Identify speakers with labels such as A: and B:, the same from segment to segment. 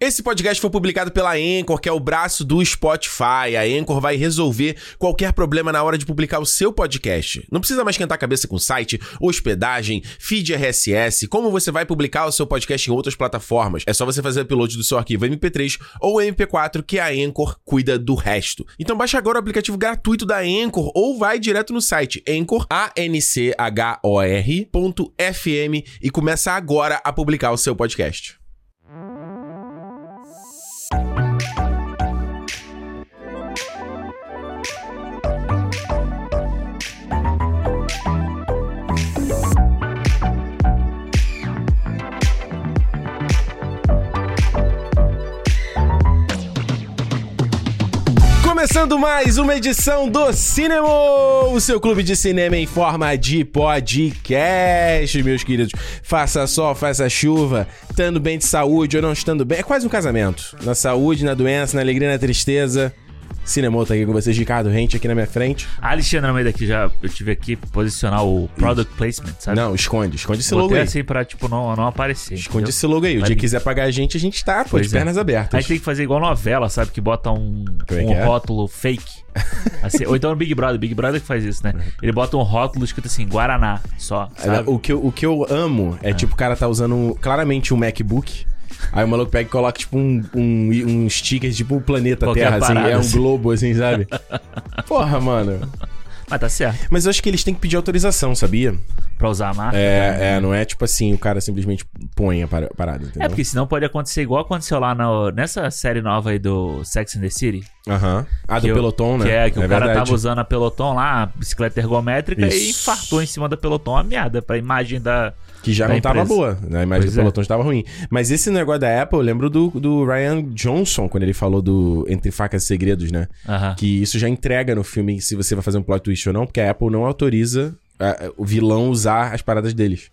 A: Esse podcast foi publicado pela Anchor, que é o braço do Spotify. A Anchor vai resolver qualquer problema na hora de publicar o seu podcast. Não precisa mais esquentar a cabeça com site, hospedagem, feed RSS, como você vai publicar o seu podcast em outras plataformas. É só você fazer o upload do seu arquivo MP3 ou MP4 que a Anchor cuida do resto. Então baixa agora o aplicativo gratuito da Anchor ou vai direto no site Anchor, A-N-C-H-O-R.fm e começa agora a publicar o seu podcast. Começando mais uma edição do Cinema, o seu clube de cinema em forma de podcast, meus queridos. Faça sol, faça chuva, estando bem de saúde ou não estando bem. É quase um casamento. Na saúde, na doença, na alegria, na tristeza. Cinema tá aqui com vocês, Ricardo Rente aqui na minha frente.
B: Alexandre Almeida aqui já, eu tive aqui posicionar o product placement, sabe?
A: Não, esconde, esconde esse logo
B: Botei
A: aí.
B: assim pra, tipo, não, não aparecer.
A: Esconde
B: entendeu?
A: esse logo aí. O
B: Vai
A: dia que
B: vir.
A: quiser pagar a gente, a gente tá, pô,
B: Pois
A: de
B: é.
A: pernas abertas.
B: Aí tem que fazer igual novela, sabe? Que bota um,
A: Como é
B: um
A: que é?
B: rótulo fake. Assim, ou então o Big Brother. Big Brother que faz isso, né?
A: Uhum.
B: Ele bota um rótulo escrito assim, Guaraná, só.
A: Ela-
B: Sabe?
A: O que, eu- o que eu amo é, tipo, o cara tá usando um- claramente um MacBook. Aí o maluco pega e coloca, tipo, um, um, um sticker, tipo, o planeta
B: Qualquer
A: Terra, assim.
B: parada,
A: É um
B: assim.
A: globo, assim, sabe? Porra, mano.
B: Mas tá certo.
A: Mas eu acho que eles têm que pedir autorização, sabia?
B: Pra usar a marca.
A: É, é, não é tipo assim, o cara simplesmente põe a par- parada, entendeu?
B: É, porque senão pode acontecer igual aconteceu lá no- nessa série nova aí do Sex and the City.
A: Aham. Ah, do
B: que o-
A: pelotão, né?
B: Que é, que o cara
A: verdade.
B: tava usando a pelotão lá, a bicicleta ergométrica, e
A: Isso.
B: infartou em cima da pelotão. Uma merda pra imagem da...
A: Que já
B: da
A: não tava
B: empresa.
A: boa. né? A imagem
B: Pois
A: do
B: é.
A: pelotão já tava ruim. Mas esse negócio da Apple, eu lembro do, do Ryan Johnson, quando ele falou do Entre Facas e Segredos, né?
B: Aham.
A: Que isso já entrega no filme se você vai fazer um plot twist ou não, porque a Apple não autoriza ah, o vilão usar as paradas deles.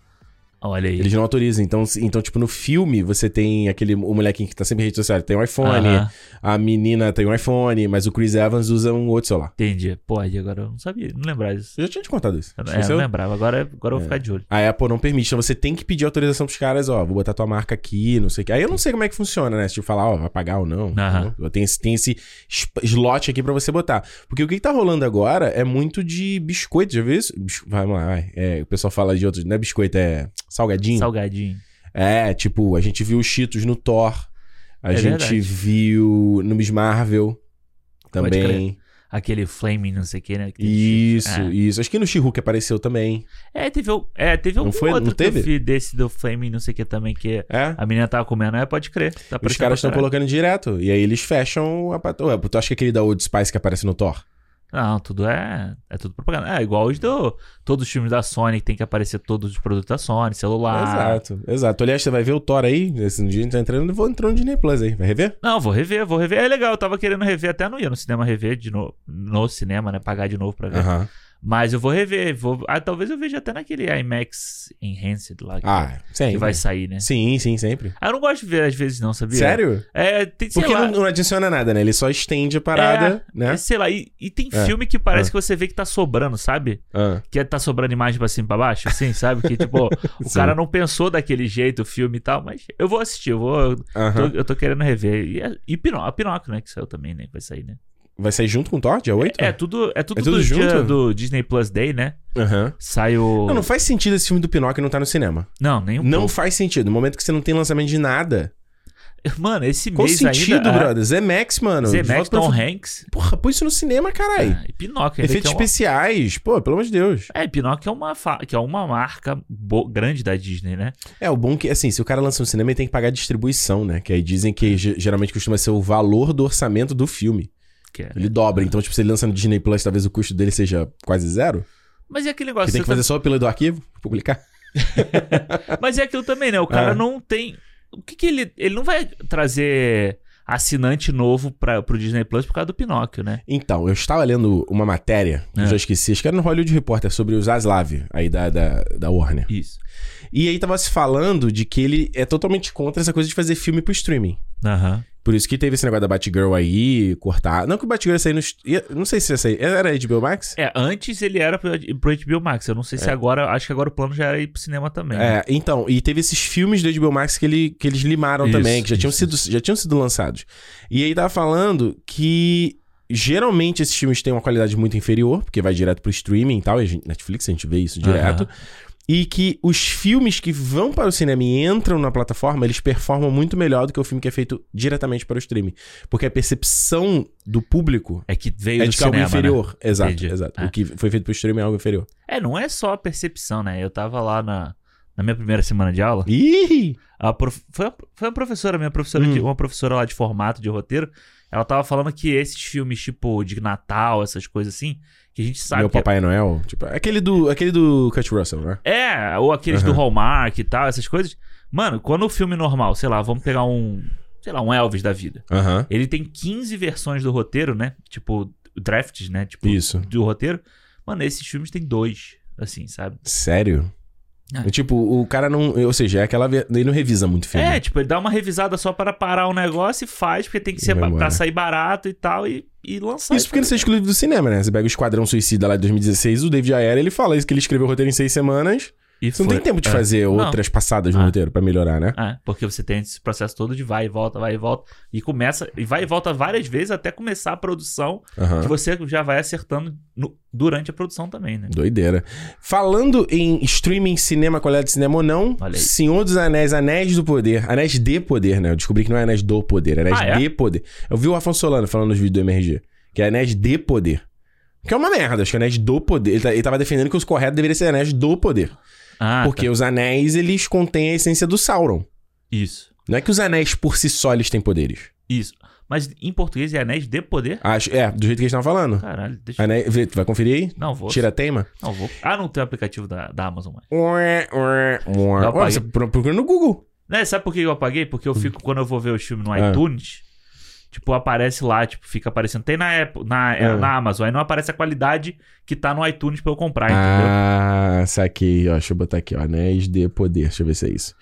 B: Olha aí.
A: Eles não autorizam. Então, se- então tipo, no filme você tem aquele. O molequinho que tá sempre em rede social tem um iPhone,
B: Aham.
A: a menina tem um iPhone, mas o Chris Evans usa um outro celular.
B: Entendi. Pode, agora eu não sabia, não lembrava disso.
A: Eu já tinha te contado isso.
B: É,
A: Esqueceu? É.
B: não lembrava. Agora, agora eu vou ficar de olho.
A: A Apple não permite, então você tem que pedir autorização pros caras, ó, vou botar tua marca aqui, não sei o que. Aí eu não sei como é que funciona, né? Se tu falar, ó, vai pagar ou não.
B: Aham.
A: entendeu? Tem esse, tem esse es- slot aqui pra você botar. Porque o que, que tá rolando agora é muito de biscoito, já viu isso? Bis- Vamos lá, vai. É, o pessoal fala de outros, não é biscoito, é salgadinho.
B: Salgadinho.
A: É, tipo, a gente viu os Cheetos no Thor, a
B: É
A: gente
B: verdade.
A: viu no Miss Marvel
B: Pode
A: também.
B: Aquele Flaming, não sei o que, né? que tem
A: Isso,
B: cheiro.
A: isso. Acho que no She-Hulk apareceu também.
B: É, teve, o- é, teve algum
A: foi? Não
B: outro
A: teve?
B: que eu vi desse do Flaming, não sei o que também, que
A: É?
B: a menina tava comendo. É, pode crer. Tá
A: Os caras
B: parecendo pra
A: estão
B: caralho.
A: colocando direto. E aí eles fecham a pat... Ué, tu acha que aquele da Old Spice que aparece no Thor?
B: Não, tudo é... É tudo propaganda. É igual os do... Todos os filmes da Sony, que tem que aparecer todos os produtos da Sony, celular...
A: Exato, exato. Aliás, você vai ver o Thor aí. Esse dia a gente tá entrando, vou entrar no Disney Plus aí. Vai rever?
B: Não, vou rever, vou rever. É legal, eu tava querendo rever, até não ia no cinema rever de novo. No cinema, né? Pagar de novo pra ver.
A: Aham.
B: Mas eu vou rever. Vou... Ah, talvez eu veja até naquele IMAX Enhanced lá que,
A: Ah,
B: que
A: sempre.
B: vai sair, né?
A: Sim, sim, sempre.
B: Ah, eu não gosto de ver às vezes, não, sabia?
A: Sério?
B: É, tem sei
A: Porque
B: lá.
A: não, não adiciona nada, né? Ele só estende a parada,
B: É,
A: né?
B: é, Sei lá, e, e tem
A: É.
B: filme que parece
A: É.
B: que você vê que tá sobrando, sabe?
A: Ah,
B: Que tá sobrando imagem pra cima e pra baixo, assim, sabe? Que, tipo, o
A: Sim.
B: cara não pensou daquele jeito o filme e tal, mas eu vou assistir, eu vou. eu tô-
A: aham.
B: eu tô querendo rever. E, é- e Pinó- a Pinóquio, né? Que saiu também, né? Vai sair, né?
A: Vai sair junto com o Thor, dia 8?
B: É tudo, é tudo,
A: É tudo
B: do dia
A: junto?
B: do Disney Plus Day, né?
A: Aham.
B: Sai o.
A: Não, não faz sentido esse filme do Pinóquio não tá no cinema.
B: Não, nem um
A: não
B: pouco.
A: faz sentido. No momento que você não tem lançamento de nada.
B: Mano, esse
A: Qual o
B: mês
A: sentido,
B: ainda.
A: brother? Zemex, mano. De
B: Zemeck,
A: volta pro
B: Tom
A: fu-
B: Hanks.
A: Porra, põe isso no cinema, caralho.
B: Ah, e Pinóquio. ainda
A: Efeitos
B: que é uma-
A: especiais, pô, pelo amor de Deus.
B: É, Pinóquio é uma, fa- que é uma marca bo- grande da Disney, né?
A: É, o bom que, assim, se o cara lança um cinema, ele tem que pagar a distribuição, né? Que aí dizem que ge- geralmente costuma ser o valor do orçamento do filme.
B: Que é-
A: Ele dobra. Então, tipo, se ele lança no Disney Plus, talvez o custo dele seja quase zero.
B: Mas é aquele
A: Que
B: negócio.
A: tem que
B: você
A: fazer só o pelo do arquivo, publicar.
B: tá- Mas é aquilo também, né? O cara
A: É.
B: não tem. O que que ele. Ele não vai trazer assinante novo pra, pro Disney Plus por causa do Pinóquio, né?
A: Então, eu estava lendo uma matéria, que eu
B: É.
A: já esqueci, acho que era no Hollywood Reporter, sobre o Zaslav, aí da, da, da Warner.
B: Isso.
A: E aí tava se falando de que ele é totalmente contra essa coisa de fazer filme pro streaming.
B: Aham.
A: Por isso que teve esse negócio da Batgirl aí, cortar. Não que o Batgirl ia sair no. ia- Não sei se ia sair. Era HBO Max?
B: É, antes ele era pro, pro HBO Max. Eu não sei se agora. Acho que agora o plano já era ir pro cinema também. né?
A: É, então, e teve esses filmes do HBO Max que, ele, que eles limaram
B: Isso,
A: também, que já tinham,
B: isso,
A: sido, já tinham sido lançados. E aí tava falando que geralmente esses filmes têm uma qualidade muito inferior, porque vai direto pro streaming e tal, e a gente- Netflix a gente vê isso direto.
B: Aham.
A: E que os filmes que vão para o cinema e entram na plataforma, eles performam muito melhor do que o filme que é feito diretamente para o streaming. Porque a percepção do público
B: É que veio
A: é
B: do
A: de que é algo
B: cinema, né?
A: inferior. Exato,
B: Entendi.
A: exato.
B: É.
A: O que foi feito para o streaming é algo inferior.
B: É, não é só a percepção, né? Eu tava lá na, na minha primeira semana de aula.
A: Ih!
B: A prof- foi, a- foi uma professora, minha professora,
A: Hum.
B: de- uma professora lá de formato, de roteiro. Ela tava falando que esses filmes, tipo, de Natal, essas coisas assim, que a gente sabe
A: Meu
B: que é-
A: Papai Noel. Tipo, aquele do, aquele do Kurt Russell, né?
B: É, ou aqueles do
A: Aham.
B: Hallmark e tal, essas coisas. Mano, quando o filme normal, sei lá, vamos pegar um, sei lá, um Elvis da vida.
A: Aham.
B: Ele tem 15 versões do roteiro, né? Tipo, drafts, né? Tipo,
A: Isso.
B: do roteiro. Mano, esses filmes tem dois, assim, sabe?
A: Sério?
B: É.
A: É, Tipo, o cara não. Ou seja, é aquela. ve- Ele não revisa muito filme.
B: É, tipo, ele dá uma revisada só para parar o negócio e faz, porque tem que
A: E
B: ser
A: vai
B: ba-
A: embora.
B: pra sair barato e tal, e, e lançar.
A: Isso porque ele é excluído do cinema, né? Você pega o Esquadrão Suicida lá de 2016, o David Ayer, ele fala isso, que ele escreveu o roteiro em seis semanas.
B: E
A: Você não
B: foi.
A: tem tempo de
B: É.
A: fazer outras passadas no
B: Ah.
A: roteiro pra melhorar, né?
B: É, porque você tem esse processo todo de vai e volta, vai e volta, e começa, e vai e volta várias vezes até começar a produção,
A: Aham.
B: que você já vai acertando no- durante a produção também, né?
A: É Doideira. Falando em streaming, cinema, qualidade de cinema ou não,
B: Olha aí.
A: Senhor dos Anéis, Anéis do Poder, Anéis de Poder, né? Eu descobri que não é Anéis do Poder, é Anéis
B: Ah, é?
A: de Poder. Eu vi o Afonso Solano falando nos vídeos do MRG, que é Anéis de Poder. Que é uma merda, acho que é Anéis do Poder. Ele, tá- ele tava defendendo que os corretos deveriam ser Anéis do Poder.
B: Ah,
A: porque os anéis, eles contêm a essência do Sauron.
B: Isso,
A: Não é que os anéis por si só eles têm poderes.
B: isso. Mas em português é Anéis de Poder?
A: Acho, é, do jeito que eles estavam falando.
B: Caralho, deixa eu...
A: Anéis, vê, tu vai conferir aí?
B: Não, vou.
A: Tira a teima.
B: Não, vou. Ah, não tem o aplicativo da, da Amazon mais.
A: Ué, ué, ué.
B: Eu
A: Olha,
B: apaguei.
A: você pro- procura no Google.
B: Né, sabe por que eu apaguei? Porque eu fico, quando eu vou ver os filmes no
A: Hum. Ah.
B: iTunes, tipo, aparece lá, tipo, fica aparecendo. Tem na Apple, na, é,
A: Ah.
B: na Amazon, aí não aparece a qualidade que tá no iTunes pra eu comprar, entendeu?
A: Ah, saquei. Ó, deixa eu botar aqui, ó. Anéis de Poder. Deixa eu ver se é isso.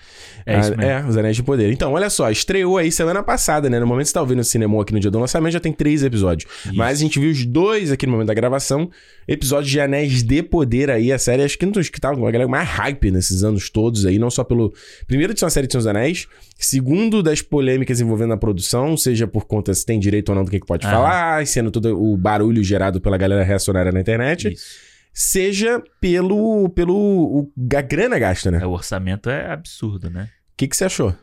B: É isso
A: Ah,
B: mesmo.
A: é, os Anéis de Poder. Então, olha só, estreou aí semana passada, né? No momento que você tá ouvindo o cinema aqui no dia do lançamento, já tem três episódios.
B: Isso.
A: Mas a gente viu os dois aqui no momento da gravação. Episódios de Anéis de Poder aí, a série, acho que um dos que tava com a galera mais hype nesses anos todos aí, não só pelo. Primeiro de ser uma série de Seus Anéis, segundo das polêmicas envolvendo a produção, seja por conta se tem direito ou não do que, que pode
B: Aham.
A: falar, sendo todo o barulho gerado pela galera reacionária na internet
B: Isso.
A: seja pelo, pelo o, a grana gasta, né?
B: É, o orçamento é absurdo, né?
A: O que, que você achou?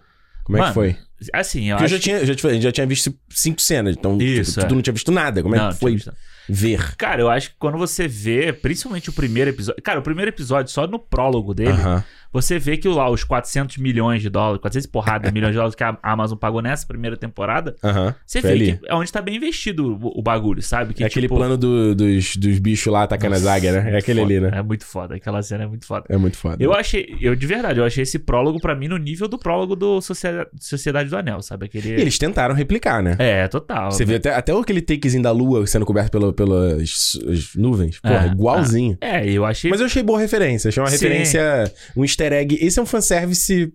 A: Como é que
B: Mano,
A: foi?
B: Assim, eu
A: Porque eu
B: acho
A: já tinha, já, te falei, já tinha visto cinco cenas, então
B: Isso,
A: tipo,
B: é.
A: tu não tinha visto nada. Como
B: Não,
A: é que
B: tinha
A: foi
B: visto.
A: ver?
B: Cara, eu acho que quando você vê, principalmente o primeiro episódio. Cara, o primeiro episódio, só no prólogo dele,
A: Aham.
B: você vê que lá os 400 milhões de dólares, 400 e porrada milhões de dólares que a Amazon pagou nessa primeira temporada,
A: Aham.
B: você
A: Foi
B: vê
A: ali.
B: que é onde tá bem investido o, o bagulho, sabe? Que,
A: É aquele
B: tipo,
A: plano do- dos, dos bichos lá atacando
B: Nossa,
A: a zaga, né? É
B: muito
A: aquele
B: foda.
A: ali, né?
B: É muito foda, aquela cena é muito foda.
A: É muito foda.
B: Eu achei, eu de verdade, eu achei esse prólogo pra mim no nível do prólogo do Sociedade, Sociedade do Anel, sabe?
A: E
B: Aquele.
A: eles tentaram replicar, né?
B: É, total.
A: Você vê até, até aquele takezinho da lua sendo coberto pelo, pelas as nuvens. Porra,
B: É,
A: igualzinho.
B: É, eu achei.
A: Mas eu achei boa referência. Achei uma
B: Sim.
A: referência, um easter egg. Esse é um fanservice.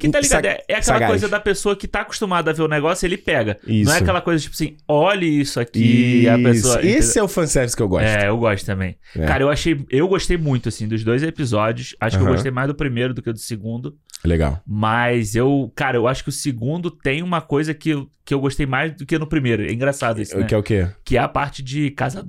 B: que tá ligado?
A: sac-
B: É, é aquela
A: sagaz.
B: coisa da pessoa que tá acostumada a ver o negócio, ele pega. Não é
A: Isso.
B: aquela coisa tipo assim, olhe isso aqui, a
A: Isso.
B: pessoa.
A: Esse é o fanservice que eu gosto.
B: É, eu gosto também.
A: É.
B: Cara, eu achei, eu gostei muito assim dos dois episódios. Acho que eu
A: Aham.
B: gostei mais do primeiro do que do segundo,
A: Legal.
B: mas eu, cara, eu acho que o segundo tem uma coisa que, eu- que eu gostei mais do que no primeiro. É engraçado isso, né?
A: Que é o quê?
B: Que é a parte de casa,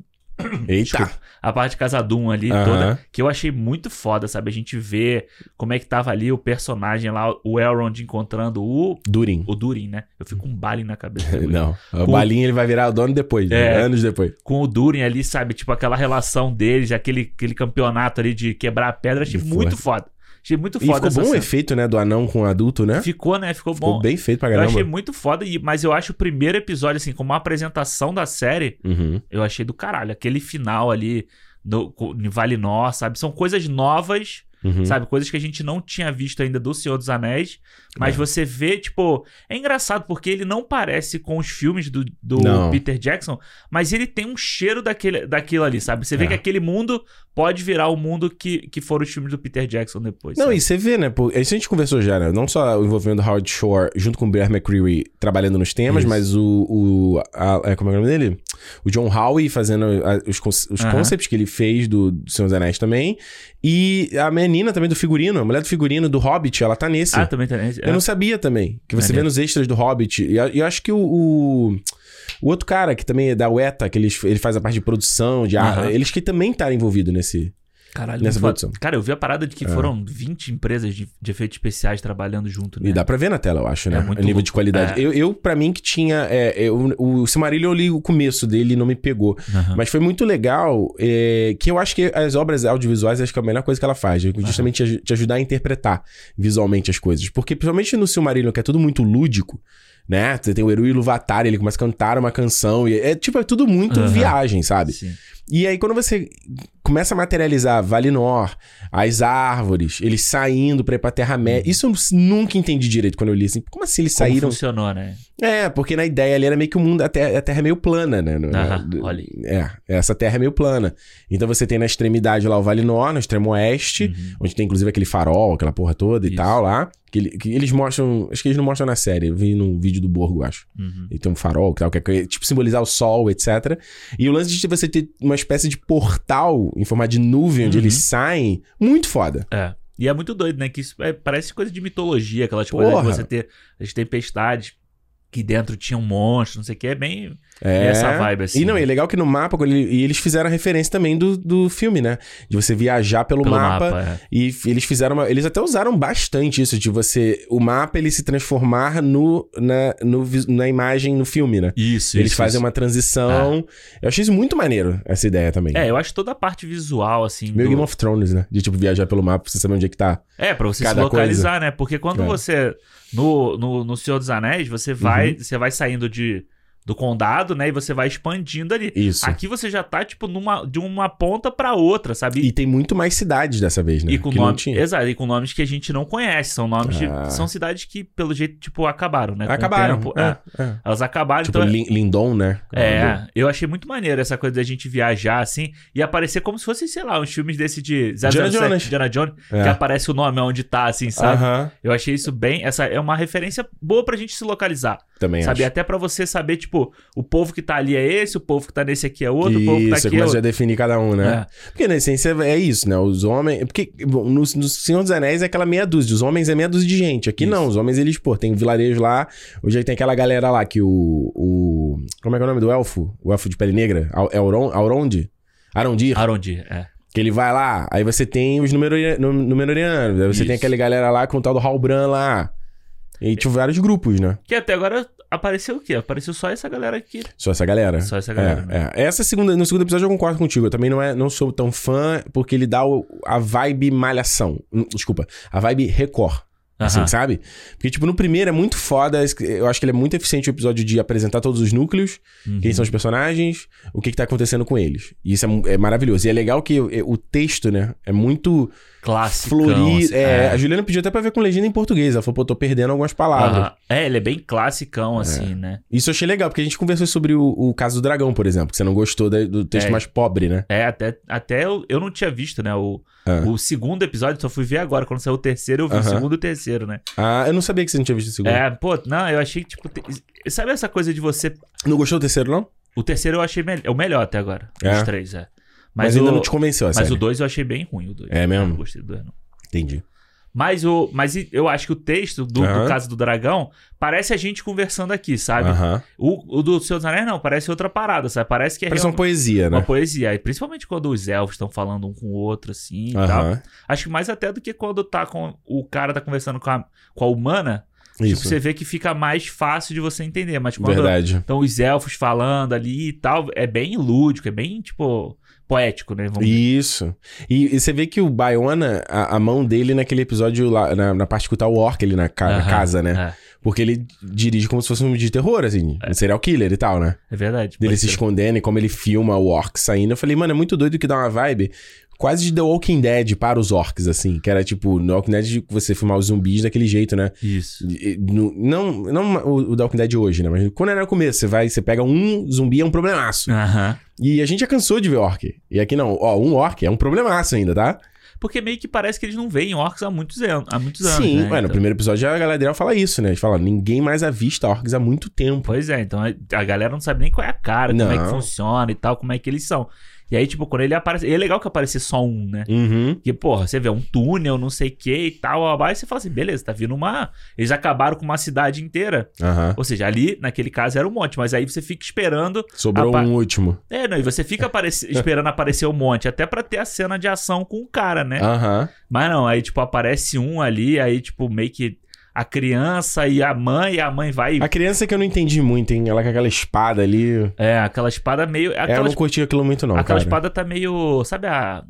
A: Eita.
B: a parte de Casadum ali
A: Aham.
B: toda, que eu achei muito foda, sabe? A gente vê como é que tava ali o personagem lá, o Elrond encontrando o
A: Durin.
B: o Durin, né? Eu fico com um bale na cabeça.
A: Não. O
B: Com-
A: Balinha ele vai virar o dono depois, né?
B: É.
A: anos depois.
B: com o Durin ali, sabe? Tipo, aquela relação deles, aquele, aquele campeonato ali de quebrar a pedra. Achei
A: De
B: muito foda. Achei muito
A: E
B: foda
A: ficou
B: essa
A: bom o
B: cena.
A: efeito, né? Do anão com o adulto, né?
B: Ficou, né? Ficou,
A: Ficou
B: bom.
A: bem feito pra
B: eu
A: caramba.
B: achei muito foda, e- mas eu acho o primeiro episódio, assim, como uma apresentação da série,
A: Uhum.
B: eu achei do caralho. Aquele final ali no, com- em Valinor, sabe? São coisas novas
A: Uhum.
B: Sabe? Coisas que a gente não tinha visto ainda do Senhor dos Anéis. Mas
A: É.
B: você vê, tipo. É engraçado porque ele não parece com os filmes do, do
A: Não.
B: Peter Jackson, mas ele tem um cheiro daquele, daquilo ali, sabe? Você vê
A: É.
B: que aquele mundo pode virar o mundo que, que foram os filmes do Peter Jackson depois.
A: Não,
B: sabe?
A: e você vê, né? Pô, isso a gente conversou já, né? Não só o envolvimento do Howard Shore junto com o Bear McCreary trabalhando nos temas,
B: Isso.
A: mas o. o a- é, como é o nome dele? O John Howe fazendo a- os, con- os
B: Aham.
A: concepts que ele fez do, do Senhor dos Anéis também. E a menina também do figurino, a mulher do figurino do Hobbit, ela tá nesse.
B: Ah, também tá. né?
A: Eu não sabia também. Que você vê
B: Maneiro.
A: nos extras do Hobbit. E eu, eu acho que o, o, o outro cara, que também é da UETA, que ele, ele faz a parte de produção, de ar,
B: Aham.
A: eles que também estavam envolvidos nesse.
B: Caralho,
A: Nessa
B: muito foda.
A: produção. É.
B: Cara, eu vi a parada de que foram 20 empresas de, de efeitos especiais trabalhando junto, né?
A: E dá pra ver na tela, eu acho, né?
B: É
A: o
B: muito
A: nível
B: louco. É.
A: de qualidade. Eu, eu, pra mim, que tinha. é, eu- o Silmarillion, eu li o começo dele e não me pegou.
B: Aham.
A: Mas foi muito legal, é, que eu acho que as obras audiovisuais, acho que é a melhor coisa que ela faz. é Justamente te aj- te ajudar a interpretar visualmente as coisas. Porque, principalmente no Silmarillion, que é tudo muito lúdico, né? Você tem o Eru e o Luvatar, ele começa a cantar uma canção. E é, tipo, é tudo muito
B: Aham.
A: viagem, sabe?
B: Sim.
A: E aí, quando você começa a materializar Valinor, as árvores, eles saindo pra ir pra Terra-média. Isso eu nunca entendi direito quando eu li assim. Como assim eles
B: Uhum. Como
A: saíram?
B: funcionou, né?
A: É, porque na ideia ali era meio que o mundo, a terra, a terra é meio plana, né? No-
B: Aham,
A: do-
B: olha aí.
A: É, essa terra é meio plana. Então você tem na extremidade lá o Valinor, no extremo oeste,
B: Uhum.
A: onde tem inclusive aquele farol, aquela porra toda e
B: Isso.
A: tal lá. Que, ele- que eles mostram, acho que eles não mostram na série, eu vi num vídeo do Borgo, eu acho.
B: Uhum.
A: E tem um farol, que tal, que é tipo simbolizar o sol, etc. E o lance de você ter uma espécie de portal em formato de nuvem onde
B: Uhum.
A: eles saem, muito foda.
B: É. E é muito doido, né? Que isso é- parece coisa de mitologia, aquelas
A: Porra.
B: coisas de você ter as tempestades que dentro tinha um monstro, não sei o que. É bem.
A: É.
B: Essa vibe, assim.
A: E não, e é legal que no mapa, quando ele- e eles fizeram a referência também do, do filme, né? De você viajar pelo,
B: pelo
A: mapa,
B: mapa. é.
A: E f- eles fizeram uma, Eles até usaram bastante isso de você. O mapa ele se transformar no, na, no vis- na imagem no filme, né?
B: Isso,
A: eles
B: isso,
A: fazem
B: isso.
A: uma transição. Eu achei isso muito maneiro, essa ideia também.
B: Ah. É, eu acho toda a parte visual, assim.
A: Meio
B: do-
A: Game of Thrones, né? De tipo viajar pelo mapa pra você saber onde é que tá.
B: É, pra você se
A: Cada
B: localizar, né? Porque quando
A: É. Uhum.
B: você. No, no, no Senhor dos Anéis, você vai. Você vai saindo de, do condado, né? E você vai expandindo ali.
A: Isso.
B: Aqui você já tá, tipo, numa, de uma ponta pra outra, sabe?
A: E tem muito mais cidades dessa vez, né?
B: E com,
A: que não
B: nome, É,
A: tinha.
B: exato, e com nomes que a gente não conhece. São nomes de-
A: Ah.
B: São cidades que, pelo jeito, tipo, acabaram, né? Com o
A: Acabaram.
B: tempo, é.
A: é, é.
B: Elas acabaram,
A: Tipo,
B: então.
A: Lin- Lindon, né?
B: É, eu achei muito maneiro essa coisa da gente viajar assim e aparecer como se fosse, sei lá, uns filmes desse de 007,
A: Indiana Jones.
B: Indiana Jones,
A: É.
B: que aparece o nome onde tá, assim, sabe?
A: Aham.
B: Eu achei isso bem. Essa é uma referência boa pra gente se localizar,
A: Também
B: sabe? é
A: acho.
B: Até pra você saber, tipo, o povo que tá ali é esse, o povo que tá nesse aqui é outro, o povo que tá
A: Isso,
B: aqui é
A: começa
B: outro.
A: a definir cada um, né?
B: É.
A: Porque na essência é isso, né? Os homens. Porque bom, no, no Senhor dos Anéis é aquela meia dúzia. Os homens é meia dúzia de gente. Aqui
B: Isso.
A: não. Os homens, eles, pô, tem um vilarejo lá. Hoje aí tem aquela galera lá que o. o como é que é o nome do elfo? O elfo de pele negra? Au- Elron- Auronde? Arondir?
B: Arondir, é.
A: Que ele vai lá, aí você tem os numeroria- nu- numenorianos, aí você
B: Isso.
A: tem aquela galera lá com o tal do Halbran lá. E tinha vários grupos, né?
B: Que até agora apareceu o quê? Apareceu só essa galera aqui.
A: Só essa galera.
B: Só essa galera,
A: É, é. Essa segunda, no segundo episódio eu concordo contigo. Eu também não, é, não sou tão fã, porque ele dá o- a vibe malhação. Hum, Desculpa, a vibe record. Assim,
B: Aham.
A: sabe? Porque, tipo, no primeiro é muito foda. Eu acho que ele é muito eficiente o episódio de apresentar todos os núcleos,
B: Uhum.
A: quem são os personagens, o que, que tá acontecendo com eles. E isso é, mu- é maravilhoso. E é legal que é, o texto, né? É muito.
B: Clássico.
A: Florir.
B: assim,
A: é, A Juliana pediu até pra ver com legenda em português. Ela falou, pô, tô perdendo algumas palavras.
B: Aham. É, ele é bem classicão, assim, né?
A: Isso eu achei legal, porque a gente conversou sobre o, o caso do dragão, por exemplo, que você não gostou da- do texto
B: É.
A: mais pobre, né?
B: É, até, até eu, eu não tinha visto, né? O,
A: Ah.
B: o segundo episódio, só fui ver agora. Quando saiu o terceiro, eu vi
A: Aham.
B: o segundo e o terceiro, né?
A: Ah, eu não sabia que você não tinha visto o segundo.
B: É, pô, não, eu achei, tipo. te- Sabe essa coisa de você.
A: Não gostou do terceiro, não?
B: O terceiro eu achei mel- é o melhor até agora.
A: É.
B: Os três, é.
A: Mas,
B: Mas,
A: ainda
B: o,
A: não te convenceu,
B: mas
A: assim.
B: o dois eu achei bem ruim, o dois.
A: É mesmo?
B: Eu Não gostei do dois, não.
A: Entendi.
B: Mas, o, mas e- eu acho que o texto do, do
A: Aham.
B: caso do dragão parece a gente conversando aqui, sabe?
A: Aham.
B: O, o do Senhor dos Anéis não, parece outra parada, sabe? Parece que é
A: Parece uma
B: realmente
A: poesia,
B: uma
A: né?
B: poesia. E principalmente quando os elfos estão falando um com o outro, assim e tal.
A: Aham.
B: Acho que mais até do que quando tá com o cara tá conversando com a, com a humana. Tipo,
A: Isso.
B: você um vê que fica mais fácil de você entender. Mas quando
A: Verdade.
B: estão os elfos falando ali e tal, é bem lúdico, é bem, tipo, poético, né? Vamos...
A: Isso. E, e você vê que o Bayona, a, a mão dele naquele episódio lá, na, na parte que tá o orc ali na, ca- na
B: Aham.
A: casa, né?
B: É,
A: Porque ele dirige como se fosse um filme de terror, assim, um serial killer e tal, né?
B: é verdade.
A: Dele
B: pode
A: se
B: ser.
A: escondendo e como ele filma o orc saindo. Eu falei, mano, é muito doido que dá uma vibe quase de The Walking Dead para os orcs, assim. Que era tipo, no Walking Dead você filmar os zumbis daquele jeito, né?
B: Isso.
A: E- e- no- Não, não o, o The Walking Dead hoje, né? Mas quando era no começo, você vai, você pega um zumbi, é um problemaço.
B: Aham.
A: E a gente já cansou de ver orc. E aqui não, ó, um orc é um problemaço ainda, tá?
B: Porque meio que parece que eles não veem orcs há muitos anos. Há muitos anos
A: Sim,
B: né?
A: ué, no
B: Então-
A: primeiro episódio a Galadriel fala isso, né? Eles falam, ninguém mais avista orcs há muito tempo.
B: Pois é, então a a galera não sabe nem qual é a cara, como é que
A: Não.
B: funciona e tal, como é que eles são. E aí, tipo, quando ele aparece. E é legal que aparecer só um, né?
A: Uhum.
B: Porque, porra, você vê um túnel, não sei o que e tal, blá, blá, e você fala assim, beleza, tá vindo uma. Eles acabaram com uma cidade inteira.
A: Aham.
B: Ou seja, ali, naquele caso, era um monte, mas aí você fica esperando.
A: Sobrou
B: Apa-
A: um último.
B: É, não, e você fica aparece- esperando aparecer um monte, até pra ter a cena de ação com o cara, né?
A: Aham.
B: Mas não, aí, tipo, aparece um ali, aí, tipo, meio que a criança e a mãe, e a mãe vai.
A: A criança que eu não entendi muito, hein? Ela com aquela espada ali.
B: É, aquela espada meio.
A: É, eu
B: Aquela
A: não curti aquilo muito, não.
B: Aquela
A: cara.
B: espada tá meio. Sabe a.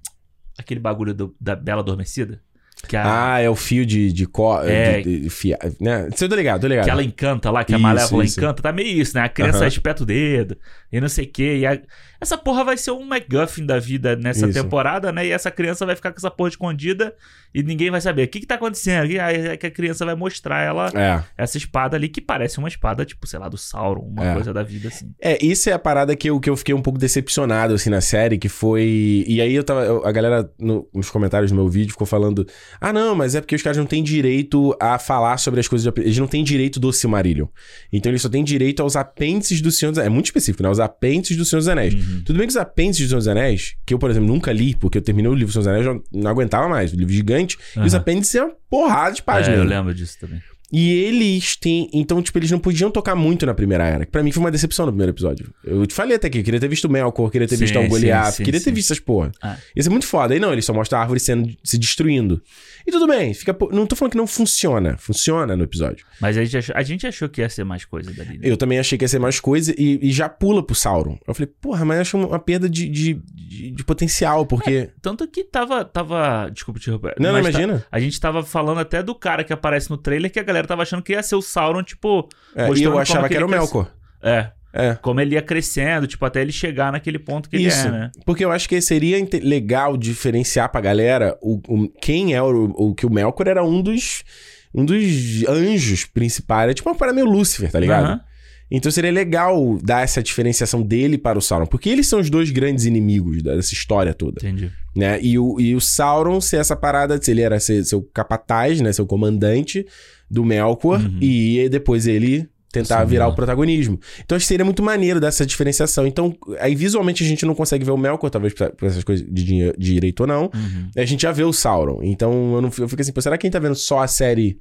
B: Aquele bagulho do- da Bela Adormecida? Que, a,
A: Ah, é o fio de, de co...
B: É.
A: De, de fia... né? Você tá ligado, tô ligado.
B: que ela encanta lá, que a
A: Isso,
B: Malévola
A: isso.
B: encanta. Tá meio isso, né? A criança
A: Aham.
B: espeta o dedo e não sei o quê. E a- Essa porra vai ser um MacGuffin da vida nessa
A: Isso.
B: temporada, né? E essa criança vai ficar com essa porra escondida e ninguém vai saber. O que que tá acontecendo? E aí é que a criança vai mostrar ela
A: É.
B: essa espada ali, que parece uma espada, tipo, sei lá, do Sauron, uma
A: É.
B: coisa da vida assim.
A: É, isso é a parada que eu, que eu fiquei um pouco decepcionado, assim, na série, que foi... E aí eu tava... eu- a galera, no- nos comentários do meu vídeo, ficou falando... Ah, não, mas é porque os caras não têm direito a falar sobre as coisas... de- Eles não têm direito do Silmarillion. Então eles só têm direito aos apêndices do Senhor dos Anéis. É muito específico, né? Os apêndices do Senhor dos Anéis.
B: Uhum.
A: Tudo bem que os apêndices do Senhor dos Anéis, que eu, por exemplo, nunca li, porque eu terminei o livro do Senhor dos Anéis, eu não aguentava mais. O livro gigante. E os
B: Uhum. Aham.
A: apêndices é uma porrada de páginas.
B: É, eu
A: né?
B: lembro disso também.
A: E eles têm. Então, tipo, eles não podiam tocar muito na primeira era. que Pra mim foi uma decepção no primeiro episódio. Eu te falei até aqui, eu queria ter visto o Melkor, queria ter
B: Sim,
A: visto o Goliath,
B: sim, sim,
A: queria ter
B: sim.
A: visto essas porra.
B: Ah.
A: Isso é muito foda. Aí não, eles só mostram a árvore sendo, se destruindo. E tudo bem, fica. po- Não tô falando que não funciona. Funciona no episódio.
B: Mas a gente achou, a gente achou que ia ser mais coisa dali. Né?
A: Eu também achei que ia ser mais coisa e, e já pula pro Sauron. Eu falei, porra, mas eu acho uma perda de, de, de- de potencial, porque.
B: Tanto que tava. tava desculpa te roubar.
A: Não, não,
B: mas tá-
A: imagina.
B: a gente tava falando até do cara que aparece no trailer que a galera tava achando que ia ser o Sauron, tipo.
A: É, e
B: mostrando
A: eu
B: como
A: achava que
B: ele
A: era o
B: cresce-
A: Melkor.
B: É.
A: É.
B: Como ele ia crescendo, tipo, até ele chegar naquele ponto que
A: Isso,
B: ele é, né?
A: porque eu acho que seria inte- legal diferenciar pra galera o, o- quem é o, o que o Melkor era um dos um dos anjos principais, é tipo uma parada meio Lúcifer, tá ligado?
B: Aham.
A: Então seria legal dar essa diferenciação dele para o Sauron, porque eles são os dois grandes inimigos da- dessa história toda,
B: Entendi.
A: né? E o, e o Sauron ser essa parada, de- ele era ser, seu capataz, né, seu comandante do Melkor
B: Uhum.
A: e depois ele tentar
B: Sim,
A: virar
B: né?
A: o protagonismo. Então acho que seria muito maneiro dessa diferenciação. Então, aí visualmente a gente não consegue ver o Melkor, talvez por por essas coisas de dinhe- direito ou não.
B: Uhum.
A: A gente já vê o Sauron. Então eu, não, eu fico assim, pô, será que quem tá vendo só a série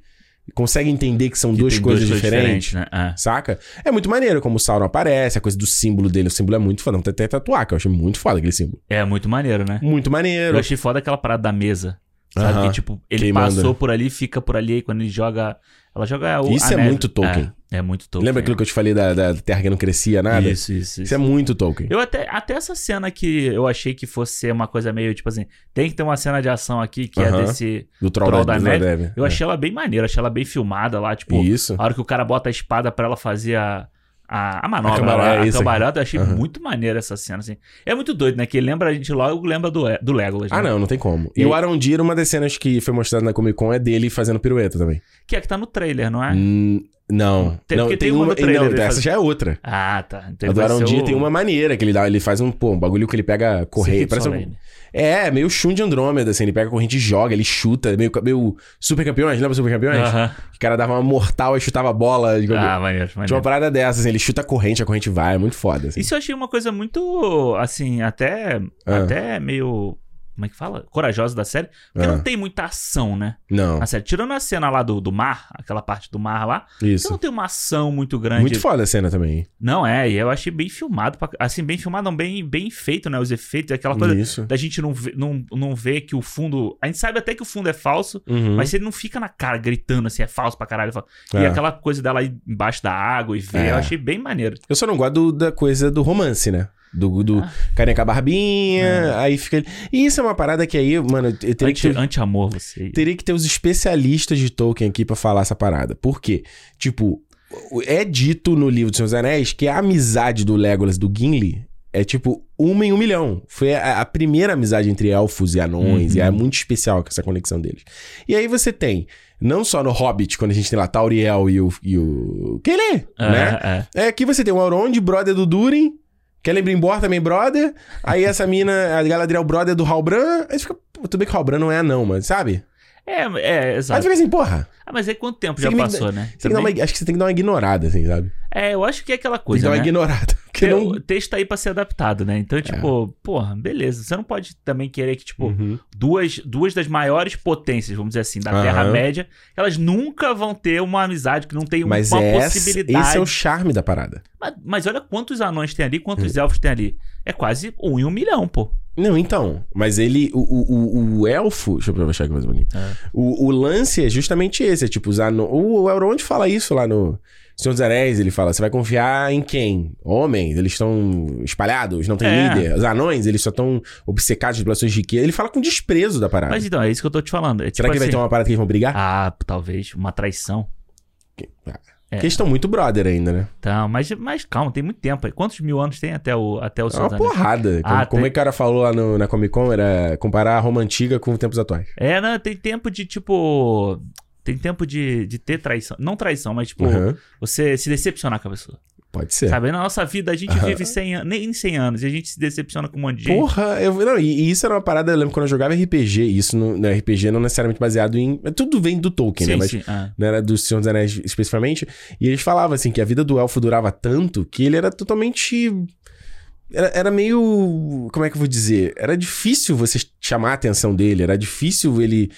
A: consegue entender que são
B: Que
A: duas
B: tem
A: coisas diferentes?
B: né? Ah.
A: Saca? É muito maneiro como o Sauron aparece, a coisa do símbolo dele. O símbolo é muito foda. Tem até tatuar, que eu achei muito foda aquele símbolo.
B: É muito maneiro, né?
A: Muito
B: Eu
A: maneiro.
B: achei foda aquela parada da mesa. Sabe?
A: Aham.
B: Que, tipo, ele
A: Quem
B: passou
A: manda?
B: por ali, fica por ali, e quando ele joga. Ela joga o.
A: Isso
B: a
A: é
B: neve.
A: muito Tolkien.
B: É, é muito Tolkien.
A: Lembra aquilo que eu te falei da, da terra que não crescia nada?
B: Isso, isso, isso.
A: Isso é muito Tolkien.
B: Eu até, até essa cena que eu achei que fosse ser uma coisa meio tipo assim, tem que ter uma cena de ação aqui que é
A: Aham.
B: desse.
A: Do Troll,
B: Troll
A: da,
B: da
A: da
B: Neve,
A: Neve.
B: Eu
A: É.
B: achei ela bem maneira, achei ela bem filmada lá, tipo,
A: Isso.
B: a hora que o cara bota a espada pra ela fazer a. A, a manobra,
A: A cambalhota,
B: lá,
A: é
B: a
A: isso aí.
B: cambalhota, eu achei
A: Aham.
B: muito maneira essa cena, assim. É muito doido, né? Que lembra a gente logo, lembra do, do Legolas, né?
A: Ah, não, não tem como.
B: E
A: E o
B: aí-
A: Arondir, uma das cenas que foi mostrada na Comic Con é dele fazendo pirueta também.
B: Que é que tá no trailer, não é?
A: Hum, não.
B: Tem-
A: não,
B: porque tem uma no trailer
A: não,
B: dele
A: essa
B: fazendo-
A: já é outra.
B: Ah, tá.
A: a
B: Então ele
A: do
B: vai ser
A: Arondir
B: o-
A: um tem uma maneira que ele dá. Ele faz um, pô, um bagulho que ele pega correia.
B: Cirque du
A: Parece um-
B: Soleil.
A: É, meio chum de Andrômeda, assim. Ele pega a corrente e joga, ele chuta, meio, meio super campeões, lembra super campeões?
B: Aham.
A: O cara dava uma mortal e chutava a bola. de
B: Ah, maneiro,
A: Tinha
B: maneiro.
A: uma parada dessa, assim, ele chuta a corrente, a corrente vai, é muito foda. Assim.
B: Isso eu achei uma coisa muito, assim, até.
A: Ah.
B: Até meio. Como é que fala? Corajosa da série. Porque
A: Ah.
B: não tem muita ação, né?
A: Não,
B: Na série. Tirando a cena lá do, do mar, aquela parte do mar lá, você
A: isso.
B: não tem uma ação muito grande.
A: Muito foda a cena também.
B: Não, é, e eu achei bem filmado. pra- Assim, bem filmado, não, bem, bem feito, né? Os efeitos, aquela coisa
A: Isso.
B: da gente não ver, não, não ver que o fundo. A gente sabe até que o fundo é falso,
A: Uhum.
B: mas ele não fica na cara gritando assim, é falso pra caralho. E
A: É.
B: aquela coisa dela aí embaixo da água e ver,
A: É.
B: eu achei bem maneiro.
A: Eu só não gosto do- da coisa do romance, né? Do, do
B: Ah.
A: carinha com a barbinha, aí fica... ele- E isso é uma parada que aí, mano, eu teria que,
B: Anti-
A: ter,
B: Anti-amor, você.
A: teria que ter os especialistas de Tolkien aqui pra falar essa parada. Por quê? Tipo, é dito no livro dos Senhor dos Anéis que a amizade do Legolas e do Gimli É tipo, uma em um milhão. Foi a, a primeira amizade entre elfos e anões.
B: Uhum.
A: E é muito especial essa conexão deles. E aí você tem, não só no Hobbit, quando a gente tem lá Tauriel e o... E o... Kele,
B: É,
A: né?
B: é.
A: É, aqui você tem o Elrond, brother do Durin. Celebrimbor também, brother. Aí essa mina, a Galadriel, brother do Halbran. Aí fica, pô, tudo bem que o Halbran não é anão, mas sabe?
B: É, é,
A: Aí
B: exato.
A: fica assim, porra.
B: Ah, mas aí quanto tempo
A: Tem
B: já
A: que me-
B: passou, né?
A: Você tem que dar uma
B: Também-
A: ig- acho que você tem que dar uma ignorada, assim, sabe?
B: É, eu acho que é aquela
A: Tem que
B: coisa,
A: dar uma
B: né?
A: ignorada. Porque
B: Porque
A: não... tipo, É.
B: O texto tá aí pra ser adaptado, né? Então, tipo, porra, beleza. Você não pode também querer que, tipo,
A: Uhum.
B: duas, duas das maiores potências, vamos dizer assim, da
A: Aham.
B: Terra-média, elas nunca vão ter uma amizade que não tem
A: Mas
B: uma
A: é essa-
B: possibilidade.
A: esse é o charme da parada.
B: mas, mas olha quantos anões tem ali, quantos elfos tem ali. É quase um em um milhão, pô.
A: Não, então. Mas ele. O, o, o, o elfo. Deixa eu aproveitar aqui mais um pouquinho.
B: É.
A: O, o lance é justamente esse. É tipo, os anões. O, o Elrond fala isso lá no. Senhor dos Anéis, ele fala: você vai confiar em quem? Homens, eles estão espalhados, não tem
B: É.
A: líder. Os anões, eles só estão obcecados pelas suas riquezas. Ele fala com desprezo da parada.
B: Mas então, é isso que eu tô te falando. É, tipo
A: Será que ele vai
B: assim,
A: ter uma parada que eles vão brigar?
B: Ah, talvez, uma traição. é.
A: Porque eles estão muito brother ainda, né?
B: Então, mas, mas calma, tem muito tempo. Quantos mil anos tem até o, até o
A: É
B: Senhor
A: uma
B: dos Anéis?
A: porrada.
B: Ah,
A: como como
B: tem-
A: é que o cara falou lá no- na Comic Con era comparar a Roma antiga com os tempos atuais.
B: É, não, tem tempo de, tipo. Tem tempo de, de ter traição. Não traição, mas, tipo,
A: Aham.
B: você se decepcionar com a pessoa.
A: Pode ser.
B: Sabe? Na nossa vida, a gente
A: Aham.
B: vive 100 an- nem 100 anos e a gente se decepciona com um monte de gente.
A: Porra, eu, não, e, e isso era uma parada, eu lembro quando eu jogava RPG, e isso no, no RPG não é necessariamente baseado em. é Tudo vem do Tolkien, né?
B: sim,
A: Mas
B: sim. ah.
A: não era do Senhor dos Anéis especificamente. E eles falavam assim que a vida do elfo durava tanto que ele era totalmente. Era, era meio. Como é que eu vou dizer? Era difícil você chamar a atenção dele, era difícil ele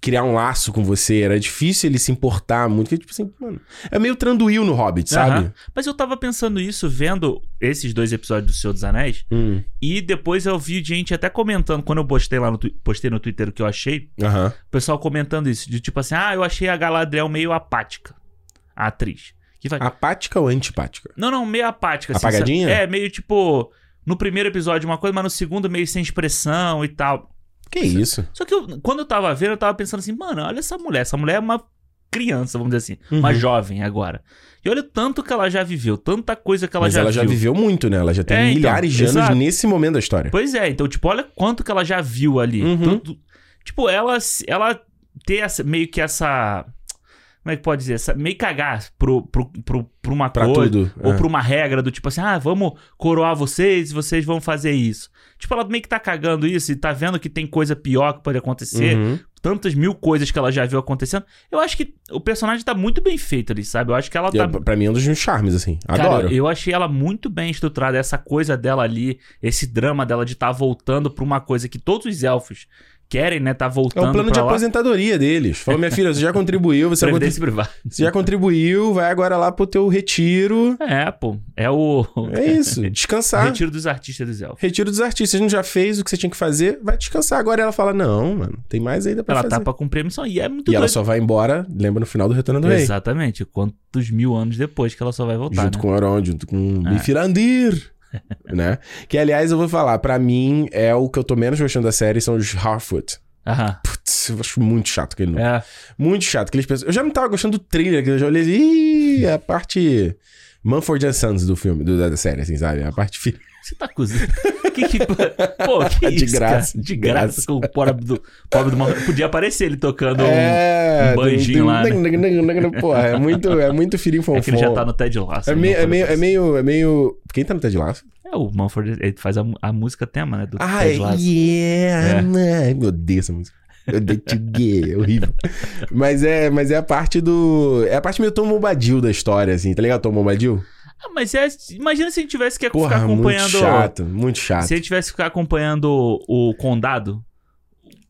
A: criar um laço com você, era difícil ele se importar muito. Porque, tipo assim, mano. É meio tranduil no Hobbit, sabe?
B: Aham. Mas eu tava pensando isso vendo esses dois episódios do Senhor dos Anéis.
A: Hum,
B: E depois eu vi gente até comentando, quando eu postei lá no, twi- postei no Twitter o que eu achei,
A: Aham.
B: o pessoal comentando isso. De tipo assim, ah, eu achei a Galadriel meio apática. A atriz. Que vai,
A: Apática ou antipática?
B: Não, não, meio apática. Assim,
A: Apagadinha?
B: sabe? É, meio tipo. No primeiro episódio uma coisa, mas no segundo meio sem expressão e tal.
A: Que isso?
B: Só que eu- quando eu tava vendo, eu tava pensando assim, mano, olha essa mulher. Essa mulher é uma criança, vamos dizer assim. Uma
A: Uhum.
B: jovem agora. E olha o tanto que ela já viveu, tanta coisa que ela,
A: Mas
B: já,
A: ela já
B: viu.
A: viveu muito, né? Ela já tem
B: É, então,
A: milhares de anos
B: exato.
A: nesse momento da história.
B: Pois é, então, tipo, olha quanto que ela já viu ali.
A: Uhum.
B: Tanto- tipo, ela, se- ela ter essa- meio que essa. Como é que pode dizer? Essa, meio cagar pro, pro, pro, pra uma
A: Pra
B: coisa.
A: tudo.
B: Ou
A: é.
B: pra uma regra do tipo assim, ah, vamos coroar vocês e vocês vão fazer isso. Tipo, ela meio que tá cagando isso e tá vendo que tem coisa pior que pode acontecer.
A: Uhum.
B: Tantas mil coisas que ela já viu acontecendo. Eu acho que o personagem tá muito bem feito ali, sabe? Eu acho que ela tá.
A: Eu- pra mim é um dos meus charmes, assim.
B: Cara,
A: Adoro.
B: eu achei ela muito bem estruturada, essa coisa dela ali, esse drama dela de estar voltando pra uma coisa que todos os elfos querem, né? Tá
A: é
B: voltando
A: um plano de
B: pra lá.
A: aposentadoria deles. Falou, minha filha, você já contribuiu, você, contri-
B: Previdência privada.
A: você já contribuiu, vai agora lá pro teu retiro.
B: É, pô. É o.
A: É isso, descansar.
B: Retiro dos artistas dos elfos.
A: Retiro dos artistas, não já fez o que você tinha que fazer, vai descansar. Agora ela fala, não, mano, tem mais ainda pra
B: Ela
A: fazer.
B: tá pra cumprir a missão. E é muito
A: E ela
B: doido.
A: só vai embora, lembra, no final do Retorno do Rei.
B: Exatamente. Quantos mil anos depois que ela só vai voltar,
A: junto
B: né?
A: com o Elrond, junto com
B: É.
A: Mifirandir, né? Que, aliás, eu vou falar, pra mim, é o que eu tô menos gostando da série, são os Harfoot.
B: Aham.
A: Putz, eu acho muito chato aquele nome.
B: É.
A: Muito chato. Aqueles pessoas... Eu já não tava gostando do trailer, que eu já olhei assim, "Ih, a parte... Manford and Sons do filme, do- da série, assim, sabe? A parte... fi-
B: Você tá cozinhando. que que... Pô, que
A: Tá De
B: isso,
A: graça,
B: cara?
A: de
B: De graça. Com o pobre do... pobre do maluco. Podia aparecer ele tocando um...
A: É...
B: um banjinho lá,
A: Porra, é muito, é muito firinho
B: É
A: fofão.
B: que ele já tá no Ted Lasso.
A: É
B: ele
A: meio,
B: não
A: é, meio, é
B: aparece.
A: meio, é meio... Quem tá no Ted Lasso?
B: É, o Manford, ele faz a, mu- a música tema, né? Do
A: Ah,
B: Ted Lasso.
A: yeah,
B: É.
A: né? Eu odeio essa música. Eu odeio to gay, é horrível. Mas é, mas é a parte do... É a parte meio Tom Bombadil da história, assim. Tá ligado Tom Bombadil?
B: Ah, mas é... Imagina se a gente tivesse que
A: Porra,
B: ficar acompanhando...
A: muito chato, muito chato.
B: Se a gente tivesse que ficar acompanhando o Condado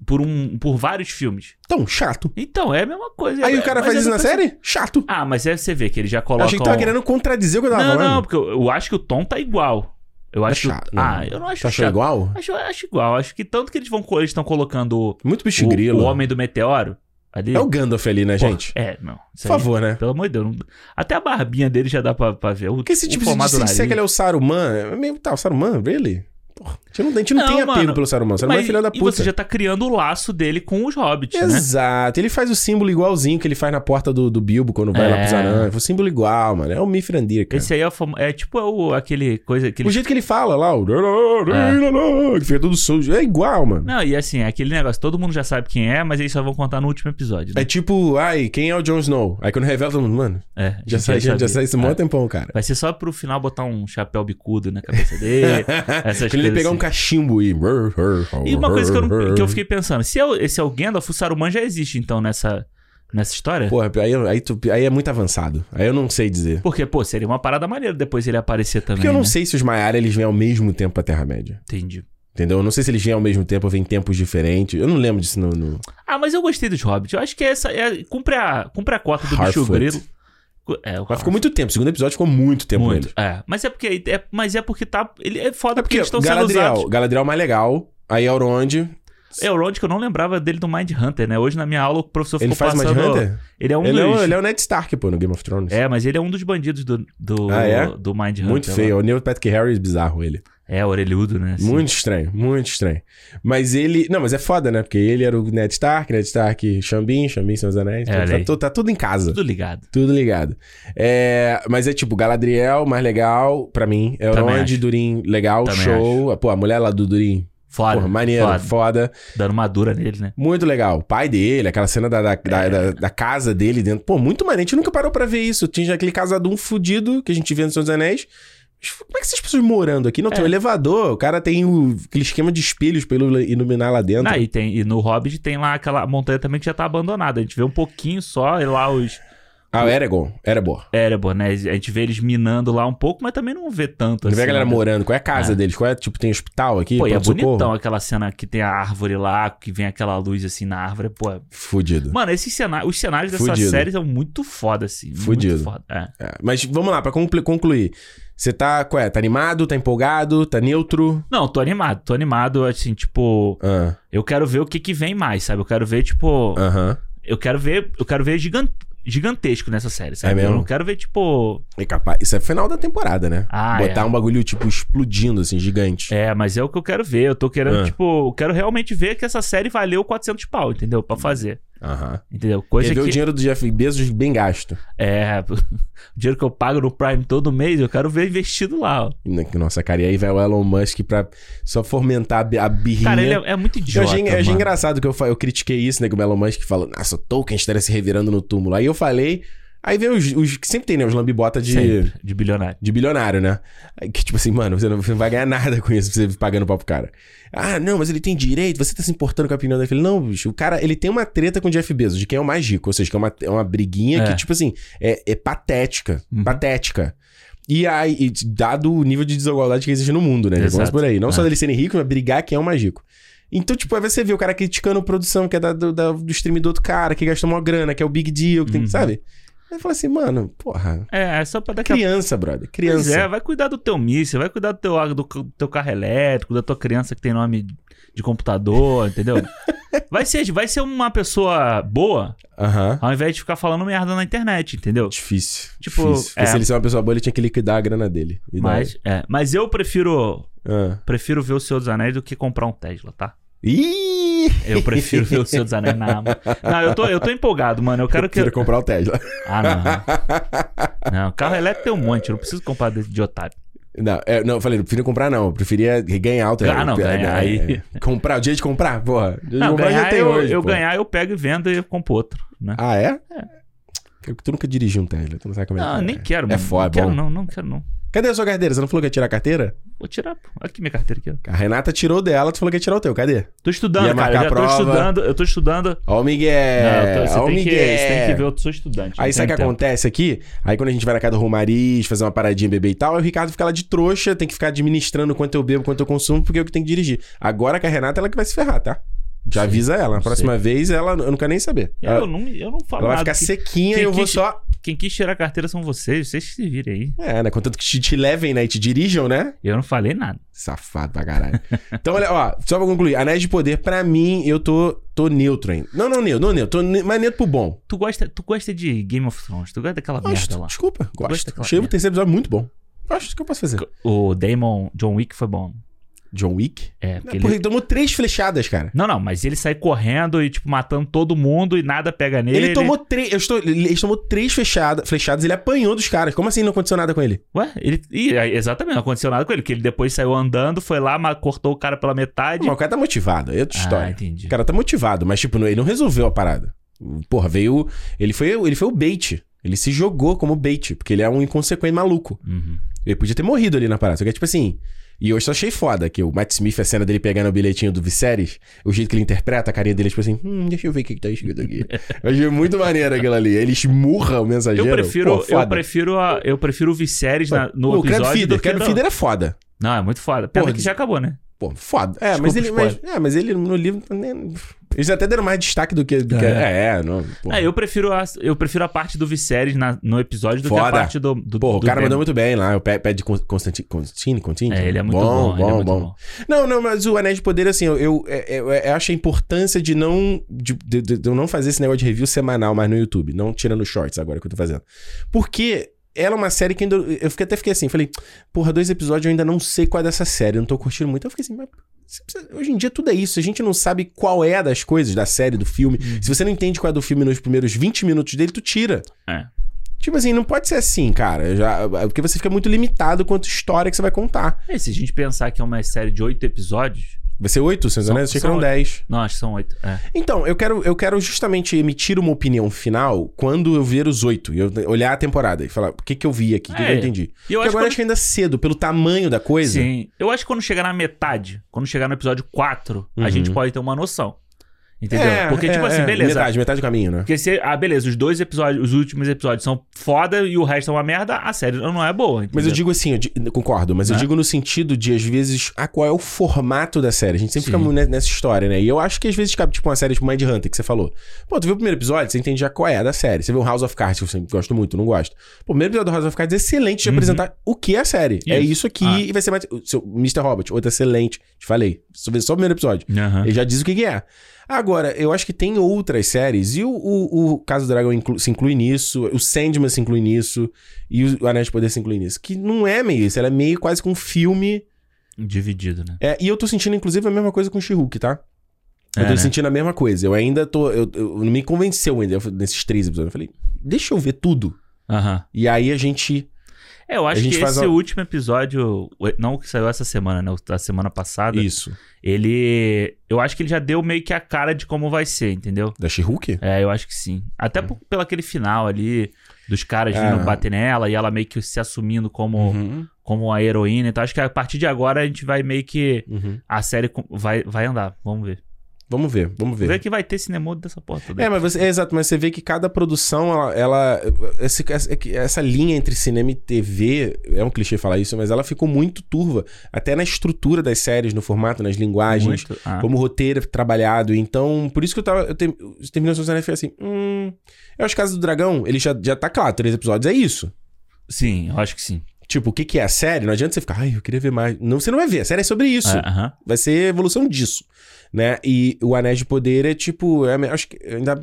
B: por, um, por vários filmes.
A: Tão chato.
B: Então, é a mesma coisa.
A: Aí
B: É-
A: o cara
B: mas
A: faz
B: é
A: isso na
B: depois-
A: série? Chato.
B: Ah, mas aí você vê que ele já coloca. um-
A: Achei que tava querendo contradizer o que eu tava
B: Não,
A: falando.
B: não, porque eu, eu acho que o tom tá igual. Eu acho.
A: É chato,
B: que...
A: não.
B: Ah, eu não acho
A: Tu achou
B: chato.
A: Tá igual?
B: Acho, eu acho igual. Acho que tanto que eles vão co- eles estão colocando o,
A: Muito bicho
B: o,
A: grilo.
B: o homem do meteoro ali.
A: É o Gandalf ali, né,
B: Pô,
A: gente?
B: É, não. Isso
A: Por
B: aí,
A: favor, né?
B: Pelo amor de Deus. não- Até a barbinha dele já dá pra, pra ver. O,
A: Porque esse tipo
B: o
A: de
B: formato do
A: se disser
B: nariz.
A: é que ele é o Saruman, é meio... Tá, o Saruman? Really? Porra, a gente não, a gente não
B: Não,
A: tem apego
B: mano.
A: pelo Saruman. O Saruman é
B: Mas-
A: filho da
B: E
A: puta.
B: você já tá criando o laço dele com os hobbits, né?
A: Exato. Ele faz o símbolo igualzinho que ele faz na porta do, do Bilbo quando vai lá
B: É.
A: pro Zanã. O símbolo igual, mano. É o Mifrandir, cara.
B: Esse aí é, o famo- é tipo é o, aquele coisa que ele...
A: O jeito que ele fala lá, o... Que fica todo sujo. É igual, mano.
B: Não, e assim, é aquele negócio, todo mundo já sabe quem é, mas eles só vão contar no último episódio. né?
A: É tipo, ai, quem é o Jon Snow? Aí quando revela, todo mundo, mano,
B: É, a
A: já
B: gente
A: sai, já, já
B: sabia.
A: sai isso há um
B: É.
A: maior tempão, cara.
B: Vai ser só pro final botar um chapéu bicudo na cabeça dele. É, essas
A: Quando ele
B: coisas
A: pegar um
B: assim.
A: cachimbo e...
B: E uma coisa que eu, não- que eu fiquei pensando, se é o- esse é o Gandalf, o Saruman já existe então nessa, nessa história?
A: Porra, aí, aí, tu- aí é muito avançado. Aí eu não sei dizer.
B: Porque, pô, seria uma parada maneira depois ele aparecer também,
A: Porque eu não
B: né?
A: sei se os Maiara, eles vêm ao mesmo tempo pra Terra-média.
B: Entendi.
A: Entendeu? Eu não sei se eles vêm ao mesmo tempo ou vêm em tempos diferentes. Eu não lembro disso no... no...
B: Ah, mas eu gostei dos Hobbits. Eu acho que essa é, cumpre, a, cumpre a cota do bicho
A: Harfoot.
B: grilo. É, o
A: Mas ficou muito tempo. O segundo episódio ficou muito tempo
B: muito.
A: nele.
B: É, mas é porque é, mas é porque tá, ele é foda
A: É
B: porque,
A: porque
B: eles estão sendo usados.
A: Galadriel, Galadriel é mais legal. Aí Elrond,
B: É o Rod que eu não lembrava dele do Mind Hunter, né? Hoje na minha aula o professor
A: ele
B: ficou
A: faz
B: passando.
A: Mindhunter?
B: Ele é um
A: ele, é
B: dos.
A: o, ele é o Ned Stark, pô, no Game of Thrones.
B: É, mas ele é um dos bandidos do, do,
A: Ah, é?
B: do Mind Hunter.
A: Muito
B: lá.
A: feio. O Neil Patrick Harris, bizarro ele.
B: É, orelhudo, né? assim.
A: Muito estranho, muito estranho. Mas ele. Não, mas é foda, né? Porque ele era o Ned Stark, Ned Stark, Xambin, Xambin, Seus Anéis.
B: É,
A: Então
B: olha
A: tá,
B: aí.
A: tu- tá tudo em casa.
B: Tudo ligado.
A: Tudo ligado. É, mas é tipo, Galadriel, mais legal, pra mim. é
B: Também
A: Elrond,
B: acho.
A: Durin, legal,
B: Também
A: show. Pô, a mulher lá do Durin,
B: Foda.
A: porra, maneiro,
B: foda.
A: foda.
B: Dando uma dura nele, né?
A: Muito legal. O pai dele, aquela cena da, da,
B: É.
A: da, da- da casa dele dentro. Pô, muito maneiro. A gente nunca parou pra ver isso. Tinha aquele casadum fudido que a gente vê nos Seus Anéis. Mas Como é que essas pessoas morando aqui? Não, tem
B: É.
A: um elevador. O cara tem o, aquele esquema de espelhos pra ilu- iluminar lá dentro.
B: Ah, e, tem, e no Hobbit tem lá aquela montanha também que já tá abandonada. A gente vê um pouquinho só, e lá os
A: Ah, o Eragon. Erebor.
B: Erebor, né? A gente vê eles minando lá um pouco, mas também não vê tanto
A: Não
B: assim.
A: vê a galera
B: né?
A: morando. Qual é a casa deles? Qual é, tipo, tem hospital aqui?
B: Pô, e é
A: pronto-socorro?
B: bonitão aquela cena que tem a árvore lá, que vem aquela luz assim na árvore, pô. é-
A: Fudido.
B: Mano, esses cenários, os cenários dessa
A: Fudido.
B: série são muito foda, assim.
A: Fudido.
B: Muito foda. É.
A: É, Mas vamos lá, pra conclu- concluir. Você tá, qual é? Tá animado? Tá empolgado? Tá neutro?
B: Não, tô animado, tô animado, assim, tipo,
A: Ah,
B: eu quero ver o que que vem mais, sabe? Eu quero ver, tipo,
A: Aham.
B: eu quero ver, eu quero ver gigan- gigantesco nessa série, sabe?
A: É mesmo?
B: Eu não quero ver, tipo,
A: É capaz. Isso é final da temporada, né?
B: ah,
A: Botar
B: é.
A: um bagulho, tipo, explodindo, assim, gigante.
B: É, mas é o que eu quero ver. Eu tô querendo,
A: Ah.
B: tipo, eu quero realmente ver que essa série valeu 400 pau, entendeu? Pra fazer.
A: Aham.
B: Entendeu? Coisa
A: Hum. Quer ver o
B: que.
A: dinheiro do Jeff Bezos bem gasto.
B: É, o dinheiro que eu pago no Prime todo mês, eu quero ver investido lá, ó.
A: né, Nossa, cara, e aí vai o Elon Musk pra só fomentar a bi- a birrinha.
B: Cara, ele é, é muito
A: eu
B: idiota.
A: achei, eu achei
B: mano.
A: engraçado que eu, fa- eu critiquei isso, né? Que o Elon Musk falou, nossa, o Tolkien estaria se revirando no túmulo. Aí eu falei, aí veio os, os que sempre tem, né? Os lambibota de,
B: Sempre, de bilionário.
A: de bilionário, né? Aí Que tipo assim, mano, você não, você não vai ganhar nada com isso, você pagando pau pro cara. Ah, não, mas ele tem direito, você tá se importando com a opinião dele. Eu falei, não, bicho, o cara, ele tem uma treta com o Jeff Bezos, de quem é o mais rico. Ou seja, que é uma, é uma briguinha
B: É.
A: que, tipo assim, é, é patética.
B: Uhum.
A: Patética. E aí, e dado o nível de desigualdade que existe no mundo, né? Já Vamos
B: Exato.
A: por aí. Não só
B: É.
A: dele serem rico, mas brigar quem é o mais rico. Então, tipo, aí você vê o cara criticando a produção, que é da, do, da- do stream do outro cara, que gastou uma grana, que é o big deal, que tem que,
B: Uhum.
A: sabe? Aí fala assim, mano, porra.
B: É, é só pra daqui a
A: Criança, brother.
B: Pois
A: Criança.
B: é, vai cuidar do teu míssil, vai cuidar do teu, do, teu carro elétrico, da tua criança que tem nome de computador, entendeu? Vai ser, vai ser uma pessoa boa,
A: Aham.
B: ao invés de ficar falando merda na internet, entendeu?
A: Difícil.
B: Tipo,
A: difícil. Porque
B: é.
A: se ele ser uma pessoa boa, ele tinha que liquidar a grana dele. E
B: Mas, é, mas eu prefiro
A: daí? Ah.
B: prefiro ver o Senhor dos Anéis do que comprar um Tesla, tá?
A: Ih!
B: Eu prefiro ver o Senhor dos Anéis na Amazon. Não, eu tô, eu tô empolgado, mano. Eu quero que.
A: Quero comprar o Tesla.
B: Ah, não. Não, carro elétrico tem um monte, eu não preciso comprar desse de otário.
A: Não, é, não, eu falei, não prefiro comprar, não. Eu preferia ganhar o Tesla.
B: Ah, não,
A: É,
B: ganhar,
A: é,
B: aí-
A: é. Comprar, o dia de comprar, porra. O dia de
B: Não,
A: comprar já
B: ganhar,
A: tem
B: eu,
A: hoje.
B: eu
A: pô.
B: ganhar, eu pego e vendo e eu compro outro, né?
A: Ah, é? Quero que Tu nunca dirigiu um Tesla, tu não sabe como é que
B: Não,
A: é.
B: nem quero,
A: É
B: mano.
A: foda,
B: não
A: é
B: quero,
A: bom.
B: não, não quero, não.
A: Cadê a sua carteira? Você não falou que ia tirar a carteira?
B: Vou tirar. pô. Aqui minha carteira aqui, ó.
A: A Renata tirou dela, tu falou que ia tirar o teu. Cadê?
B: Tô estudando,
A: Ia
B: cara.
A: marcar
B: Eu já
A: a
B: tô
A: prova.
B: estudando, eu tô estudando.
A: Ó o Miguel.
B: não, eu tô-
A: ó o
B: você, tem que,
A: Miguel. é.
B: você tem que ver, eu sou estudante.
A: Aí
B: não
A: sabe o que
B: tem um tempo.
A: acontece aqui? Aí quando a gente vai na casa do Romariz, fazer uma paradinha, beber e tal, aí o Ricardo fica lá de trouxa, tem que ficar administrando quanto eu bebo, quanto eu consumo, porque é eu que tenho que dirigir. Agora com a Renata, ela que vai se ferrar, tá? Já
B: Sim,
A: avisa ela. Na
B: não
A: próxima vez, ela, eu não quero nem saber.
B: Eu,
A: Ela,
B: não, me- eu não falo
A: ela vai
B: nada.
A: ficar
B: Quem-
A: sequinha e
B: quem
A: eu vou
B: quis-
A: só...
B: Quem quis tirar a carteira são vocês, vocês que se virem aí.
A: É, né? Contanto que te, te levem, né? E te dirijam, né?
B: Eu não falei nada.
A: Safado pra caralho. então, olha, ó, só pra concluir. Anéis de Poder, pra mim, eu tô, tô neutro ainda. Não, não neutro, não neutro. Tô ne mas neutro pro bom.
B: Tu gosta, tu gosta de Game of Thrones, tu gosta daquela merda
A: Gosto,
B: lá.
A: desculpa, gosto.
B: gosto daquela
A: Achei o
B: merda.
A: terceiro episódio muito bom. Gosto, o que eu posso fazer?
B: O Damon John Wick foi bom.
A: John Wick?
B: É, porque
A: Porra,
B: ele...
A: ele tomou três flechadas, cara.
B: Não, não, mas ele sai correndo e, tipo, matando todo mundo e nada pega nele.
A: Ele tomou três. Eu estou, ele ele tomou três fechada, flechadas, ele apanhou dos caras. Como assim não aconteceu nada com ele?
B: Ué, ele. Ih, aí, exatamente, não aconteceu nada com ele, que ele depois saiu andando, foi lá, ma- cortou o cara pela metade.
A: Mas o cara tá motivado, é outra
B: Ah,
A: história.
B: entendi.
A: O cara tá motivado, mas, tipo, não- ele não resolveu a parada. Porra, veio. Ele foi, ele foi o bait. Ele se jogou como bait, porque ele é um inconsequente maluco.
B: Uhum.
A: Ele podia ter morrido ali na parada. Só que é tipo assim. E eu só achei foda que o Matt Smith, a cena dele pegando o bilhetinho do Viserys, o jeito que ele interpreta, a carinha dele é tipo assim: hum, deixa eu ver o que, que tá escrito aqui. eu achei muito maneiro aquilo ali. Ele esmurra o
B: Eu
A: mensageiro.
B: prefiro,
A: Pô,
B: eu
A: foda.
B: prefiro, a- eu prefiro o Viserys na- no
A: Pô, o
B: episódio
A: Crab Feeder.
B: do que
A: Crab
B: no-
A: Feeder é foda.
B: Não, é muito foda. Pena
A: Porra,
B: que já acabou, né?
A: Pô, foda. É, mas ele,
B: Desculpa o
A: mas, é, mas ele no livro. tá nem- Eles até deram mais destaque do que. do que- é, é, não. Porra,
B: Ah, eu prefiro a, eu prefiro a parte do Viserys na- no episódio do que a
A: Foda.
B: parte do. do
A: Porra, o
B: do
A: cara
B: Demo.
A: mandou um muito bem lá. O pé pé de Con- Constantine. Constantine? Constantine?
B: É, ele é muito bom, ele é muito bom.
A: Não, não, mas o Anéis de Poder, assim, eu, eu, eu- eu acho a importância de não. De, de- de- de eu não fazer esse negócio de review semanal mais no YouTube. Não tirando shorts agora que eu tô fazendo. Porque. Ela é uma série que ainda. Eu fiquei, até fiquei assim, falei, porra, dois episódios eu ainda não sei qual é dessa série, eu não tô curtindo muito. Eu fiquei assim, mas você precisa- hoje em dia tudo é isso. A gente não sabe qual é das coisas, da série, do filme.
B: Uhum.
A: Se você não entende qual é do filme nos primeiros 20 minutos dele, tu tira.
B: É.
A: Tipo assim, não pode ser assim, cara. Eu Já, porque você fica muito limitado quanto história que você vai contar.
B: É, se a gente pensar que é uma série de oito episódios.
A: Vai ser oito, Senhor dos
B: São-
A: Anéis? Achei que
B: são
A: eram
B: oito.
A: dez.
B: Não, acho que são oito. É.
A: Então, eu quero, eu quero justamente emitir uma opinião final quando eu ver os oito. E eu olhar a temporada e falar, o que que eu vi aqui? O que, que
B: É,
A: eu entendi?
B: E eu
A: Porque
B: acho
A: agora
B: que
A: acho que ainda é cedo, pelo tamanho da coisa.
B: Sim. Eu acho que quando chegar na metade, quando chegar no episódio 4,
A: Uhum.
B: a gente pode ter uma noção. Entendeu?
A: É,
B: Porque,
A: é,
B: tipo assim,
A: é.
B: beleza.
A: Metade, metade do caminho, né?
B: Porque se. Ah, beleza, os dois episódios, os últimos episódios são foda e o resto é uma merda, a série não é boa.
A: Mas
B: entendeu?
A: eu digo assim, eu di- concordo, mas eu
B: Né?
A: digo no sentido de, às vezes, ah, qual é o formato da série? A gente sempre
B: Sim.
A: fica ne- nessa história, né? E eu acho que às vezes cabe, tipo, uma série tipo Mindhunter, que você falou. Pô, tu viu o primeiro episódio, você entende já qual é da série. Você viu House of Cards, que eu sempre gosto muito, não gosto. Pô, o primeiro episódio do House of Cards é excelente de
B: Uhum.
A: apresentar o que é a série. É
B: Isso.
A: isso aqui
B: Ah.
A: e vai ser mais... o Seu Mr. Robot, outro excelente, te falei. Só só o primeiro episódio.
B: Aham.
A: Ele já diz o que, que é. Agora, eu acho que tem outras séries, e o, o, o Caso do Dragão inclu- se inclui nisso, o Sandman se inclui nisso, e o Anéis de Poder se inclui nisso, que não é meio isso, ela é meio quase que um filme.
B: Dividido, né?
A: É, e eu tô sentindo, inclusive, a mesma coisa com o She-Hulk, tá? Eu
B: É,
A: tô
B: né?
A: sentindo a mesma coisa. Eu ainda tô. Eu, eu- não me convenceu ainda eu- nesses três episódios. Eu falei, deixa eu ver tudo.
B: Aham.
A: E aí a gente.
B: É, eu
A: A
B: acho que
A: gente faz
B: esse
A: uma-
B: último episódio, o- não o que saiu essa semana, né? O da semana passada,
A: Isso.
B: ele. Eu acho que ele já deu meio que a cara de como vai ser, entendeu?
A: Da She-Hulk?
B: É, eu acho que sim. Até por, pelo aquele final ali, dos caras
A: É.
B: vindo bater nela e ela meio que se assumindo como,
A: Uhum.
B: como a heroína. Então acho que a partir de agora a gente vai meio que.
A: Uhum.
B: A série com- vai, vai andar, vamos ver.
A: Vamos ver, vamos ver.
B: Vê que vai ter cinema dessa porta.
A: É, mas você, é, exato, mas você vê que cada produção, ela. ela- esse- essa, é que essa linha entre cinema e TV, é um clichê falar isso, mas ela ficou muito turva. Até na estrutura das séries, no formato, nas linguagens,
B: Muito. Ah.
A: como o roteiro é trabalhado. Então, por isso que eu tava. Eu, ter, eu terminei o Sonsana e falei assim: hum. É os casos do dragão, ele já, já tá claro, três episódios, é isso.
B: Sim, eu acho que sim.
A: Tipo, o que, que é a série? Não adianta você ficar, ai, eu queria ver mais. Não, você não vai ver, a série é sobre isso.
B: É, aham.
A: Vai ser a evolução disso, né? E o Anéis de Poder é tipo, é, acho que ainda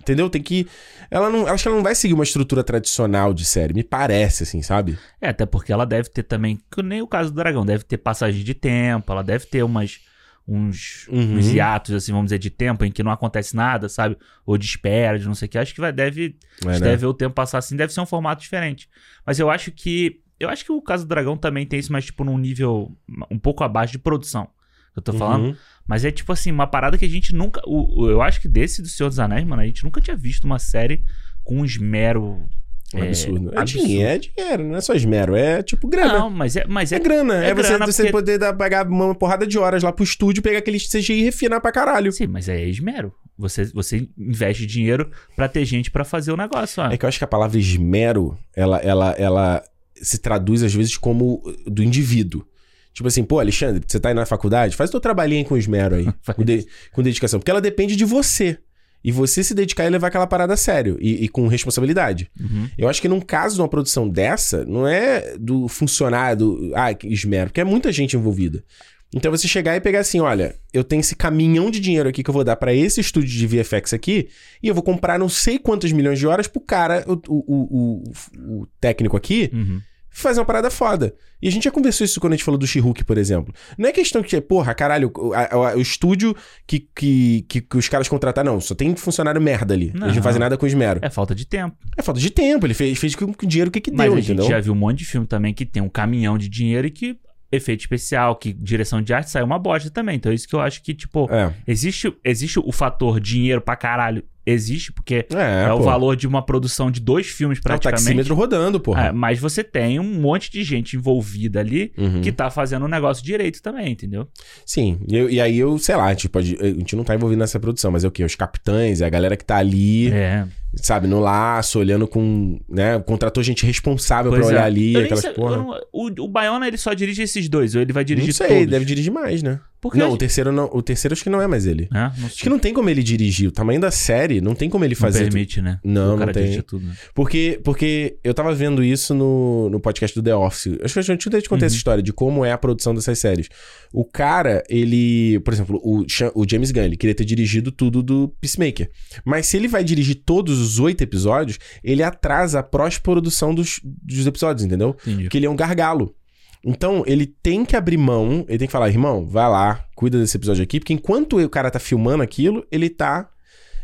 A: entendeu? Tem que ela não, acho que ela não vai seguir uma estrutura tradicional de série, me parece assim, sabe?
B: É, até porque ela deve ter também, que nem o caso do dragão, deve ter passagem de tempo, ela deve ter umas uns,
A: Uhum.
B: uns hiatos, assim, vamos dizer, de tempo em que não acontece nada, sabe? Ou de espera, de não sei o que. Acho que vai, deve,
A: É, né?
B: deve ver o tempo passar assim, deve ser um formato diferente. Mas eu acho que. Eu acho que o caso do dragão também tem isso, mas, tipo, num nível um pouco abaixo de produção. Eu tô falando.
A: Uhum.
B: Mas é tipo assim, uma parada que a gente nunca. o- o- eu acho que desse do Senhor dos Anéis, mano, a gente nunca tinha visto uma série com um esmero.
A: É, absurdo. É,
B: absurdo.
A: dinheiro, é dinheiro, não é só esmero, é tipo grana.
B: Não, mas é, mas
A: É
B: é
A: grana, é,
B: é
A: você,
B: grana,
A: você
B: porque-
A: poder dar, pagar uma porrada de horas lá pro estúdio, pegar aquele CGI e refinar pra caralho.
B: Sim, mas é esmero. Você, você investe dinheiro pra ter gente pra fazer o negócio. ó.
A: É que eu acho que a palavra esmero, ela, ela, ela se traduz às vezes como do indivíduo. Tipo assim, pô, Alexandre, você tá aí na faculdade, faz teu trabalhinho com esmero aí, com, de- com dedicação. Porque ela depende de você. E você se dedicar e levar aquela parada a sério e, e com responsabilidade.
B: Uhum.
A: Eu acho que num caso de uma produção dessa, não é do funcionário, do, ah, que esmero, porque é muita gente envolvida. Então você chegar e pegar assim, olha, eu tenho esse caminhão de dinheiro aqui que eu vou dar pra esse estúdio de VFX aqui, e eu vou comprar não sei quantos milhões de horas pro cara, o, o, o, o- o técnico aqui,
B: Uhum.
A: faz uma parada foda. E a gente já conversou isso quando a gente falou do She-Hulk, por exemplo. Não é questão que, porra, caralho, o, a- a- o estúdio que, que, que, que os caras contrataram, não, só tem funcionário merda ali. Eles
B: Não.
A: não fazem nada com esmero. É,
B: É falta de tempo.
A: falta de tempo, ele fez, fez com o dinheiro que, que
B: Mas
A: deu,
B: a gente
A: entendeu?
B: já viu um monte de filme também que tem um caminhão de dinheiro e que efeito especial, que direção de arte sai uma bosta também. Então é isso que eu acho que, tipo,
A: É.
B: existe, existe o fator dinheiro pra caralho. Existe, porque
A: É,
B: é, o
A: pô.
B: valor de uma produção de dois filmes
A: É o
B: praticamente.
A: taxímetro rodando,
B: É,
A: porra.
B: mas você tem um monte de gente envolvida ali
A: Uhum.
B: que tá fazendo o negócio direito também, entendeu?
A: Sim, e, eu- e aí eu, sei lá, a gente, pode, a gente não tá envolvido nessa produção, mas é o quê? Os capitães, é a galera que tá ali,
B: É.
A: sabe, no laço, olhando com. né? Contratou gente responsável
B: Pois
A: pra olhar
B: é.
A: ali,
B: Eu nem
A: aquelas
B: sei- eu
A: porra.
B: não- o, o Baiona ele só dirige esses dois, ou ele vai dirigir
A: não sei,
B: todos.
A: deve dirigir mais, né?
B: Porque
A: Não,
B: a
A: o terceiro não. O terceiro acho que não é mais ele.
B: gente- É, não
A: Acho
B: sei.
A: que não tem como ele dirigir. O tamanho da série, não tem como ele
B: Não
A: fazer. tudo.
B: permite, né?
A: Não,
B: o cara
A: não tem.
B: dirige tudo. né?
A: Porque, porque eu tava vendo isso no, no podcast do The Office. Acho que a gente até te contei essa história de como é a produção dessas séries. O cara, ele. Por exemplo, o, Sha- o James Gunn, ele queria ter dirigido tudo do Peacemaker. Mas se ele vai dirigir todos os oito episódios, ele atrasa a pós-produção dos, dos episódios, entendeu?
B: Entendi.
A: Porque ele é um gargalo. Então, ele tem que abrir mão, ele tem que falar, irmão, vai lá, cuida desse episódio aqui, porque enquanto o cara tá filmando aquilo, ele tá.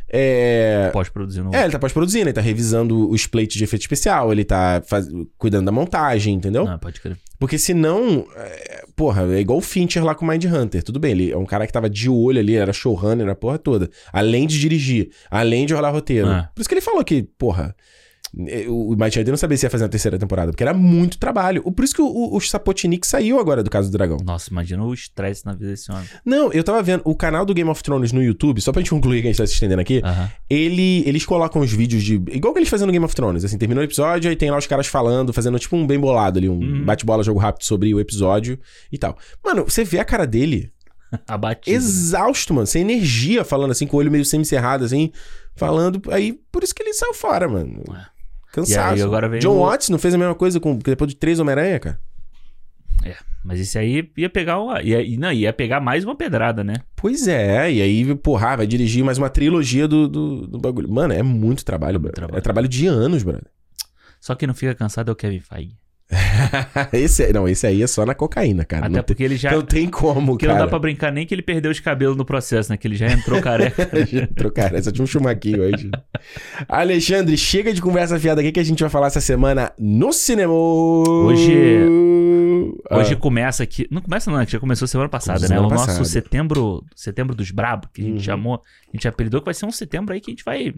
A: É,
B: Pode produzir no.
A: é, ele tá pós-produzindo, ele tá revisando os plates de efeito especial, ele tá faz- cuidando da montagem, entendeu?
B: Não, pode crer.
A: Porque senão, é, porra, é igual o Fincher lá com o Mind Hunter. Tudo bem, ele é um cara que tava de olho ali, era showrunner, a porra toda. Além de dirigir, além de rolar roteiro.
B: É.
A: Por isso que ele falou que, porra, é, o Mind Hunter não sabia se ia fazer uma terceira temporada, porque era muito trabalho. O- Por isso que o, o, o Sapotnik saiu agora do Caso do Dragão.
B: Nossa, imagina o estresse na vida desse homem.
A: Não, eu tava vendo o canal do Game of Thrones no YouTube, só pra gente concluir que a gente tá se estendendo aqui.
B: Aham.
A: Ele, eles colocam os vídeos de. Igual que eles fazem no Game of Thrones, assim, terminou o episódio, aí tem lá os caras falando, fazendo tipo um bem bolado ali, um
B: Uhum.
A: bate-bola, jogo rápido sobre o episódio e tal. Mano, você vê a cara dele
B: Abatido.
A: exausto, mano, sem energia, falando assim, com o olho meio semicerrado, assim, falando. Aí, por isso que ele saiu fora, mano.
B: Ué.
A: Cansado.
B: É. E aí, agora veio
A: John
B: o-
A: Watts não fez a mesma coisa com depois de três Homem-Aranha, cara?
B: Mas esse aí ia pegar uma. Ia, e não, ia pegar mais uma pedrada, né?
A: Pois é, e aí, porra, vai dirigir mais uma trilogia do, do, do bagulho. Mano, é muito trabalho,
B: Muito
A: brother.
B: trabalho.
A: É trabalho de anos, brother.
B: Só que não fica cansado é o Kevin Feige.
A: esse, é- não, esse aí é só na cocaína, cara.
B: Até
A: Não tem-
B: porque ele já.
A: Não tem como,
B: Porque
A: cara.
B: não dá pra brincar nem que ele perdeu os cabelos no processo, né? Que ele já entrou careca.
A: Entrou, cara, só tinha um chumaquinho hoje. Alexandre, chega de conversa fiada. O que, que a gente vai falar essa semana no cinema?
B: Hoje-
A: Ah,
B: Hoje começa aqui. Não começa, não, né? que já começou semana passada,
A: Semana
B: né? O
A: passada.
B: nosso setembro. Setembro dos Brabo, que a gente
A: Uhum.
B: chamou. A gente apelidou que vai ser um setembro aí que a gente vai.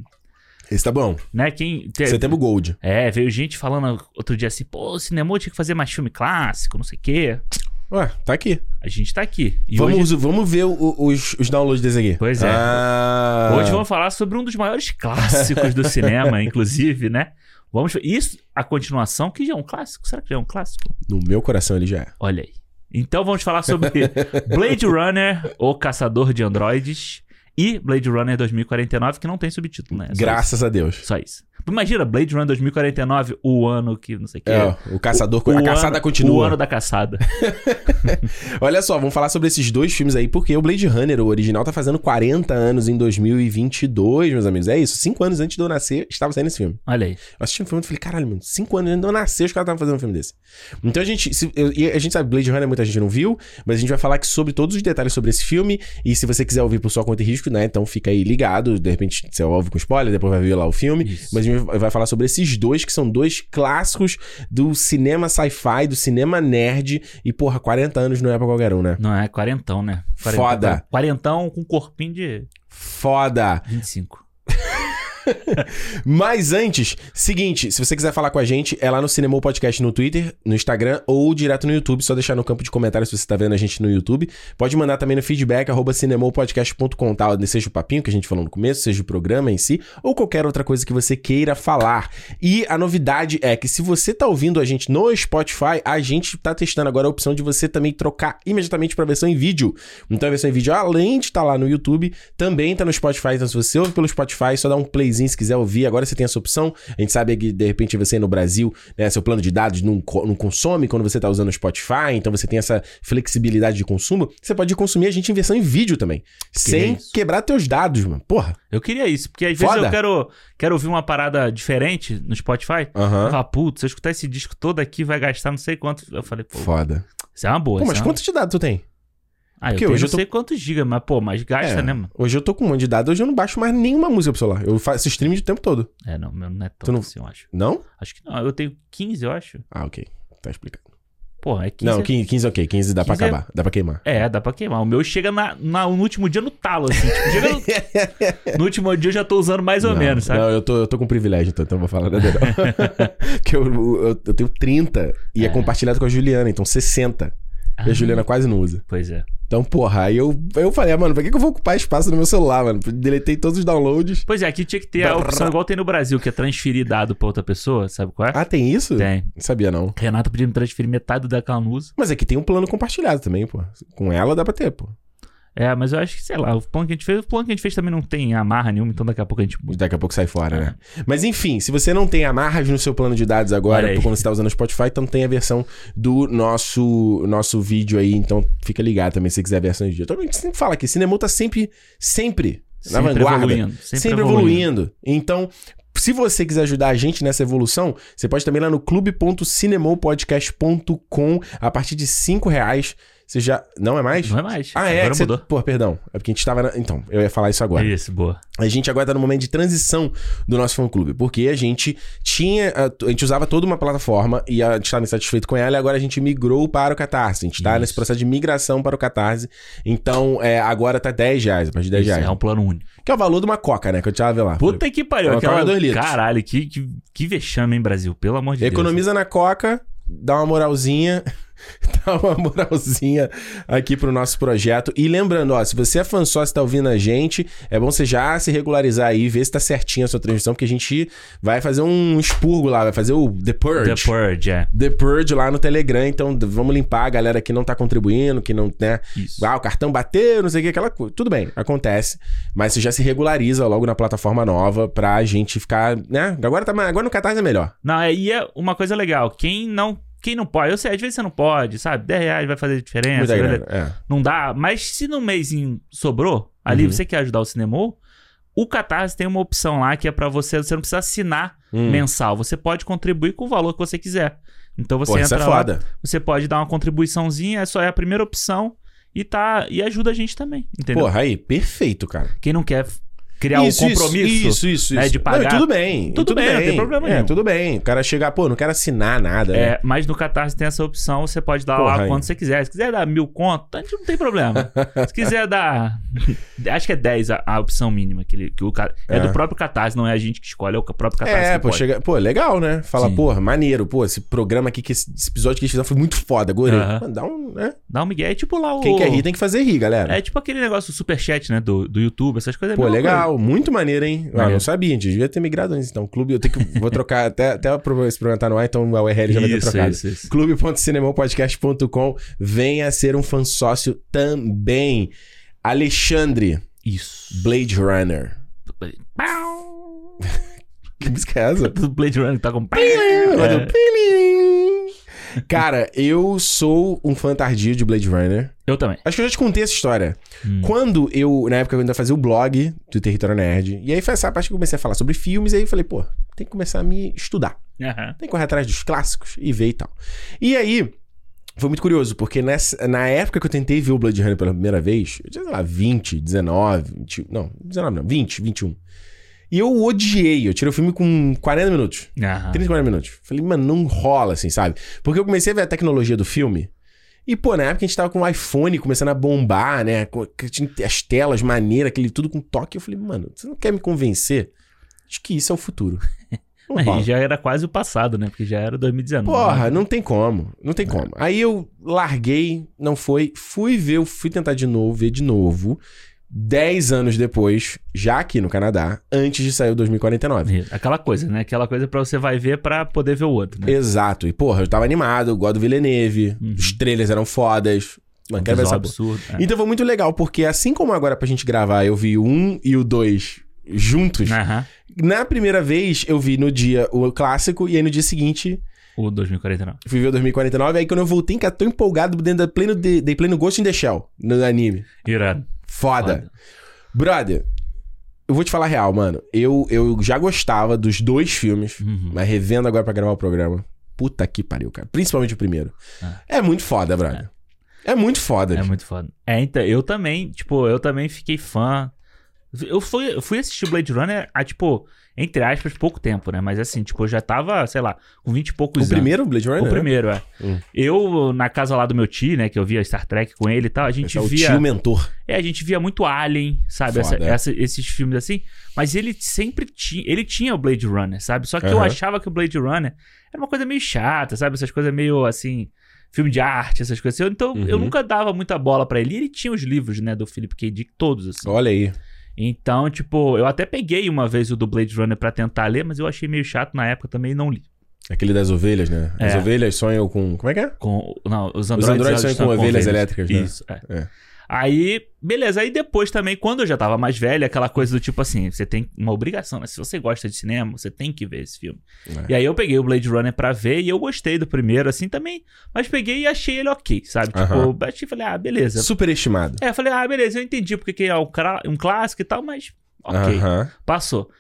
A: Esse tá bom.
B: Né? Quem. te-
A: Setembro Gold.
B: É, veio gente falando outro dia assim, pô, o cinema tinha que fazer mais filme clássico, não sei o quê.
A: Ué, tá aqui.
B: A gente tá aqui. E hoje,
A: Vamos, vamos ver o- os, os downloads desse aqui.
B: Pois é.
A: Ah,
B: hoje vamos falar sobre um dos maiores clássicos do cinema, inclusive, né? Vamos. Isso, a continuação, que já é um clássico? Será que já é um clássico?
A: No meu coração ele já é.
B: Olha aí. Então vamos falar sobre Blade Runner, o Caçador de Androides, e Blade Runner 2049, que não tem subtítulo, né? É só
A: Graças a Deus.
B: isso. Só isso. Imagina, Blade Runner 2049, o ano que não sei o que.
A: É, o caçador. a
B: o
A: caçada
B: ano- O
A: continua.
B: ano da caçada.
A: Olha só, vamos falar sobre esses dois filmes aí, porque o Blade Runner, o original, tá fazendo 40 anos em 2022, meus amigos. É isso, cinco anos antes de eu nascer, estava saindo esse filme.
B: Olha aí.
A: Eu assisti um filme e falei, caralho, mano, cinco anos ainda não nasceu, os caras estavam fazendo um filme desse. Então a gente. se- eu- e a gente sabe, Blade Runner muita gente não viu, mas a gente vai falar aqui sobre todos os detalhes sobre esse filme. E se você quiser ouvir por sua conta e risco, né? Então fica aí ligado. De repente você ouve com spoiler, depois vai ver lá o filme.
B: Isso.
A: Mas a gente vai falar sobre esses dois, que são dois clássicos do cinema sci-fi, do cinema nerd. E, porra, 40 anos não é pra qualquer um, né?
B: Não, é quarentão, né? Quarentão,
A: Foda.
B: Quarentão com corpinho de
A: Foda!
B: 25.
A: Mas antes, seguinte, se você quiser falar com a gente, é lá no Cinemou Podcast no Twitter, no Instagram ou direto no YouTube. Só deixar no campo de comentários se você tá vendo a gente no YouTube. Pode mandar também no feedback, arroba cinemoupodcast.com, tá? Seja o papinho que a gente falou no começo, seja o programa em si, ou qualquer outra coisa que você queira falar. E a novidade é que se você tá ouvindo a gente no Spotify, a gente tá testando agora a opção de você também trocar imediatamente pra versão em vídeo. tá Então a versão em vídeo, além de estar lá no YouTube, também tá no Spotify. Então se você ouve pelo Spotify, só dá um playzinho Spotifyzinho, se quiser ouvir, agora você tem essa opção. A gente sabe que, de repente, você no Brasil, né, seu plano de dados não, co- não consome quando você tá usando o Spotify, então você tem essa flexibilidade de consumo. Você pode consumir a gente em versão em vídeo também, sem
B: isso.
A: quebrar teus dados, mano. Porra.
B: Eu queria isso, porque às
A: Foda.
B: vezes eu quero, quero ouvir uma parada diferente no Spotify. Eu
A: Aham.
B: falo, putz, se eu escutar esse disco todo aqui, vai gastar não sei quanto. Eu falei, pô,
A: Foda.
B: isso é uma boa.
A: Pô,
B: isso
A: mas
B: é uma-
A: quantos de dados tu tem?
B: Ah, eu
A: porque
B: tenho
A: hoje
B: não
A: eu tô-
B: sei quantos gigas, mas pô, mas gasta,
A: É.
B: né, mano?
A: Hoje eu tô com um monte de dados, hoje eu não baixo mais nenhuma música pro celular. Eu faço streaming o tempo todo.
B: É, não, meu não é
A: Tu
B: tão
A: não-
B: assim, eu acho.
A: Não?
B: Acho que não, eu tenho 15, eu acho.
A: Ah, ok. Tá explicado.
B: Pô, é 15.
A: Não, 15, 15 ok. 15 dá
B: 15
A: pra
B: é-
A: acabar. Dá pra queimar.
B: É, dá pra queimar. O meu chega na, na- no último dia no talo, assim. Tipo, chega no... no último dia eu já tô usando mais ou
A: Não,
B: menos, sabe?
A: Não, eu tô, eu tô com privilégio, então, então não vou falar nada não. Porque eu, eu, eu tenho 30 e é.
B: É.
A: compartilhado com a Juliana, então 60. E a
B: Ah,
A: Juliana quase não usa.
B: Pois é.
A: Então, porra, aí eu, aí eu falei, ah, mano, pra que, que eu vou ocupar espaço no meu celular, mano? Deletei todos os downloads.
B: Pois é, aqui tinha que ter a opção igual tem no Brasil, que é transferir dado pra outra pessoa, sabe qual é?
A: Ah, tem isso?
B: Tem.
A: Não sabia, não.
B: Renato podia me transferir metade da Canusa.
A: Mas aqui tem um plano compartilhado também, pô. Com ela dá pra ter, pô.
B: É, mas eu acho que, sei lá, o plano que a gente fez, o plano que a gente fez também não tem amarra nenhuma, então daqui a pouco a gente
A: E
B: muda.
A: Daqui a pouco sai fora, né? Mas enfim, se você não tem amarras no seu plano de dados agora,
B: É. Olha aí.
A: por quando você tá usando o Spotify, então tem a versão do nosso nosso vídeo aí. Então fica ligado também se você quiser a versão de dia. Todo mundo sempre fala aqui, Cinemol tá sempre, sempre, na vanguarda. Sempre, evoluindo. Então, se você quiser ajudar a gente nessa evolução, você pode também ir lá no clube.cinemopodcast.com. A partir de 5 reais, você já... Não é mais?
B: Não é mais.
A: Ah, é?
B: Agora
A: que você-
B: mudou.
A: Pô, perdão. É porque a gente tava... na- Então, eu ia falar isso agora.
B: Isso, boa.
A: A gente agora tá no momento de transição do nosso fã clube, porque a gente tinha. A, a gente usava toda uma plataforma e a gente estava insatisfeito com ela, e agora a gente migrou para o Catarse. A gente tá
B: Isso.
A: nesse processo de migração para o Catarse. Então, é, agora tá 10 reais, a partir de 10
B: Isso,
A: reais.
B: é um plano único.
A: Que é o valor de uma coca, né? Que eu te tava lá.
B: Puta que pariu.
A: É uma
B: Aquela...
A: coca dois litros.
B: Caralho, que, que, que vexame, hein, Brasil? Pelo amor de Deus.
A: Economiza na coca, dá uma moralzinha. Dá uma moralzinha aqui pro nosso projeto. E lembrando, ó, se você é fã sócio e tá ouvindo a gente, é bom você já se regularizar aí, ver se tá certinha a sua transmissão, porque a gente vai fazer um expurgo lá, vai fazer o The Purge.
B: The Purge, é.
A: The Purge lá no Telegram, então d- vamos limpar a galera que não tá contribuindo, que não, né?
B: Isso.
A: Ah, o cartão bateu, não sei o que, aquela coisa. Tudo bem, acontece. Mas você já se regulariza logo na plataforma nova pra gente ficar, né? Agora, tá, ma- agora no Catarse é melhor.
B: Não, é, e é uma coisa legal. Quem não. Quem não pode, eu sei, às vezes você não pode, sabe? 10 reais vai fazer diferença.
A: Muita
B: beleza.
A: grana, é.
B: Não dá. Mas se no mêsinho sobrou, ali
A: Uhum.
B: você quer ajudar o cinema, o Catarse tem uma opção lá que é pra você. Você não precisa assinar
A: Hum.
B: mensal. Você pode contribuir com o valor que você quiser. Então você
A: Pô, isso
B: entra
A: é
B: lá,
A: foda.
B: você pode dar uma contribuiçãozinha, é só é a primeira opção e tá e ajuda a gente também, entendeu?
A: Porra, aí, perfeito, cara.
B: Quem não quer f- criar um
A: Isso,
B: compromisso,
A: isso, isso.
B: né,
A: isso.
B: de pagar.
A: Não, e tudo bem. e
B: Tudo bem, não tem problema
A: É,
B: nenhum.
A: tudo bem. O cara chegar, pô, não quero assinar nada. né?
B: é, mas no Catarse tem essa opção, você pode dar
A: Porra,
B: lá
A: aí.
B: quanto você quiser. Se quiser dar mil conto, a gente não tem problema. Se quiser dar. Acho que é 10 a, a opção mínima. Que ele, que o, ca- é,
A: É.
B: do próprio Catarse, não é a gente que escolhe, é o próprio Catarse.
A: É,
B: que
A: pô,
B: pode.
A: chega... pô, legal, né? Fala,
B: Sim.
A: porra, maneiro, pô, esse programa aqui, que esse esse episódio que eles fizeram foi muito foda, gorei.
B: Aham.
A: Mano, dá um, né?
B: Dá um migué. É tipo lá o.
A: Quem quer rir tem que fazer rir, galera.
B: É tipo aquele negócio do superchat, né? Do, do YouTube, essas coisas. é a
A: Pô,
B: mesma
A: legal, muito maneiro, hein? Ah, não
B: Maneiro.
A: sabia, a gente devia ter migrado antes. Então, clube, eu tenho que. Vou trocar até, até experimentar no ar, então a URL já
B: coisa.
A: vai ter
B: Isso,
A: trocado.
B: isso, isso.
A: clube.cinemopodcast.com. Venha ser um fã sócio também. Alexandre,
B: Isso.
A: Blade Runner.
B: Pau!
A: Que música é essa?
B: Do Blade Runner que tá com.
A: Ela deu pilim. É. Cara, eu sou um fã tardio de Blade Runner.
B: Eu também.
A: Acho que eu já te contei essa história.
B: Hum.
A: Quando eu, na época, eu ainda fazia o blog do Território Nerd. E aí foi essa parte que eu comecei a falar sobre filmes. E aí eu falei, pô, tem que começar a me estudar.
B: Aham.
A: Tem que correr atrás dos clássicos e ver e tal. E aí, foi muito curioso, porque nessa, na época que eu tentei ver o Blade Runner pela primeira vez, eu tinha, sei lá, 20, 19, 20, não, 19 não, 20, 21. E eu odiei, eu tirei o filme com 40 minutos,
B: Aham.
A: 30, 40 minutos. Falei, mano, não rola assim, sabe? Porque eu comecei a ver a tecnologia do filme. E, pô, na época a gente tava com o iPhone começando a bombar, né? Com- que tinha As telas, maneira, aquele tudo com toque. Eu falei, mano, você não quer me convencer? Acho que isso é o futuro. Não
B: Mas
A: rola.
B: já era quase o passado, né? Porque já era 2019.
A: Porra, não tem como. Não
B: É.
A: tem como. Aí eu larguei, não foi. Fui ver, fui tentar de novo, ver de novo. Dez anos depois, já aqui no Canadá, antes de sair o 2049.
B: Isso. Aquela coisa, né? Aquela coisa pra você vai ver pra poder ver o outro, né?
A: Exato. E, porra, eu tava animado, eu gosto do Villeneuve,
B: Uhum.
A: os trailers eram fodas. Mano, quero ver
B: Visual
A: essa porra.
B: Um absurdo. né?
A: Então foi muito legal, porque assim como agora pra gente gravar, eu vi o um e o dois juntos.
B: Aham.
A: Na primeira vez, eu vi no dia o clássico, e aí no dia seguinte,
B: O 2049.
A: fui ver o 2049. Aí quando eu voltei, cara, tô empolgado dentro da pleno, de, dei pleno Ghost in the Shell no anime.
B: Irado.
A: Foda. Brother, eu vou te falar a real, mano. Eu, eu já gostava dos dois filmes,
B: Uhum.
A: mas revendo agora pra gravar o programa. Puta que pariu, cara. Principalmente o primeiro.
B: Ah.
A: É muito foda, brother. É, muito foda.
B: É
A: bicho.
B: muito foda. É, então, eu também, tipo, eu também fiquei fã. Eu fui, eu fui assistir Blade Runner há, tipo, entre aspas, pouco tempo, né? Mas assim, tipo, eu já tava, sei lá, com 20 e poucos
A: O
B: anos.
A: primeiro, Blade Runner?
B: O
A: né?
B: primeiro, é.
A: Hum.
B: Eu, na casa lá do meu tio, né, que eu via Star Trek com ele e tal, a gente
A: Esse é o
B: via.
A: tio mentor.
B: É, a gente via muito Alien, sabe? Essa-
A: Foda, é.
B: essa- esses filmes assim. Mas ele sempre tinha. Ele tinha o Blade Runner, sabe? Só que eu
A: Aham.
B: achava que o Blade Runner era uma coisa meio chata, sabe? Essas coisas meio assim. Filme de arte, essas coisas assim. Então eu
A: Uhum.
B: nunca dava muita bola pra ele. E ele tinha os livros, né? Do Philip K. Dick, todos, assim.
A: Olha aí.
B: Então, tipo, eu até peguei uma vez o do Blade Runner pra tentar ler, mas eu achei meio chato na época também e não li.
A: Aquele das ovelhas, né? As
B: É.
A: ovelhas sonham com. Como é que é?
B: Com, não, os androides,
A: androides
B: elas
A: são
B: estão
A: com ovelhas elétricas, né?
B: Isso, é.
A: É.
B: Aí, beleza. Aí depois também, quando eu já tava mais velho, aquela coisa do tipo assim, você tem uma obrigação, né? Se você gosta de cinema, você tem que ver esse filme.
A: É.
B: E aí eu peguei o Blade Runner pra ver e eu gostei do primeiro, assim, também. Mas peguei e achei ele ok, sabe? Tipo,
A: Aham.
B: eu achei e falei, ah, beleza.
A: Superestimado.
B: É, eu falei, ah, beleza, eu entendi porque que é um, cra- um clássico e tal, mas ok.
A: Aham.
B: Passou.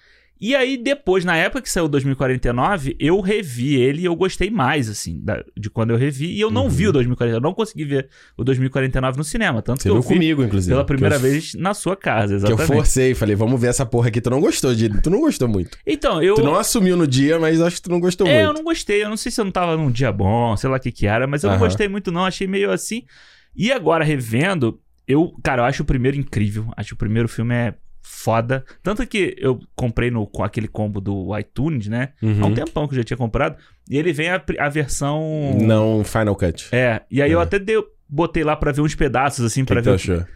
B: E aí, depois, na época que saiu 2049, eu revi ele e eu gostei mais, assim, da- de quando eu revi. E eu não
A: Uhum.
B: vi o 2049, eu não consegui ver o 2049 no cinema. Tanto
A: Você
B: que eu
A: viu
B: vi
A: comigo, inclusive.
B: pela
A: que
B: primeira
A: eu-
B: vez na sua casa,
A: Que eu
B: exatamente.
A: forcei, falei, vamos ver essa porra aqui. Tu não gostou, de... tu não gostou muito.
B: Então, eu.
A: Tu não assumiu no dia, mas acho que tu não gostou
B: É, eu
A: muito.
B: não gostei. Eu não sei se eu não tava num dia bom, sei lá o que que era, mas eu não
A: Aham.
B: gostei muito, não. Achei meio assim. E agora, revendo, eu, cara, eu acho o primeiro incrível. Acho o primeiro filme é foda. Tanto que eu comprei no, com aquele combo do iTunes, né? Há um
A: Uhum.
B: tempão que eu já tinha comprado. E ele vem a, pri- a versão.
A: Não, um Final Cut.
B: um- É. E aí eu
A: É.
B: até dei, botei lá pra ver uns pedaços, assim,
A: O que,
B: pra
A: que tu
B: ver.
A: achou?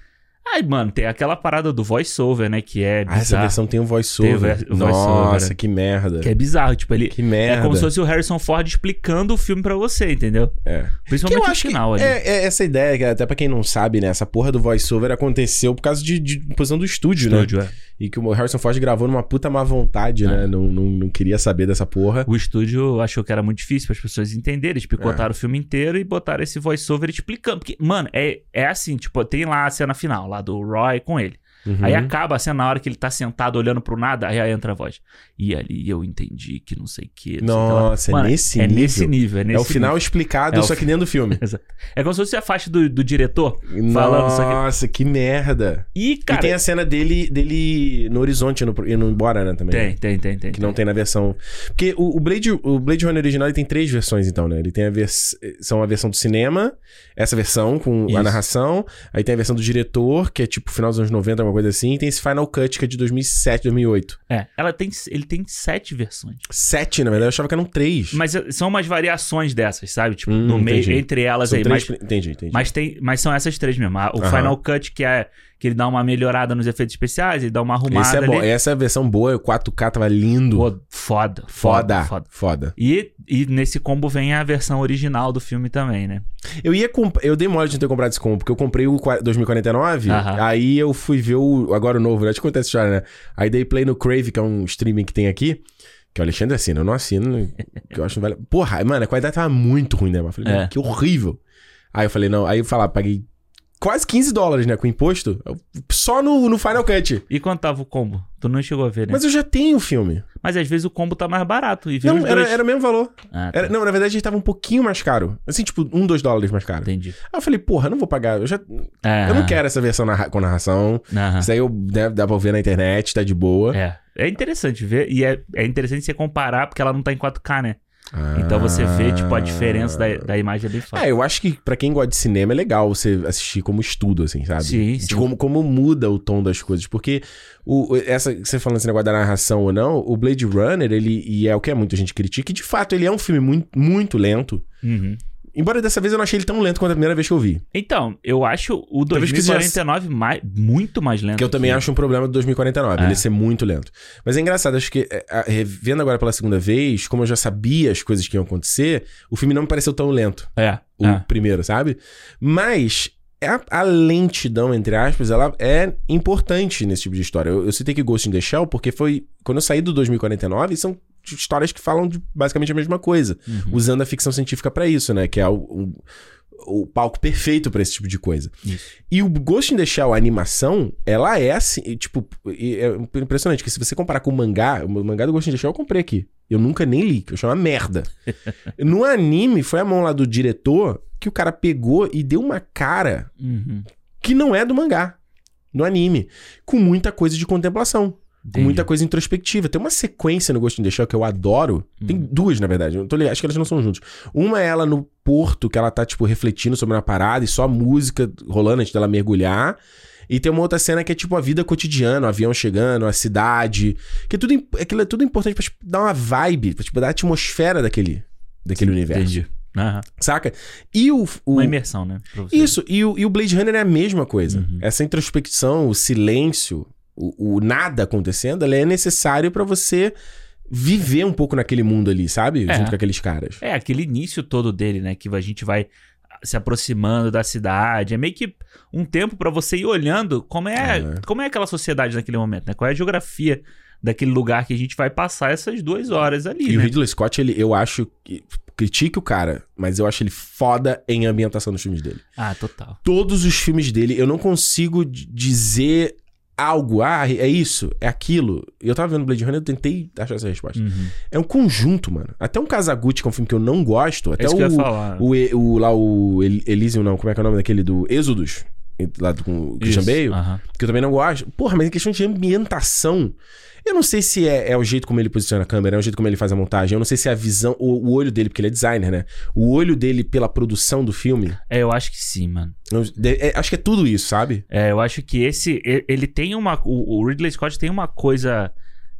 B: Ai, mano, tem aquela parada do voiceover, né? Que é
A: Ah, essa
B: bizarro.
A: versão tem um
B: Tem o
A: voiceover.
B: voice- o
A: Nossa,
B: voiceover,
A: que merda.
B: Que é bizarro. Tipo, ele.
A: Que merda.
B: É como se fosse o Harrison Ford explicando o filme pra você, entendeu?
A: É. Que
B: Principalmente
A: eu
B: no
A: acho que
B: final ali.
A: é, é essa ideia, que até pra quem não sabe, né? Essa porra do voiceover aconteceu por causa de, de posição do estúdio, né?
B: Estúdio, é.
A: E que o Harrison Ford gravou numa puta má vontade,
B: É.
A: né? Não, não, não queria saber dessa porra.
B: O estúdio achou que era muito difícil para as pessoas entenderem.
A: É.
B: Eles picotaram o filme inteiro e botaram esse voiceover explicando. Porque, mano, é, é assim, tipo, tem lá a cena final, lá do Roy com ele. Aí
A: Uhum.
B: acaba a cena na hora que ele tá sentado olhando pro nada, aí entra a voz. E ali eu entendi que não sei o que. não sei o que lá."
A: Nossa, é
B: Mano,
A: nesse
B: é
A: nível.
B: nesse nível. É, nesse
A: É o final explicado,
B: É o
A: só que dentro do filme.
B: nível. Exato. É como se fosse a faixa do, do diretor. Falando, só que-
A: Nossa, que merda.
B: E, cara.
A: e tem a cena dele, dele no horizonte indo, pro- indo embora, né? Também.
B: tem, tem, tem, tem.
A: Que não tem na versão. Porque o, o Blade, o Blade Runner original ele tem três versões, então, né? Ele tem a vers... são a versão do cinema, essa versão com
B: Isso.
A: a narração. Aí tem a versão do diretor, que é tipo final dos anos 90, alguma coisa assim. E tem esse Final Cut, que é de 2007, 2008.
B: É. Ela tem, ele tem sete versões.
A: Sete, na verdade, eu achava que eram três.
B: Mas eh, são umas variações dessas, sabe? Tipo,
A: Hum,
B: no meio,
A: entendi.
B: entre elas
A: são
B: aí.
A: três...
B: Mas,
A: Entendi, entendi.
B: mas, tem, mas são essas três mesmo. A- O
A: Aham.
B: Final Cut, que é que ele dá uma melhorada nos efeitos especiais, ele dá uma arrumada.
A: Esse é bom.
B: ali.
A: Essa é a versão boa, o 4K tava lindo.
B: Pô, foda,
A: Foda,
B: foda, foda.
A: foda.
B: E, e nesse combo vem a versão original do filme também, né?
A: Eu ia comp... Eu dei mole de não ter comprado esse combo, porque eu comprei o qua- 2049,
B: Aham.
A: aí eu fui ver o. Agora o novo, né? Deixa eu contar essa história, né? Aí dei play no Crave, que é um streaming que tem aqui. Que o Alexandre assina, eu não assino, que eu acho que vale. Porra, mano, a qualidade tava muito ruim, né? Eu falei,
B: É.
A: mano, que horrível. Aí eu falei, não, aí eu falar, paguei quase 15 dólares, né, com imposto, eu- só no, no Final Cut.
B: E quanto tava o combo? Tu não chegou a ver, né?
A: Mas
B: Mas,
A: eu já tenho o filme.
B: às vezes o combo tá mais barato. E viu
A: Não,
B: os
A: era,
B: dois.
A: era o mesmo valor.
B: Ah, tá.
A: Era- não, na verdade, ele tava um pouquinho mais caro. Assim, tipo, um, dois dólares mais caro.
B: Entendi.
A: Aí eu falei, porra, eu não vou pagar. Eu já, Eu não quero essa versão narra- com narração.
B: Aham.
A: Isso aí eu, né, dá pra ver na internet, tá de boa.
B: É. É interessante ver, e é, é interessante você comparar, porque ela não tá em 4K, né?
A: Ah.
B: Então você vê, tipo, a diferença da, da imagem ali
A: É, eu acho que pra quem gosta de cinema é legal você assistir como estudo, assim, sabe?
B: Sim,
A: De
B: sim.
A: como, como muda o tom das coisas. Porque o, o- essa, você falando esse negócio da narração ou não, o Blade Runner, ele, e é o que muita gente critica, e de fato ele é um filme muito, muito lento.
B: Uhum.
A: Embora dessa vez eu não achei ele tão lento quanto a primeira vez que eu vi.
B: Então, eu acho o
A: Talvez que seja-
B: 2049 mais, muito mais lento.
A: Que eu também acho um problema do 2049,
B: É.
A: ele ser muito lento. Mas é engraçado, acho que é, a- revendo agora pela segunda vez, como eu já sabia as coisas que iam acontecer, o filme não me pareceu tão lento,
B: É.
A: o
B: é.
A: primeiro, sabe? Mas é a, a lentidão, entre aspas, ela é importante nesse tipo de história. Eu, eu citei que Ghost in the Shell porque foi. Quando eu saí do 2049, são histórias que falam de basicamente a mesma coisa,
B: Uhum.
A: usando a ficção científica pra isso, né? Que é o, o, o palco perfeito pra esse tipo de coisa.
B: Isso.
A: E o Ghost in the Shell, a animação, ela é assim, e, tipo, e é impressionante, porque se você comparar com o mangá, o mangá do Ghost in the Shell eu comprei aqui. Eu nunca nem li, que eu achei uma merda. no anime, foi a mão lá do diretor que o cara pegou e deu uma cara
B: Uhum.
A: que não é do mangá, do anime, com muita coisa de contemplação, com
B: Entendi.
A: muita coisa introspectiva. Tem uma sequência no Ghost in the Shell que eu adoro, tem
B: Hum.
A: duas na verdade, eu tô ligado, acho que elas não são juntas. Uma é ela no porto, que ela tá tipo refletindo sobre uma parada e só a música rolando antes dela mergulhar. E tem uma outra cena que é tipo a vida cotidiana, o avião chegando, a cidade, que é tudo, im- aquilo é tudo importante pra tipo, dar uma vibe, pra tipo, dar a atmosfera daquele, daquele universo,
B: Entendi. Aham.
A: saca? E o, o,
B: Uma imersão, né? pra você.
A: isso, e o, e o Blade Runner é a mesma coisa.
B: Uhum.
A: Essa introspecção, o silêncio, o, o nada acontecendo, ela é necessário pra você viver um pouco naquele mundo ali, sabe?
B: É.
A: Junto com aqueles caras.
B: É, aquele início todo dele, né? Que a gente vai se aproximando da cidade. É meio que um tempo pra você ir olhando como é,
A: É.
B: como é aquela sociedade naquele momento, né? Qual é a geografia daquele lugar que a gente vai passar essas duas horas ali,
A: E o
B: né?
A: Ridley Scott, ele, eu acho que. Critique o cara, mas eu acho ele foda em ambientação dos filmes dele.
B: Ah, total.
A: Todos os filmes dele, eu não consigo d- dizer algo. Ah, é isso, é aquilo. Eu tava vendo Blade Runner, eu tentei achar essa resposta.
B: Uhum.
A: É um conjunto, mano. Até um Kazaguchi, que é um filme que eu não gosto. Até
B: é isso
A: o,
B: que eu ia falar.
A: O, E- o- lá o El- Elysium, não, como é que é o nome daquele do Êxodos? Lá do, com o Christian
B: Isso. Ah.
A: Bale,
B: Aham.
A: que eu também não gosto. Porra, mas em questão de ambientação, eu não sei se é, é o jeito como ele posiciona a câmera, é o jeito como ele faz a montagem, eu não sei se é a visão, o, o olho dele, porque ele é designer, né? O olho dele pela produção do filme,
B: É, eu acho que sim, mano.
A: eu- de- é, acho que é tudo isso, sabe?
B: É, eu acho que esse. e- Ele tem uma. O o Ridley Scott tem uma coisa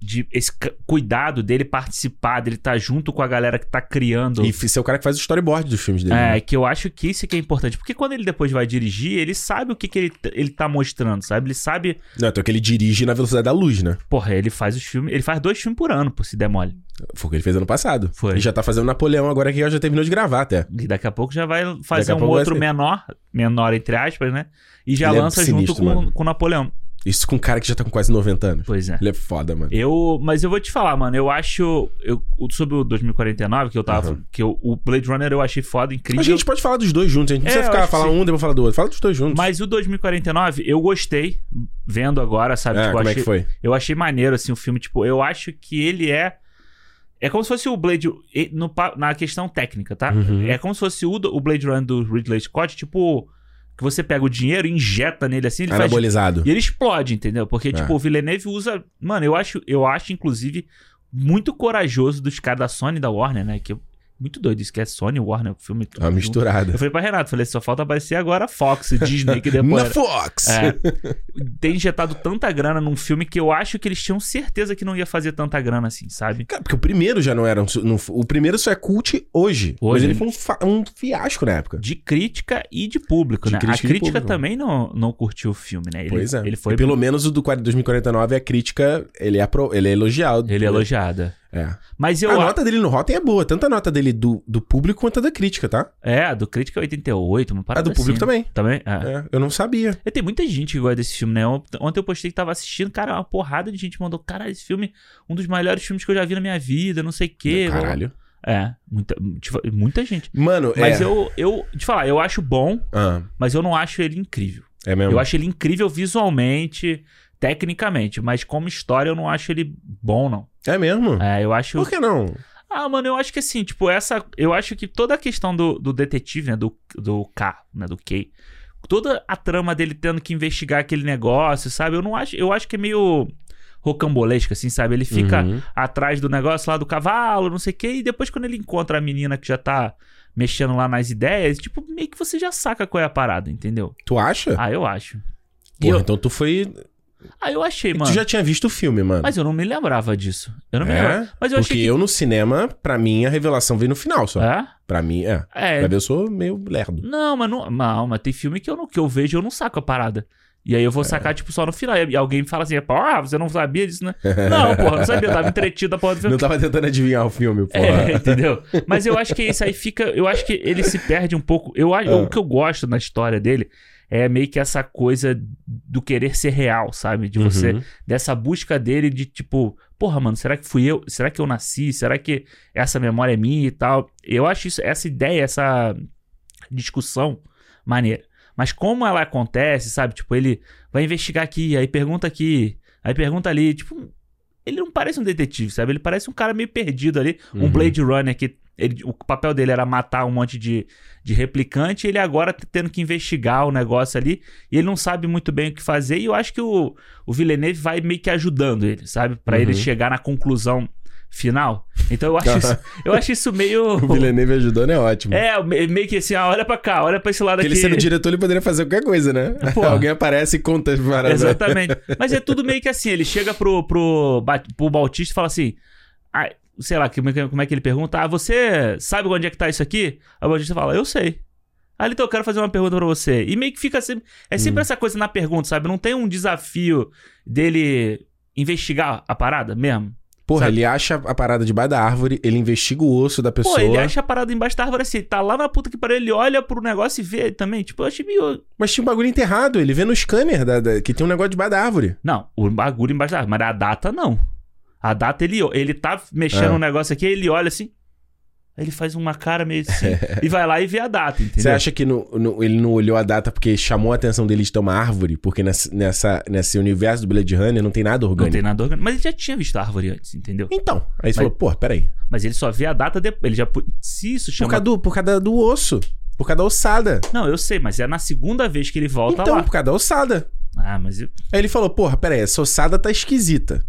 B: de. Esse c- cuidado dele participar, dele estar junto com a galera que tá criando.
A: E f- ser o cara que faz o storyboard dos filmes dele. né?
B: É, que eu acho que isso que é importante. Porque quando ele depois vai dirigir, ele sabe o que, que ele, t- ele tá mostrando, sabe? Ele sabe.
A: Não, então que ele dirige na velocidade da luz, né?
B: Porra, ele faz os filmes. Ele faz dois filmes por ano, por se der mole.
A: Foi o que ele fez ano passado.
B: Foi.
A: Ele já tá fazendo Napoleão agora que já terminou de gravar até.
B: E daqui a pouco já vai fazer
A: a
B: um
A: pouco vai
B: outro
A: ser.
B: menor, menor entre aspas, né? E já
A: Ele é
B: lança
A: sinistro,
B: junto
A: mano.
B: com, com o Napoleão.
A: Isso com um cara que já tá com quase 90 anos.
B: Pois é.
A: Ele é foda, mano.
B: Eu, mas eu vou te falar, mano, eu acho eu, o- sobre o 2049 que eu tava,
A: Uhum.
B: que eu- o Blade Runner eu achei foda,
A: A
B: incrível.
A: gente pode falar dos dois juntos, a gente não
B: É,
A: precisa
B: eu
A: ficar
B: acho que
A: falar
B: sim.
A: um, depois falar do outro. Fala dos dois juntos.
B: Mas o 2049 eu gostei vendo agora, sabe?
A: é,
B: Tipo, eu
A: como é
B: achei,
A: que foi?
B: Eu achei maneiro, assim, o filme. Tipo, eu acho que ele é. É como se fosse o Blade. e- no pa- na questão técnica, tá?
A: Uhum.
B: É como se fosse o, do- o Blade Runner do Ridley Scott, tipo. Que você pega o dinheiro, e injeta nele assim, ele faz.
A: É Anabolizado.
B: E ele explode, entendeu? Porque,
A: É.
B: tipo, o Villeneuve usa. Mano, eu acho, eu acho, inclusive, muito corajoso dos caras da Sony e da Warner, né? Que é muito doido isso, que é Sony Warner, o filme. tudo
A: É uma
B: junto.
A: misturada.
B: Eu falei pra Renato, falei, só falta aparecer agora Fox, Disney, que depois.
A: Na
B: era-
A: Fox!
B: é, ter injetado tanta grana num filme que eu acho que eles tinham certeza que não ia fazer tanta grana assim, sabe?
A: Cara, porque o primeiro já não era. um su- não f- o primeiro só é cult hoje. Mas
B: Hoje.
A: ele foi um, fa- um fiasco na época.
B: De crítica e de público,
A: De
B: né?
A: crítica e de
B: a crítica
A: público.
B: também não, não curtiu o filme, né? Ele,
A: pois é.
B: Ele foi
A: E pelo menos o do 40 2049, a crítica, ele é, apro- ele é elogiado.
B: ele é elogiada.
A: É.
B: Mas eu
A: A
B: a-
A: nota dele no Rotten é boa. Tanto a nota dele do, do público quanto a da crítica, tá?
B: é, a do crítica é 88, uma
A: A
B: parada
A: do público
B: assim.
A: também.
B: também. é.
A: É, eu não sabia.
B: E Tem muita gente que gosta desse filme, né? Ont- Ontem eu postei que tava assistindo, cara, uma porrada de gente mandou, cara, esse filme, é um dos melhores filmes que eu já vi na minha vida, não sei o quê.
A: Caralho.
B: É, muita, tipo, muita gente.
A: Mano,
B: Mas
A: é.
B: eu, eu, te falar, eu acho bom,
A: Ah,
B: mas eu não acho ele incrível.
A: é mesmo.
B: Eu acho ele incrível visualmente, tecnicamente, mas como história eu não acho ele bom, não.
A: É mesmo?
B: É, eu acho.
A: Por que não?
B: Ah, mano, eu acho que assim, tipo, essa. Eu acho que toda a questão do, do detetive, né? Do, do K, né? Do K. Toda a trama dele tendo que investigar aquele negócio, sabe? Eu não acho. Eu acho que é meio rocambolesca, assim, sabe? Ele fica
A: Uhum.
B: atrás do negócio lá do cavalo, não sei o quê, e depois quando ele encontra a menina que já tá mexendo lá nas ideias, tipo, meio que você já saca qual é a parada, entendeu?
A: Tu acha?
B: Ah, eu acho. E
A: É. Porra,
B: eu-
A: então tu foi.
B: Ah, eu achei, mano.
A: Tu já tinha visto o filme, mano.
B: Mas eu não me lembrava disso. Eu não me
A: É?
B: lembrava. Mas eu
A: Porque
B: achei que.
A: eu no cinema, pra mim, a revelação veio no final só.
B: É?
A: Pra mim, é.
B: É.
A: Pra ver, eu sou meio lerdo.
B: Não, mas não. Não, mas tem filme que eu, não, que eu vejo e eu não saco a parada. E aí eu
A: É.
B: vou sacar, tipo, só no final. E alguém me fala assim, pô, ah, você não sabia disso, né? não, porra, não sabia. Eu tava entretido da porra do filme.
A: É. Não tava tentando adivinhar o filme, porra.
B: É, entendeu? Mas eu acho que isso aí fica. Eu acho que ele se perde um pouco. Eu,
A: É.
B: acho- O que eu gosto na história dele é meio que essa coisa do querer ser real, sabe? De você.
A: Uhum.
B: Dessa busca dele de tipo, porra, mano, será que fui eu? Será que eu nasci? Será que essa memória é minha e tal? Eu acho isso, essa ideia, essa discussão maneira. Mas como ela acontece, sabe? Tipo, ele vai investigar aqui, aí pergunta aqui, aí pergunta ali. Tipo, ele não parece um detetive, sabe? Ele parece um cara meio perdido ali.
A: Uhum.
B: Um Blade Runner que ele- o papel dele era matar um monte de, de replicante. E ele agora tá tendo que investigar o negócio ali. E ele não sabe muito bem o que fazer. E eu acho que o, o Villeneuve vai meio que ajudando ele, sabe? Pra ele
A: Uhum.
B: chegar na conclusão final. Então eu acho isso, eu acho isso meio.
A: O Villeneuve ajudando é ótimo.
B: É, me- meio que assim, ah, olha pra cá, olha pra esse lado
A: Porque ele
B: aqui.
A: sendo diretor, ele poderia fazer qualquer coisa, né?
B: Pô.
A: Alguém aparece e conta as paradas.
B: Exatamente. Mas é tudo meio que assim, ele chega pro, pro, Ba- pro Bautista e fala assim, ah, sei lá, como é, que- como é que ele pergunta? Ah, você sabe onde é que tá isso aqui? Aí o Bautista fala, eu sei. Ah, então eu quero fazer uma pergunta pra você. E meio que fica sempre, é sempre essa coisa na pergunta, sabe? Não tem um desafio dele investigar a parada mesmo.
A: Porra,
B: Sabe?
A: ele acha a parada debaixo da árvore, ele investiga o osso da
B: Pô,
A: pessoa.
B: ele acha a parada embaixo da árvore assim, tá lá na puta que pariu, ele olha pro negócio e vê também. Tipo, eu achei meio,
A: Mas tinha um bagulho enterrado, ele vê no scanner da- da- que tem um negócio debaixo da árvore.
B: Não, o bagulho embaixo da árvore, mas a data não. A data ele, ele tá mexendo
A: Ah.
B: um negócio aqui, ele olha assim, aí ele faz uma cara meio assim, e vai lá e vê a data, entendeu?
A: Você acha que no- no- ele não olhou a data porque chamou a atenção dele de ter uma árvore? Porque nessa, nessa- nesse universo do Blade Runner não tem nada
B: não
A: orgânico.
B: tem nada orgânico. Mas ele já tinha visto a árvore antes, entendeu?
A: Então, aí você
B: Mas-
A: falou, pô, peraí.
B: Mas ele só vê a data depois. Ele já. pu- Se isso
A: Por
B: chama.
A: causa, do, por causa do osso. Por causa da ossada.
B: Não, eu sei, mas é na segunda vez que ele volta
A: então,
B: lá.
A: por causa da ossada.
B: Ah, mas. eu-
A: Aí ele falou, porra, peraí, essa ossada tá esquisita.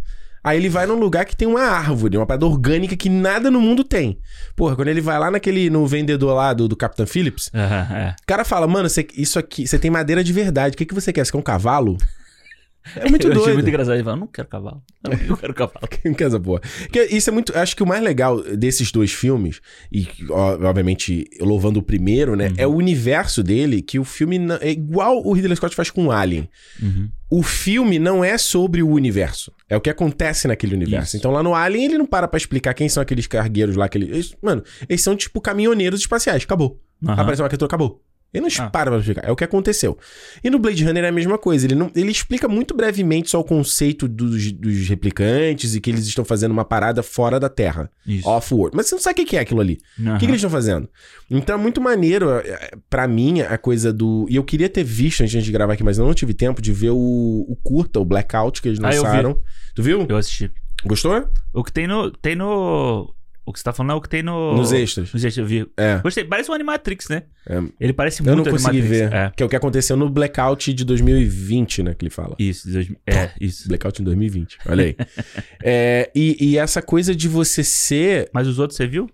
A: Aí ele vai num lugar que tem uma árvore, uma parada orgânica que nada no mundo tem. Porra, quando ele vai lá naquele, no vendedor lá do, do Capitão Phillips,
B: Ah, é.
A: o cara fala, mano, você- isso aqui, você tem madeira de verdade, o que, que você quer? Você quer um cavalo? É muito
B: eu achei
A: doido.
B: muito engraçado. Ele fala, eu não quero cavalo. Eu não quero cavalo.
A: Quem quer essa porra? Porque isso é muito. Acho que o mais legal desses dois filmes, e ó, obviamente louvando o primeiro, né? É o universo dele, que o filme não- é igual o Ridley Scott faz com o Alien.
B: Uhum.
A: O filme não é sobre o universo. É o que acontece naquele universo.
B: Isso.
A: Então lá no Alien ele não para pra explicar quem são aqueles cargueiros lá. Aqueles... eles- mano, eles são tipo caminhoneiros espaciais. Acabou.
B: Aham.
A: Apareceu uma criatura, acabou. Ele não
B: Ah.
A: para pra explicar. É o que aconteceu. E no Blade Runner é a mesma coisa. Ele, não, ele explica muito brevemente só o conceito dos, dos replicantes e que eles estão fazendo uma parada fora da Terra.
B: Isso.
A: Off-world. Mas você não sabe o que que é aquilo ali. O que, que
B: Aham.
A: eles estão fazendo? Então é muito maneiro, é, é, pra mim, a coisa do. E eu queria ter visto antes de gravar aqui, mas eu não tive tempo de ver o, o curta, o Blackout que eles
B: Ah, eu vi.
A: lançaram. Tu viu?
B: Eu assisti.
A: Gostou?
B: O que tem no. Tem no. O que você tá falando é o que tem no.
A: Nos extras.
B: Nos extras, eu vi.
A: É.
B: Gostei. Parece um Animatrix, né?
A: É.
B: Ele parece muito
A: Eu não consegui
B: Animatrix.
A: ver.
B: É.
A: Que é o que aconteceu no Blackout de 2020, né? Que ele fala.
B: Isso, dois- é, isso.
A: Blackout em 2020. Olha aí. É, e, e essa coisa de você ser.
B: Mas os outros você viu?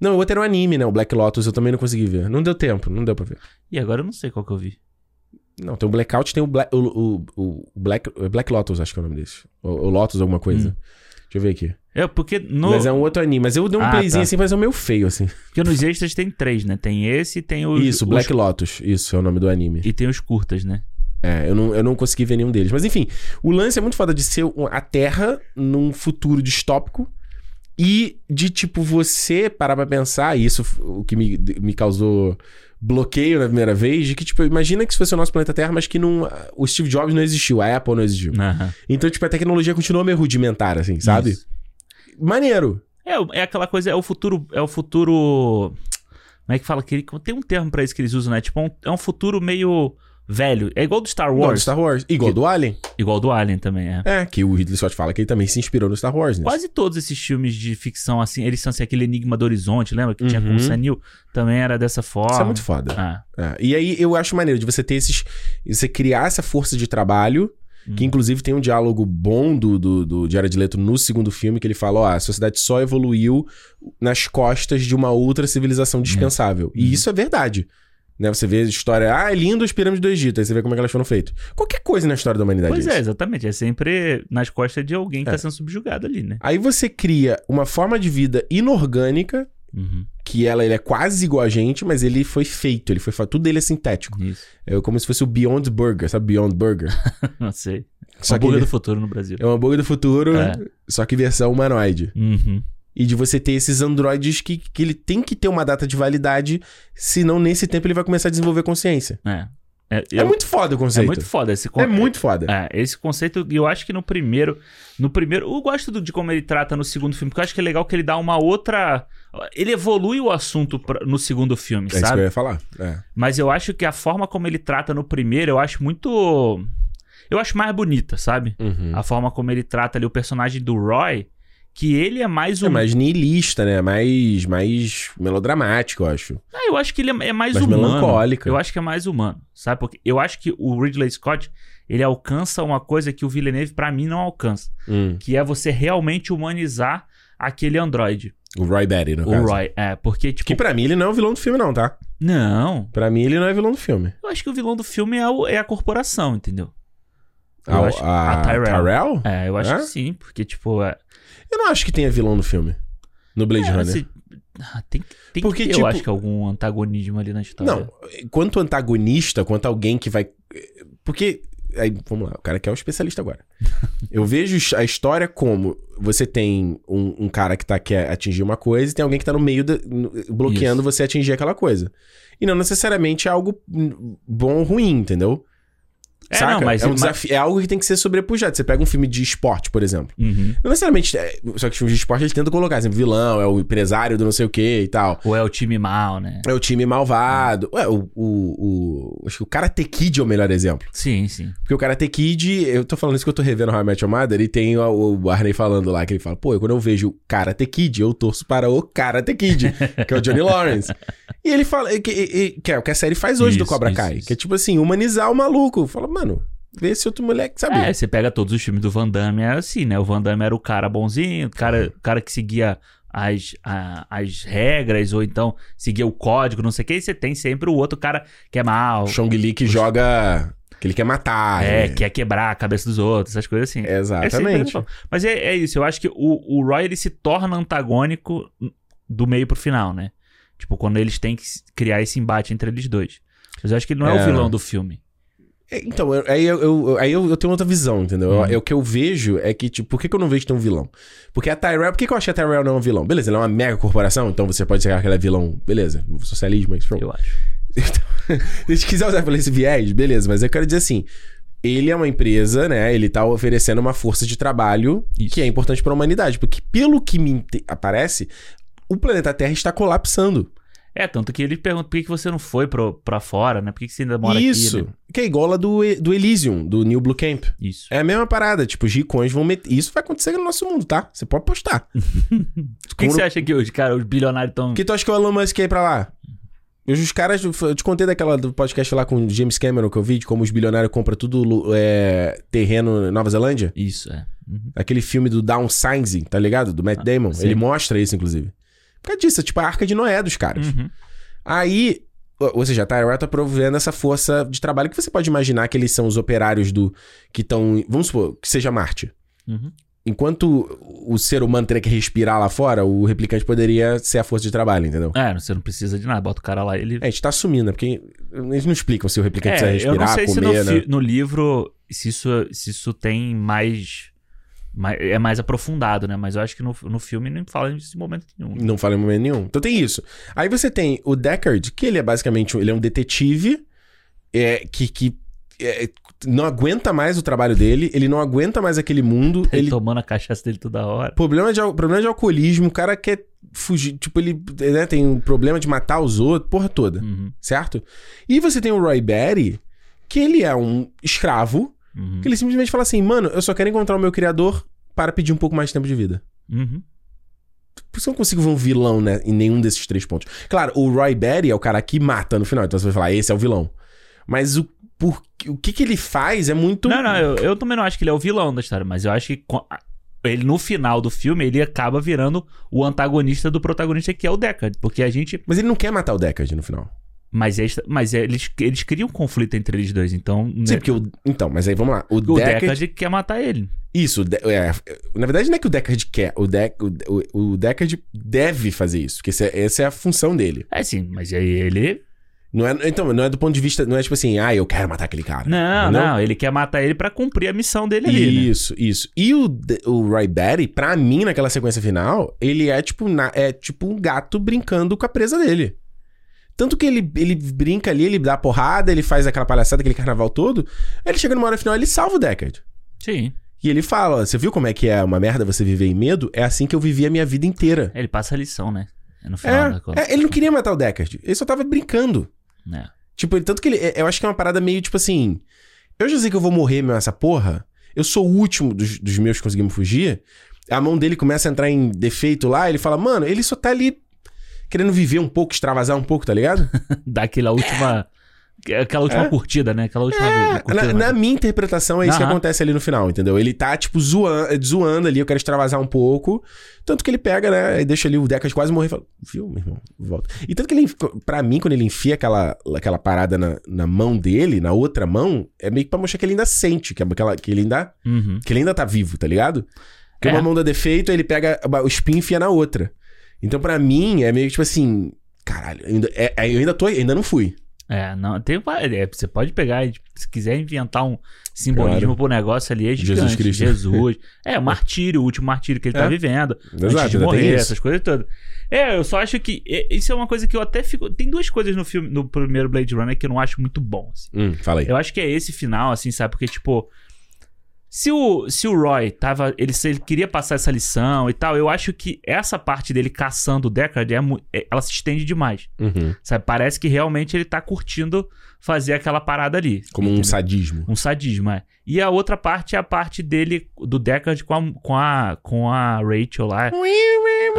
A: Não, o outro era um anime, né? O Black Lotus eu também não consegui ver. Não deu tempo, não deu pra ver.
B: E agora eu não sei qual que eu vi.
A: Não, tem o Blackout, tem o Black, o, o- o Black, é Black Lotus, acho que é o nome desse. Ou ou Lotus, alguma coisa. Deixa eu ver aqui.
B: É, porque, Hum. no,
A: Mas é um outro anime. Mas eu dei um
B: Ah,
A: playzinho
B: tá.
A: assim, mas é um meio feio, assim.
B: porque nos extras tem três, né? Tem esse e tem os.
A: Isso,
B: os-
A: Black Lotus. Isso é o nome do anime.
B: E tem os curtas, né?
A: É, eu não, eu não consegui ver nenhum deles. Mas enfim, o lance é muito foda de ser um- a Terra num futuro distópico e de, tipo, você parar pra pensar, e isso f- o que me, me causou bloqueio na primeira vez, de que, tipo, imagina que isso fosse o nosso planeta Terra, mas que não, o Steve Jobs não existiu, a Apple não existiu.
B: Aham.
A: Então, tipo, a tecnologia continua meio rudimentar, assim, sabe?
B: Isso.
A: Maneiro.
B: É, o- é aquela coisa, é o futuro. É o futuro. Como é que fala? Que ele- tem um termo pra isso que eles usam, né? Tipo, é um, é um futuro meio velho. É igual do Star
A: Igual do
B: Wars.
A: Star Wars. Igual do Alien.
B: Igual do Alien também, é.
A: É, que o Ridley Scott fala que ele também se inspirou no Star Wars, né?
B: Quase todos esses filmes de ficção, assim, eles são assim, aquele Enigma do Horizonte, lembra? Que tinha com
A: Uhum.
B: o Sanil, também era dessa forma.
A: Isso é muito foda.
B: Ah,
A: É, E aí eu acho maneiro de você ter esses. Você criar essa força de trabalho. Que
B: Hum.
A: inclusive tem um diálogo bom do, do, do Jared Leto no segundo filme, que ele fala: Ó, a sociedade só evoluiu nas costas de uma outra civilização dispensável. E
B: Uhum.
A: isso é verdade. Né? Você vê a história, ah, é lindo as pirâmides do Egito, aí você vê como é que elas foram feitas. Qualquer coisa na história da humanidade.
B: pois
A: isso.
B: é, exatamente. É sempre nas costas de alguém que
A: É.
B: tá sendo subjugado ali, né?
A: Aí você cria uma forma de vida inorgânica
B: Uhum.
A: que ela, ele é quase igual a gente, mas ele foi feito, ele foi fa- tudo dele é sintético.
B: Isso.
A: É como se fosse o Beyond Burger, sabe Beyond Burger?
B: Não sei.
A: Só que
B: Hambúrguer
A: ele-
B: do futuro no Brasil.
A: é um hambúrguer do futuro,
B: É.
A: só que versão humanoide.
B: Uhum.
A: E de você ter esses androides que, que ele tem que ter uma data de validade, senão nesse tempo ele vai começar a desenvolver consciência.
B: É. É,
A: É
B: eu-
A: muito foda o
B: é
A: conceito.
B: muito foda esse
A: É
B: conceito.
A: muito foda.
B: É, esse conceito, eu acho que no primeiro. No primeiro. Eu gosto do- de como ele trata no segundo filme, porque eu acho que é legal que ele dá uma outra. Ele evolui o assunto pra- no segundo filme,
A: É isso que
B: sabe?
A: eu ia falar. É.
B: Mas eu acho que a forma como ele trata no primeiro, eu acho muito. Eu acho mais bonita, sabe?
A: Uhum.
B: A forma como ele trata ali o personagem do Roy, que ele é mais um.
A: É mais niilista, né? Mais, mais melodramático, eu acho.
B: Ah, eu acho que ele é é mais,
A: Mais
B: humano.
A: melancólica.
B: Eu acho que é mais humano, sabe? Porque eu acho que o Ridley Scott, ele alcança uma coisa que o Villeneuve, pra mim, não alcança.
A: Hum.
B: que é você realmente humanizar aquele androide,
A: O Roy Batty, no
B: o
A: caso.
B: Roy. É, porque, tipo.
A: Que pra mim ele não é o vilão do filme, não, tá?
B: Não.
A: Pra mim ele não é vilão do filme.
B: Eu acho que o vilão do filme é, o- é a corporação, entendeu? Eu
A: A,
B: acho-
A: a-
B: a Tyrell.
A: Tyrell?
B: É, eu acho
A: É?
B: que sim, porque, tipo. É,
A: Eu não acho que tenha vilão no filme. No Blade
B: é,
A: Runner.
B: assim, ah, tem que- tem
A: Porque,
B: que ter,
A: tipo-
B: eu acho que algum antagonismo ali na história.
A: Não, eh, quanto antagonista, quanto alguém que vai. eh, Porque. Aí, vamos lá, o cara que é o especialista agora. Eu vejo a história como você tem um, um cara que tá, quer atingir uma coisa e tem alguém que tá no meio da- no- bloqueando você atingir aquela coisa. E não necessariamente é algo hum, bom ou ruim, entendeu?
B: É, não, mas-
A: é, um
B: mas-
A: desafio, é algo que tem que ser sobrepujado. Você pega um filme de esporte, por exemplo.
B: Uhum.
A: Não necessariamente. é, Só que os filmes de esporte eles tentam colocar, assim, vilão, é o empresário do não sei o que e tal.
B: Ou é o time mal, né?
A: É o time malvado. Ué, o, o, o- Acho que o Karate Kid é o melhor exemplo.
B: Sim, sim.
A: Porque o Karate Kid, eu tô falando isso que eu tô revendo How I Met Your Mother, e tem o, o Arney falando lá, que ele fala, pô, quando eu vejo Karate Kid, eu torço para o Karate Kid, que é o Johnny Lawrence. E ele fala, que, e- e- que é o que a série faz hoje do
B: Isso,
A: Cobra
B: isso,
A: Kai,
B: isso.
A: que é tipo assim, humanizar o maluco. Fala, mano, vê esse outro moleque, sabe?
B: É, você pega todos os filmes do Van Damme, é assim, né? O Van Damme era o cara bonzinho, o cara, o cara que seguia as, a- as regras, ou então seguia o código, não sei o que, e você tem sempre o outro cara que é mal,
A: O Chong Li que joga, que ele quer matar.
B: é,
A: né?
B: quer quebrar a cabeça dos outros, essas coisas assim. É sempre
A: Exatamente.
B: essa- Mas é, é isso, eu acho que o, o Roy ele se torna antagônico do meio pro final, né? Tipo, quando eles têm que s- criar esse embate entre eles dois. Mas eu acho que ele não é,
A: É.
B: o vilão do filme.
A: É, Então, eu- aí, eu, eu- aí eu, eu tenho outra visão, entendeu?
B: Hum.
A: É o que eu vejo é que, tipo, por que, que eu não vejo tão vilão? Porque a Tyrell, por que, que eu acho que a Tyrell não é um vilão? Beleza, ela é uma mega corporação, então você pode chegar que ela é vilão. Beleza, socialismo, mas pronto.
B: Eu acho.
A: Se a gente quiser usar por esse viés, beleza, mas eu quero dizer assim: ele é uma empresa, né? Ele tá oferecendo uma força de trabalho
B: Isso.
A: que é importante pra humanidade. Porque, pelo que me inte- aparece, o planeta Terra está colapsando.
B: É, tanto que ele pergunta por que que você não foi pro, pra fora, né? Por que que você ainda mora
A: Isso.
B: aqui? né?
A: Que é igual a do, E- do Elysium, do New Blue Camp.
B: Isso.
A: É a mesma parada, tipo, os ricões vão meter. Isso vai acontecer no nosso mundo, tá? Você pode postar.
B: O que, que você acha que os cara, os bilionários estão.
A: O É que tu acha que o Elon Musk quer ir pra lá? Eu- Os caras, eu te contei daquela do podcast lá com o James Cameron que eu vi, de como os bilionários compram tudo lu- é, terreno na Nova Zelândia.
B: Isso, é. Uhum.
A: Aquele filme do Downsizing, tá ligado? Do Matt Damon.
B: Ah, sim.
A: Ele mostra isso, inclusive. Por causa disso, é tipo a arca de Noé dos caras.
B: Uhum.
A: Aí, ou ou seja, a Tyrell tá provendo essa força de trabalho que você pode imaginar que eles são os operários do. que estão. Vamos supor, que seja Marte.
B: Uhum.
A: Enquanto o ser humano teria que respirar lá fora, o replicante poderia ser a força de trabalho, entendeu?
B: É, você não precisa de nada, bota o cara lá ele.
A: É, a gente tá assumindo, né? Porque eles não explicam se o replicante precisa
B: É, eu não
A: respirar,
B: sei se no,
A: comer, né?
B: fi- no livro se isso, se isso tem mais, mais- É mais aprofundado, né? Mas eu acho que no, no filme não fala disso em momento nenhum.
A: Não fala em momento nenhum. Então tem isso. Aí você tem o Deckard, que ele é basicamente um- ele é um detetive é, que, que é, não aguenta mais o trabalho dele, ele não aguenta mais aquele mundo,
B: Ele
A: ele
B: tomando a cachaça dele toda hora.
A: Problema de, al- problema de alcoolismo, o cara quer fugir. Tipo, ele né, tem um problema de matar os outros, porra toda,
B: Uhum,
A: certo? E você tem o Roy Batty, que ele é um escravo,
B: uhum,
A: que ele simplesmente fala assim: mano, eu só quero encontrar o meu criador para pedir um pouco mais de tempo de vida.
B: uhum.
A: Por isso eu não consigo ver um vilão né, em nenhum desses três pontos. Claro, o Roy Batty é o cara que mata no final, então você vai falar: esse é o vilão. Mas o, por, o que, que ele faz é muito.
B: Não, não, eu, eu também não acho que ele é o vilão da história, mas eu acho que co- a- ele no final do filme ele acaba virando o antagonista do protagonista que é o Deckard, porque a gente
A: Mas ele não quer matar o Deckard no final.
B: Mas, é extra- mas é- eles, eles criam um conflito entre eles dois, então. né,
A: Sim, porque o. Então, mas aí vamos lá. O,
B: o
A: Deckard.
B: Deckard quer matar ele.
A: Isso. o De- é, na verdade, não é que o Deckard quer. O, Dec, o, o- o Deckard deve fazer isso. Porque esse é- essa é a função dele.
B: É sim, mas aí ele.
A: Não é, então, não é do ponto de vista. Não é tipo assim, ah, eu quero matar aquele cara.
B: Não,
A: Entendeu?
B: não, ele quer matar ele pra cumprir a missão dele ali. Né?
A: Isso, isso. E o, D- o Ray Batty, pra mim, naquela sequência final, ele é tipo, na- é tipo um gato brincando com a presa dele. Tanto que ele, ele brinca ali, ele dá porrada, ele faz aquela palhaçada, aquele carnaval todo. Aí ele chega numa hora final, ele salva o Deckard.
B: Sim.
A: E ele fala, você viu como é que é uma merda você viver em medo? É assim que eu vivi a minha vida inteira.
B: Ele passa a lição, né? É No final da
A: É,
B: conta.
A: é, ele não queria matar o Deckard, ele só tava brincando.
B: É.
A: Tipo, ele- tanto que ele. é- Eu acho que é uma parada meio tipo assim. Eu já sei que eu vou morrer mesmo essa porra. Eu sou o último dos, dos meus que conseguimos fugir. A mão dele começa a entrar em defeito lá. Ele fala, mano, ele só tá ali querendo viver um pouco, extravasar um pouco, tá ligado?
B: Dá aquela última. Aquela última
A: É.
B: curtida, né? Aquela última vez.
A: É, na,
B: curtida,
A: na
B: né?
A: minha interpretação, é isso que
B: Aham.
A: acontece ali no final, entendeu? Ele tá, tipo, zoando, zoando ali, eu quero extravasar um pouco. Tanto que ele pega, né? E deixa ali o Deckard quase morrer e fala, viu, meu irmão, volta. E tanto que ele, enf- pra mim, quando ele enfia aquela, aquela parada na, na mão dele, na outra mão, é meio que pra mostrar que ele ainda sente, que, é aquela, que, ele, ainda,
B: Uhum.
A: que ele ainda tá vivo, tá ligado? Porque
B: É.
A: uma mão dá defeito, aí ele pega o espinho e enfia na outra. Então, pra mim, é meio que tipo assim. Caralho, ainda, é- é- eu ainda tô, ainda não fui.
B: É, não, tem, va- é, você pode pegar, e, se quiser inventar um simbolismo pro negócio ali, é
A: Jesus
B: gigante,
A: Cristo.
B: Jesus. É, o martírio, o último martírio que ele
A: É.
B: tá vivendo, antes de
A: ainda
B: morrer,
A: isso.
B: essas coisas todas. É, eu só acho que é, isso é uma coisa que eu até fico, tem duas coisas no filme, no primeiro Blade Runner que eu não acho muito bom, assim.
A: Hum, fala aí.
B: Eu acho que é esse final, assim, sabe? Porque, tipo. Se o, se o Roy tava. Ele, se ele queria passar essa lição e tal, eu acho que essa parte dele caçando o Deckard é, mu- é- ela se estende demais.
A: Uhum.
B: Sabe? Parece que realmente ele tá curtindo fazer aquela parada ali.
A: Como um
B: entendeu?
A: sadismo.
B: Um sadismo, é. E a outra parte é a parte dele, do Deckard com a, com a, com a Rachel lá.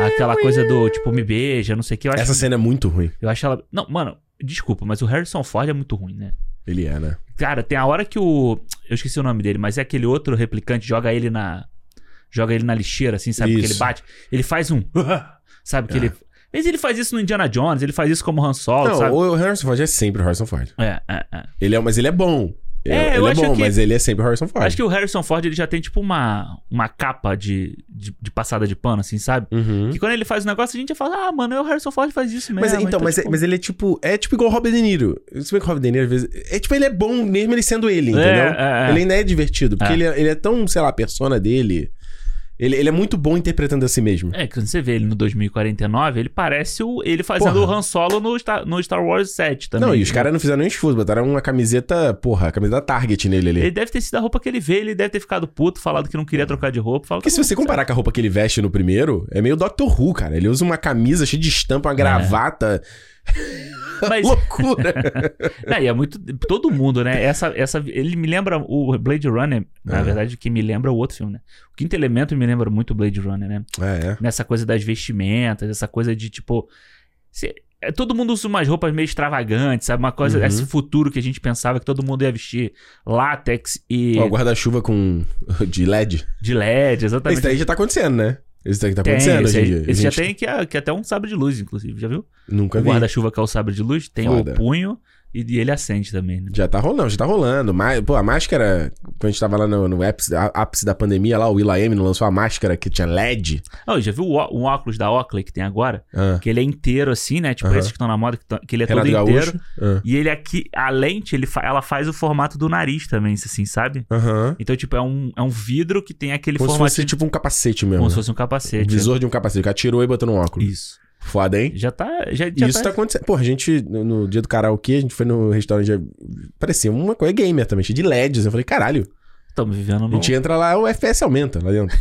B: Aquela coisa do, tipo, me beija, não sei o que. Eu acho,
A: Essa cena é muito ruim.
B: eu acho ela. Não, mano, desculpa, mas o Harrison Ford é muito ruim, né?
A: Ele é, né?
B: Cara, tem a hora que o. Eu esqueci o nome dele, mas é aquele outro replicante, joga ele na. Joga ele na lixeira, assim, sabe? Que
A: Isso.
B: ele bate. Ele faz um. Sabe? Que
A: É.
B: ele. Mas ele faz isso no Indiana Jones, ele faz isso como Han Solo,
A: não,
B: sabe?
A: o Harrison Ford é sempre o Harrison Ford.
B: É, é, é.
A: Ele é, mas ele é bom.
B: É, eu
A: ele é
B: acho
A: bom,
B: que-
A: mas ele é sempre o Harrison Ford.
B: Acho que o Harrison Ford ele já tem, tipo, uma, uma capa de, de, de passada de pano, assim, sabe?
A: Uhum.
B: Que quando ele faz o negócio, a gente já fala, ah, mano, é o Harrison Ford que faz isso mesmo.
A: Mas, então, mas, é-
B: tipo,
A: mas ele é tipo. É tipo igual o Robert De Niro. Se bem que o Robert De Niro, às vezes. É tipo, ele é bom mesmo ele sendo ele, entendeu?
B: é, é.
A: Ele ainda é divertido. Porque
B: É.
A: Ele, é, ele é tão, sei lá, a persona dele. Ele, ele é muito bom interpretando a si mesmo.
B: É, quando você vê ele no 2049, ele parece o, ele fazendo
A: Porra.
B: o Han Solo no Star, no Star Wars 7 também.
A: não, e os caras não fizeram nem esforço, botaram uma camiseta, porra, a camiseta Target nele ali.
B: Ele deve ter sido a roupa que ele vê, ele deve ter ficado puto, falado que não
A: É.
B: queria trocar de roupa. é Falado,
A: Porque se você comparar com a roupa que ele veste no primeiro, é meio Doctor Who, cara. Ele usa uma camisa cheia de estampa, uma gravata.
B: É. Mas,
A: Loucura!
B: né, e é muito. Todo mundo, né? Essa, essa, ele me lembra o Blade Runner, na
A: É.
B: verdade, que me lembra o outro filme, né? O Quinto Elemento me lembra muito o Blade Runner, né?
A: é, é.
B: Nessa coisa das vestimentas, essa coisa de tipo. se- é, todo mundo usa umas roupas meio extravagantes, sabe? Uma coisa.
A: Uhum.
B: Esse futuro que a gente pensava que todo mundo ia vestir látex e.
A: Ó, o guarda-chuva com... de LED.
B: de LED, exatamente.
A: Esse daí já tá acontecendo, né? Esse daí que tá
B: Tem,
A: acontecendo
B: esse,
A: hoje em dia.
B: esse já
A: Gente,
B: tem que, é- que é até um sabre de luz, inclusive, já viu?
A: Nunca
B: O
A: vi.
B: guarda-chuva que é o sabre de luz tem
A: Foda.
B: o punho e, e ele acende também, né?
A: Já tá rolando, já tá rolando. Mas, pô, a máscara... Quando a gente tava lá no, no ápice, á- ápice da pandemia, lá o Will.i.am não lançou a máscara que tinha LED.
B: Ah, já viu o, ó- o óculos da Oakley que tem agora?
A: Ah,
B: Que ele é inteiro assim, né? Tipo
A: Aham.
B: esses que estão na moda, que, tão- que ele é
A: Renato
B: todo
A: Gaúcho.
B: inteiro.
A: Ah.
B: E ele aqui, a lente, ele fa- ela faz o formato do nariz também, assim, sabe?
A: Aham.
B: Então, tipo, é um, é um vidro que tem aquele
A: Como se
B: formato.
A: fosse tipo um capacete
B: como
A: mesmo. né?
B: se fosse um capacete.
A: Visor de um capacete. O cara tirou e botou no óculos.
B: Isso.
A: Foda, hein?
B: Já tá. Já,
A: E
B: já
A: isso tá
B: tá...
A: acontecendo. Pô, a gente, no, no dia do karaokê, a gente foi no restaurante. já- Parecia uma coisa gamer também, cheio de LEDs. Eu falei, caralho,
B: Tá Estamos vivendo
A: a
B: no.
A: gente entra lá, o FPS aumenta lá dentro.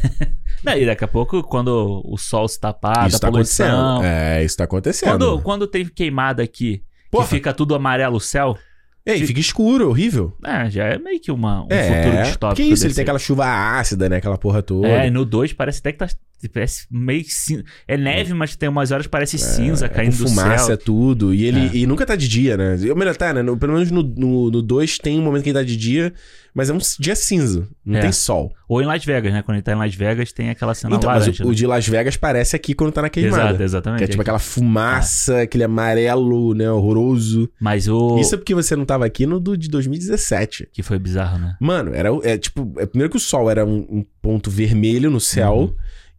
B: Daí, daqui a pouco, quando o sol se tapar,
A: isso
B: da
A: tá
B: Ah, poluição.
A: acontecendo. É, isso tá acontecendo.
B: Quando, quando teve queimada aqui,
A: Porra.
B: que fica tudo amarelo o céu.
A: Ei, fica escuro, horrível.
B: É, já é meio que uma, um
A: é.
B: futuro distópico.
A: que isso, ele
B: desse.
A: tem aquela chuva ácida, né? Aquela porra toda.
B: É, e no 2 parece até que tá, Tipo, é meio que cin... É neve, mas tem umas horas que parece cinza
A: Com
B: caindo do
A: fumaça, é
B: céu. É.
A: tudo. E ele e nunca tá de dia, né? Ou melhor, tá, né? No- pelo menos no 2 no, no dois tem um momento que ele tá de dia, mas é um dia cinza. Não
B: É. Tá
A: tem sol.
B: Ou em Las Vegas, né? Quando ele tá em Las Vegas, tem aquela cena
A: então, mas
B: laranja. né?
A: o, o de Las Vegas parece aqui quando tá na queimada.
B: Exato, exatamente.
A: Que é tipo aquela fumaça, aquele amarelo, né? Horroroso.
B: Mas o.
A: Isso é porque você não tava aqui no do, de 2017.
B: Que foi bizarro, né?
A: Mano, era é, tipo. É, primeiro que o sol era um, um ponto vermelho no céu.
B: Uhum.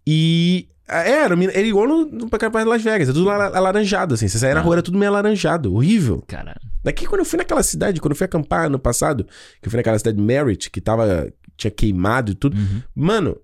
A: E. ah, É, era, era igual no, no pra cá, pra Las Vegas. É tudo ala- alaranjado, assim. Você sair na
B: Ah.
A: rua era tudo meio alaranjado. Horrível.
B: Cara,
A: Daqui quando eu fui naquela cidade, quando eu fui acampar ano passado, que eu fui naquela cidade de Merritt, que tava. tinha queimado e tudo.
B: uhum.
A: Mano,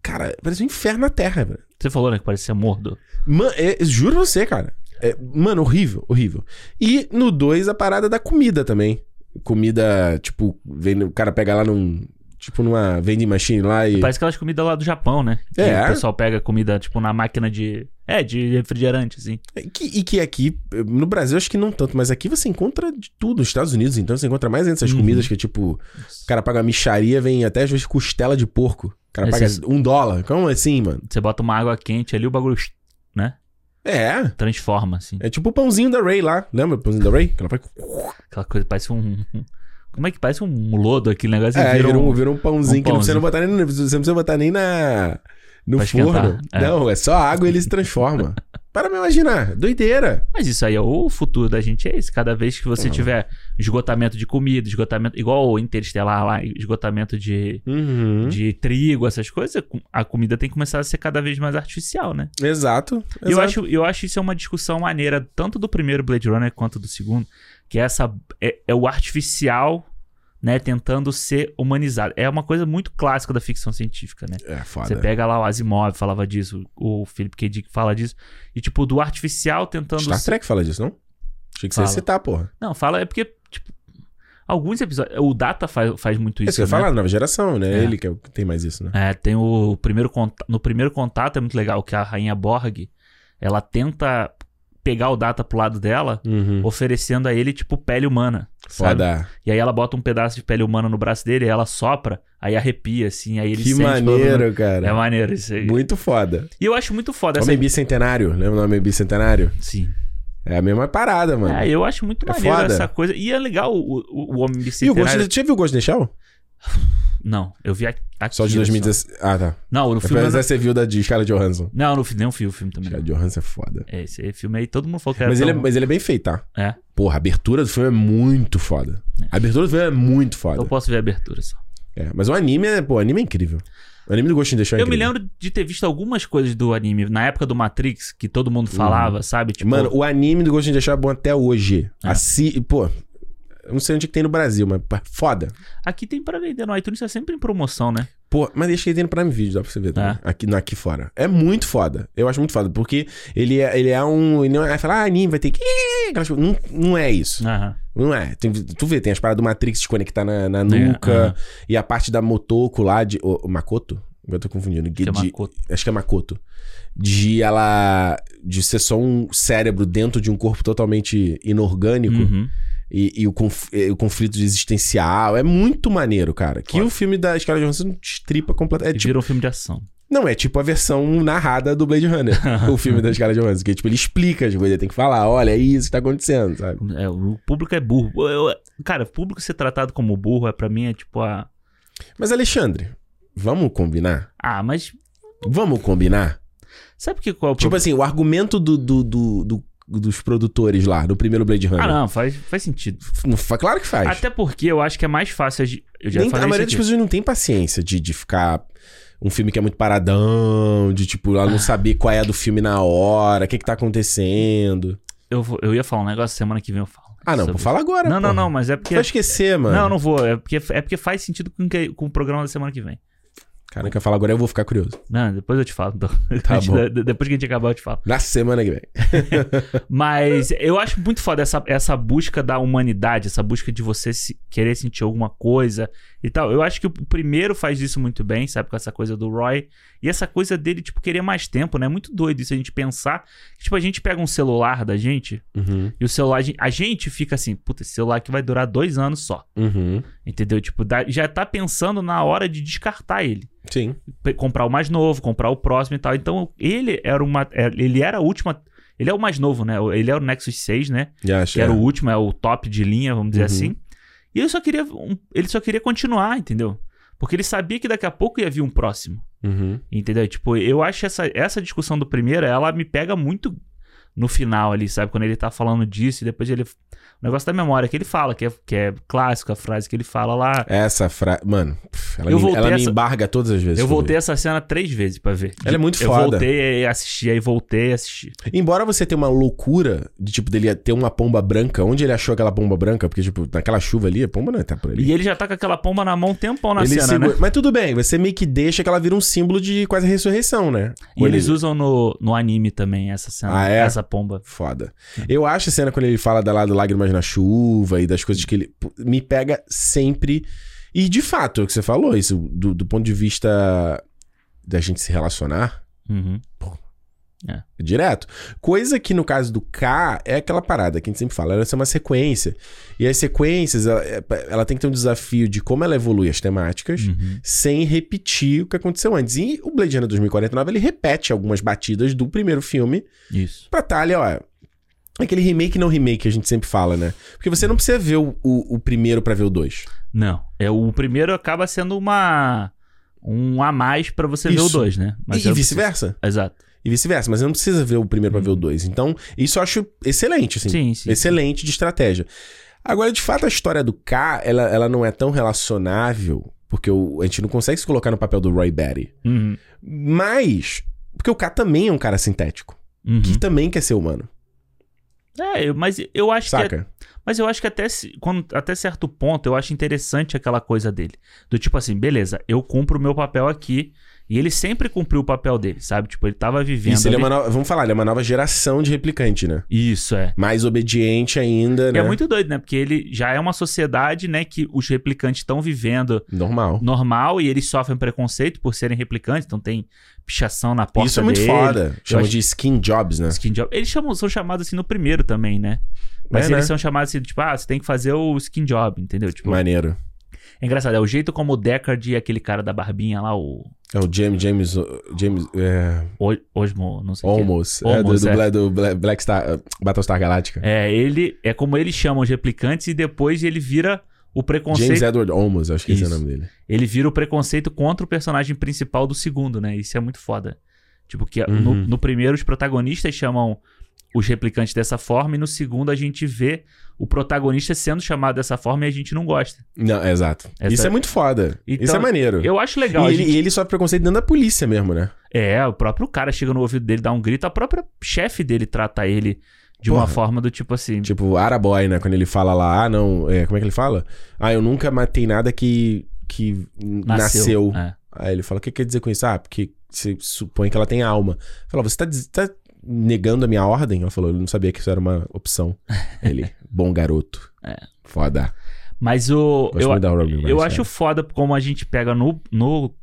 A: cara, parece um inferno na Terra, velho.
B: você falou, né? Que parecia mordo.
A: Mano, é, juro pra você, cara. É, mano, horrível, horrível. E no 2, a parada da comida também. Comida, tipo, vem, o cara pega lá num. Tipo, numa vending machine lá e.
B: Parece aquelas comidas lá do Japão, né? Que
A: É.
B: o pessoal pega comida, tipo, na máquina de. É, de refrigerante, assim.
A: É Que- e que aqui, no Brasil, acho que não tanto, mas aqui você encontra de tudo. Nos Estados Unidos, então, você encontra mais ainda essas
B: Uhum.
A: comidas que é tipo. O cara paga uma micharia, vem até às vezes costela de porco. O cara paga
B: Esses-
A: um dólar. Como assim, mano?
B: Você bota uma água quente ali, o bagulho
A: É.
B: transforma, assim.
A: É tipo o pãozinho da Ray lá. Lembra o pãozinho da Ray? Que ela faz.
B: Aquela coisa, parece um. Como é que parece um lodo aquele negócio?
A: é,
B: vira
A: virou,
B: um-
A: um, virou um pãozinho
B: um
A: que não precisa
B: pãozinho.
A: botar nem, no- você não precisa botar nem na, no
B: Pra
A: forno.
B: esquentar, é.
A: Não, é só água e ele se transforma. Para me imaginar. Doideira.
B: Mas isso aí é o futuro da gente, é isso. Cada vez que você
A: Ah.
B: tiver esgotamento de comida, esgotamento. Igual o Interestelar lá, esgotamento de,
A: Uhum.
B: de trigo, essas coisas, a comida tem que começar a ser cada vez mais artificial, né?
A: Exato.
B: E Eu
A: exato.
B: acho, eu acho isso é uma discussão maneira, tanto do primeiro Blade Runner quanto do segundo, que é essa é, é o artificial, né, tentando ser humanizado. É uma coisa muito clássica da ficção científica, né?
A: É
B: Você
A: foda.
B: pega lá o Asimov falava disso, o Philip K. Dick fala disso, e tipo do artificial tentando
A: Star
B: ser-
A: Trek fala disso, não? Achei que você ia
B: Fala.
A: citar, porra.
B: Não, fala é porque tipo alguns episódios, o Data faz, faz muito
A: É
B: isso,
A: isso que eu ia
B: né?
A: falar, nova geração, né?
B: É.
A: Ele que é o que tem mais isso, né?
B: É, tem o primeiro contato. No primeiro contato é muito legal que a rainha Borg ela tenta pegar o Data pro lado dela,
A: Uhum.
B: oferecendo a ele tipo pele humana. É. Sabe?
A: Foda.
B: E aí ela bota um pedaço de pele humana no braço dele, aí ela sopra, aí arrepia assim, aí ele
A: Que
B: sente pelo-
A: maneiro,
B: É
A: cara.
B: maneiro isso aí.
A: Muito foda.
B: E eu acho muito foda essa.
A: Homem Bicentenário. Lembra o nome é Bicentenário?
B: Sim.
A: É a mesma parada, mano.
B: É, eu acho muito
A: É
B: maneiro
A: foda.
B: essa coisa. E é legal o, o, o homem
A: e o
B: bicentenário.
A: Ghost... Você já viu o Ghost in the Shell?
B: Não, eu vi aqui.
A: Só de 2016. Ah, tá.
B: Não, no
A: É
B: filme.
A: pra-
B: Não,
A: Você viu da de Scarlett Johansson.
B: não, no filme, não vi o filme também.
A: Scarlett Johansson é foda.
B: É, esse filme aí todo mundo falou que era.
A: Mas ele, é,
B: tão-
A: mas ele é bem feito, tá?
B: É.
A: Porra, a abertura do filme é muito foda. A abertura do filme é muito
B: Eu
A: foda.
B: posso ver a abertura só.
A: É, mas o anime, é- pô, o anime é incrível. O anime do Ghost in the Shell é
B: Eu me
A: incrível.
B: lembro de ter visto algumas coisas do anime na época do Matrix, que todo mundo falava, sabe? Tipo,
A: Uhum. Mano, o anime do Ghost in the Shell é bom até hoje.
B: É.
A: Assim, pô, eu não sei onde que tem no Brasil, mas pô, é foda.
B: aqui tem pra vender no iTunes, é sempre em promoção, né?
A: Pô, mas deixa ele dentro pra mim vídeo, dá pra você ver também.
B: É.
A: Aqui, na- aqui fora. É muito foda. Eu acho muito foda, porque ele é, ele é um. Ele não é falar, ah, anime vai ter que. aquelas coisas. Não, não é isso.
B: Aham.
A: Não é. Tem- tu vê, tem as paradas do Matrix de conectar na, na nuca.
B: É, aham.
A: E a parte da Motoko lá de. ô, ô, Makoto? Agora eu tô confundindo. Que
B: Que é
A: de-
B: Makoto.
A: acho que é Makoto. De ela. De ser só um cérebro dentro de um corpo totalmente inorgânico.
B: Uhum.
A: E, e o, conf- e o conflito existencial. É muito maneiro, cara. Que
B: Claro.
A: o filme da Scarlett Johansson estripa completamente.
B: E
A: É tipo,
B: vira um filme de ação.
A: não, é tipo a versão narrada do Blade Runner. o filme da Scarlett Johansson. Que tipo, ele explica as coisas. Ele tem que falar, olha, é isso que tá acontecendo, sabe?
B: É, o público é burro. Eu- eu- cara, o público ser tratado como burro é pra mim é tipo a.
A: Mas, Alexandre, vamos combinar?
B: Ah, mas
A: Vamos combinar?
B: sabe que qual é o
A: Tipo
B: problema?
A: assim, o argumento do, do- do- do- dos produtores lá, do primeiro Blade Runner.
B: Ah, não, faz, faz sentido.
A: Não fa- Claro que faz.
B: Até porque eu acho que é mais fácil. a gente- Eu já
A: Nem- a
B: falei isso
A: maioria das
B: aqui.
A: pessoas não tem paciência de, de ficar. Um filme que é muito paradão, de tipo,
B: Ah.
A: ela não saber qual é a do filme na hora, o que que tá acontecendo.
B: Eu, vou- eu ia falar um negócio semana que vem eu falo.
A: Ah, não,
B: sobre
A: vou
B: isso. é
A: falar agora.
B: Não, não,
A: porra.
B: não, mas é
A: Tu
B: porque.
A: vai esquecer, mano.
B: Não, não vou. É porque, é porque faz sentido com, que- com o programa da semana que vem.
A: Cara, não quer falar agora, eu vou ficar curioso.
B: Não, depois eu te falo. então.
A: Tá bom.
B: De- Depois que a gente acabar, eu te falo.
A: Na semana que vem.
B: Mas eu acho muito foda essa, essa busca da humanidade, essa busca de você se- querer sentir alguma coisa e tal. Eu acho que o primeiro faz isso muito bem, sabe? Com essa coisa do Roy. E essa coisa dele, tipo, querer mais tempo, né? É muito doido isso a gente pensar. Tipo, a gente pega um celular da gente
A: Uhum,
B: e o celular, a gente- a gente fica assim, puta, esse celular aqui vai durar dois anos só.
A: uhum.
B: Entendeu? Tipo, dá- já tá pensando na hora de descartar ele.
A: Sim.
B: pe- comprar o mais novo, comprar o próximo e tal. Então, ele era uma. é- Ele era a última. Ele é o mais novo, né? Ele é o Nexus 6, né?
A: Já acho.
B: Que era
A: é.
B: o último, é o top de linha, vamos dizer
A: Uhum.
B: assim. E ele só queria. um- Ele só queria continuar, entendeu? Porque ele sabia que daqui a pouco ia vir um próximo.
A: Uhum.
B: Entendeu? Tipo, eu acho essa, essa discussão do primeiro, ela me pega muito no final ali, sabe? Quando ele tá falando disso e depois ele. O negócio da memória que ele fala, que é, que é clássico, a frase que ele fala lá.
A: Essa frase. Mano, pff, ela,
B: Eu
A: me,
B: voltei
A: ela me
B: essa-
A: embarga todas as vezes.
B: Eu
A: que vejo.
B: voltei essa cena três vezes pra ver.
A: Ela é muito
B: eu
A: foda. Tá
B: Eu voltei e assisti, aí voltei e assisti.
A: Embora você tenha uma loucura de, tipo, dele ter uma pomba branca, onde ele achou aquela pomba branca? Porque, tipo, naquela chuva ali, a pomba não tá por ali.
B: E ele já tá com aquela pomba na mão um tempão na
A: Ele
B: cena,
A: segura-
B: né?
A: Mas tudo bem, você meio que deixa que ela vira um símbolo de quase ressurreição, né?
B: E eles
A: Ele-
B: usam no, no anime também essa cena,
A: Ah, é?
B: essa pomba.
A: Foda. Eu acho a cena quando ele fala da lá do Lágrimas na Chuva e das coisas que ele. pô, Me pega sempre. E de fato, é o que você falou, isso do, do ponto de vista da gente se relacionar
B: Uhum.
A: direto. Coisa que no caso do K é aquela parada que a gente sempre fala, ela é uma sequência. E as sequências, ela, ela tem que ter um desafio de como ela evolui as temáticas.
B: Uhum.
A: sem repetir o que aconteceu antes. E o Blade Runner 2049, ele repete algumas batidas do primeiro filme
B: Isso.
A: pra tá ali, ó. Aquele remake não remake que a gente sempre fala, né? Porque você não precisa ver o, o- o primeiro pra ver o dois.
B: Não. É, o primeiro acaba sendo uma. Um a mais pra você ver o
A: Isso.
B: dois, né?
A: E, e
B: eu preciso-
A: vice-versa.
B: Exato.
A: E vice-versa, mas você não precisa ver o primeiro pra ver o
B: Uhum.
A: dois. Então, isso eu acho excelente, assim.
B: Sim, sim.
A: Excelente de estratégia. Agora, de fato, a história do K, ela, ela não é tão relacionável, porque o- a gente não consegue se colocar no papel do Roy Batty.
B: Uhum.
A: Mas, porque o K também é um cara sintético,
B: Uhum.
A: que também quer ser humano.
B: É, eu- mas eu acho que é
A: Saca?
B: Mas eu acho que até, se- quando, até certo ponto eu acho interessante aquela coisa dele. Do tipo assim, beleza, eu cumpro o meu papel aqui. E ele sempre cumpriu o papel dele, sabe? Tipo, ele tava vivendo.
A: Isso, ele é
B: ali-
A: uma nova, vamos falar, ele é uma nova geração de replicante, né?
B: Isso, é.
A: Mais obediente ainda,
B: E
A: né?
B: é muito doido, né? Porque ele já é uma sociedade, né, que os replicantes estão vivendo
A: Normal.
B: normal e eles sofrem preconceito por serem replicantes, então tem pichação na porta
A: Isso é muito
B: dele.
A: foda. Chama
B: acho-
A: de skin jobs, né?
B: Skin job. Eles chamam- são chamados assim no primeiro também, né? Mas
A: É,
B: eles
A: né?
B: são chamados assim, tipo, ah, você tem que fazer o skin job, entendeu? Tipo,
A: Maneiro.
B: É engraçado, é o jeito como o Deckard e aquele cara da barbinha lá, o
A: É o James, James, o- James, é,
B: O- Osmo, não sei o que.
A: Almost. É, do,
B: Almost,
A: do
B: é.
A: Bla- do Bla- Black Star, eh, Battlestar Galactica.
B: É, ele é como eles chamam os replicantes e depois ele vira o preconceito,
A: James Edward Almost, acho que esse é o
B: Isso.
A: nome dele.
B: ele vira o preconceito contra o personagem principal do segundo, né? Isso é muito foda. Tipo que
A: Uhum.
B: no, no primeiro os protagonistas chamam os replicantes dessa forma e no segundo a gente vê o protagonista sendo chamado dessa forma e a gente não gosta.
A: Não, é, exato.
B: Essa-
A: Isso é muito foda.
B: Então,
A: Isso é maneiro.
B: Eu acho
A: E
B: legal. a
A: ele,
B: gente-
A: e ele sofre preconceito dentro da polícia mesmo, né?
B: É, o próprio cara chega no ouvido dele, dá um grito, a própria chefe dele trata ele de uma
A: Porra.
B: forma do tipo assim,
A: Tipo, Araboy, né? Quando ele fala lá, ah, não, é, como é que ele fala? Ah, eu nunca matei nada que, que nasceu.
B: É.
A: Aí ele fala, o que quer dizer com isso? Ah, porque você supõe que ela tem alma. Fala, você tá, diz- tá negando a minha ordem? Ela falou, eu não sabia que isso era uma opção. Ele, bom garoto.
B: É.
A: Foda.
B: Mas o.
A: Gosto
B: Eu,
A: muito da é. Robin Wright,
B: eu
A: cara.
B: acho foda como a gente pega no, no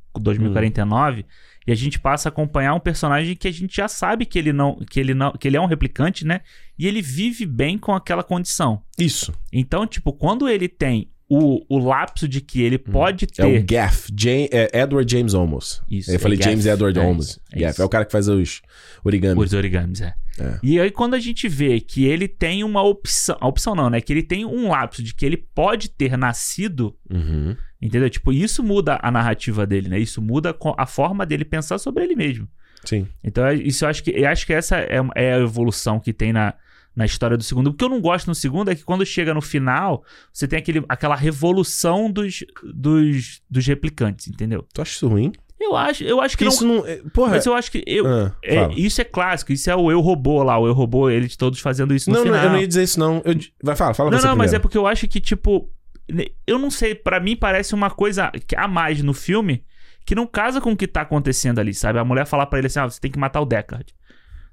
B: 2049
A: Hum.
B: e a gente passa a acompanhar um personagem que a gente já sabe que ele não. que ele não. que ele é um replicante, né? E ele vive bem com aquela condição.
A: Isso.
B: Então, tipo, quando ele tem o, o lapso de que ele pode
A: É o
B: ter.
A: Gaff. Ja- é Edward James Olmos.
B: Isso,
A: eu
B: é
A: falei
B: Gaff.
A: James Edward
B: É
A: Olmos.
B: isso, é
A: Gaff.
B: isso.
A: É o cara que faz os origami.
B: Os origamis, é.
A: É.
B: E aí, quando a gente vê que ele tem uma opção. A opção não, né? Que ele tem um lapso de que ele pode ter nascido
A: Uhum.
B: Entendeu? Tipo, isso muda a narrativa dele, né? Isso muda co- a forma dele pensar sobre ele mesmo.
A: Sim.
B: Então, é- isso eu acho que, eu acho que essa é, é a evolução que tem na, na história do segundo. O que eu não gosto no segundo é que quando chega no final, você tem aquele, aquela revolução dos, dos, dos replicantes, entendeu?
A: Tu acha isso ruim?
B: Eu acho, eu acho que
A: isso
B: não.
A: não... é- Porra...
B: Mas eu acho que. Eu,
A: Ah,
B: é-
A: fala.
B: isso é clássico, isso é o eu robô lá, o eu robô, eles todos fazendo isso no
A: Não, não,
B: final.
A: eu não ia dizer isso, não. Eu di- Vai, fala, fala
B: Não,
A: você
B: não, mas é
A: primeiro.
B: porque eu acho que, tipo. ne- Eu não sei, pra mim parece uma coisa que- a mais no filme que não casa com o que tá acontecendo ali, sabe? A mulher falar pra ele assim: ah, você tem que matar o Deckard.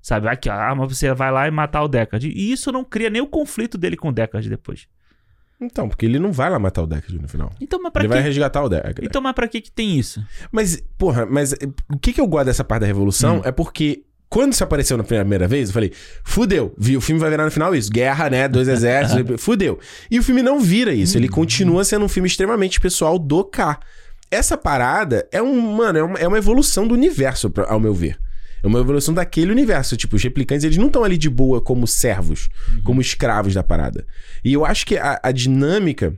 B: Sabe? Aqui, ó, ah, mas você vai lá e matar o Deckard. E isso não cria nem o conflito dele com o Deckard depois.
A: Então, porque ele não vai lá matar o Deckard no final.
B: Então, mas pra
A: ele
B: que.
A: vai resgatar o Deckard.
B: Então, mas pra que que tem isso?
A: Mas, porra, mas eh, o que, que eu gosto dessa parte da revolução é porque. Quando isso apareceu na primeira vez, eu falei, fudeu, vi, o filme vai virar no final isso, guerra, né, dois Hum. exércitos, fudeu. E o filme não vira isso, ele continua sendo um filme extremamente pessoal do K. Essa parada é um, mano, é uma, é uma evolução do universo, pra- ao meu ver. É uma evolução daquele universo. Tipo, os replicantes, eles não estão ali de boa como servos, como escravos da parada. E eu acho que a, a dinâmica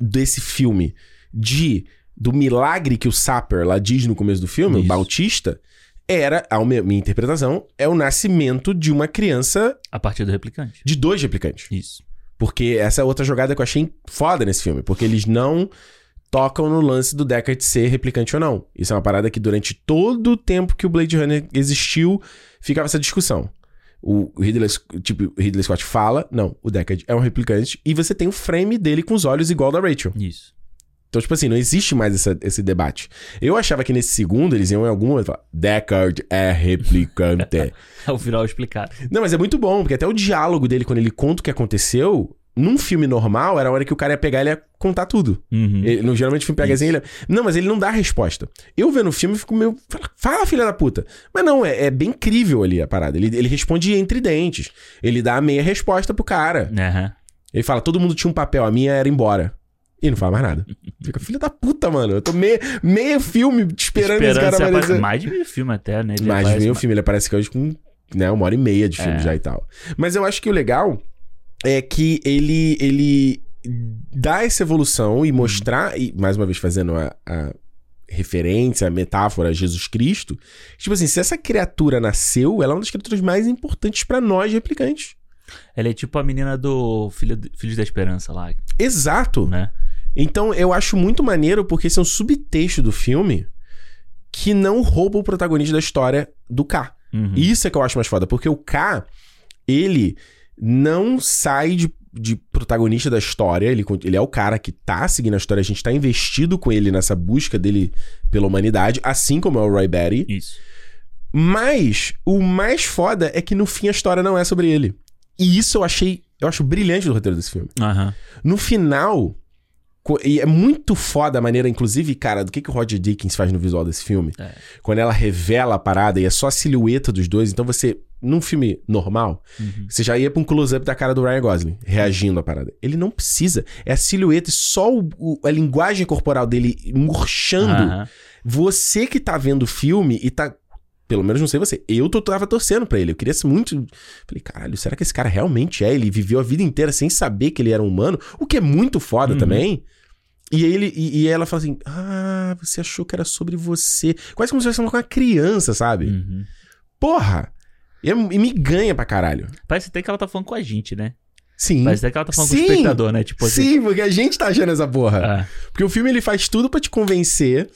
A: desse filme de do milagre que o Sapper lá diz no começo do filme, o
B: Isso.
A: Bautista, era, a minha minha interpretação, é o nascimento de uma criança
B: A partir do replicante.
A: de dois replicantes.
B: Isso.
A: Porque essa é outra jogada que eu achei foda nesse filme. Porque eles não tocam no lance do Deckard ser replicante ou não. Isso é uma parada que durante todo o tempo que o Blade Runner existiu, ficava essa discussão. O Ridley, Sc- tipo, o Ridley Scott fala, não, o Deckard é um replicante. E você tem o frame dele com os olhos igual da Rachel.
B: Isso.
A: Então, tipo assim, não existe mais essa- esse debate. Eu achava que nesse segundo eles iam em algum momento falar, Deckard é replicante.
B: É o viral explicado.
A: Não, mas é muito bom, porque até o diálogo dele, quando ele conta o que aconteceu, num filme normal, era a hora que o cara ia pegar ele ia contar tudo.
B: Uhum.
A: Ele, no, geralmente o filme pega assim, ele... Não, mas ele não dá a resposta. Eu vendo o filme, eu fico meio... fala- Fala, filha da puta. Mas não, é, é bem crível ali a parada. Ele, ele responde entre dentes. Ele dá a meia resposta pro
B: tá
A: cara.
B: Aham.
A: Ele fala, todo mundo tinha um papel, a minha era ir embora. E não fala mais nada. Fica, filha da puta, mano. Eu tô meio, meio filme esperando esse cara
B: Esperança é
A: aparecer.
B: pra- Mais de meio filme até, né? Ele
A: Mas
B: aparece
A: vem o
B: ma-
A: filme, ele aparece que hoje com né, uma hora e meia de filme
B: É.
A: já e tal. Mas eu acho que o legal é que ele, ele dá essa evolução e mostrar, e mais uma vez fazendo a, a referência, a metáfora a Jesus Cristo, tipo assim, se essa criatura nasceu, ela é uma das criaturas mais importantes pra nós replicantes.
B: Ela é tipo a menina do Filho, Filhos da Esperança lá,
A: Exato.
B: né?
A: Então eu acho muito maneiro porque esse é um subtexto do filme que não rouba o protagonista da história do K.
B: Uhum.
A: Isso é que eu acho mais foda, porque o K, ele não sai de, de protagonista da história, ele, con- ele é o cara que tá seguindo a história, a gente tá investido com ele nessa busca dele pela humanidade, assim como é o Roy Batty.
B: Isso.
A: Mas o mais foda é que no fim a história não é sobre ele. E isso eu achei, eu acho brilhante do roteiro desse filme.
B: Aham.
A: No final, co- e é muito foda a maneira, inclusive, cara, do que, que o Roger Dickens faz no visual desse filme.
B: É.
A: Quando ela revela a parada e é só a silhueta dos dois, então você, num filme normal,
B: Uhum.
A: você já ia pra um close-up da cara do Ryan Gosling, reagindo à parada. Ele não precisa. É a silhueta e só o- o- a linguagem corporal dele murchando.
B: Aham.
A: Você que tá vendo o filme e tá. Pelo menos não sei você. Eu tô, tava torcendo pra ele. Eu queria ser muito. Falei, caralho, será que esse cara realmente é? Ele viveu a vida inteira sem saber que ele era um humano, o que é muito foda
B: Uhum.
A: também. E, aí ele, e, e ela fala assim: Ah, você achou que era sobre você. Quase como se fosse falar com uma criança, sabe?
B: Uhum.
A: Porra! E, é- e me ganha pra caralho.
B: Parece até que ela tá falando com a gente, né?
A: Sim.
B: Parece até que ela tá falando com
A: Sim.
B: o espectador, né? Tipo assim.
A: Sim, porque a gente tá achando essa porra.
B: Ah,
A: Porque o filme ele faz tudo pra te convencer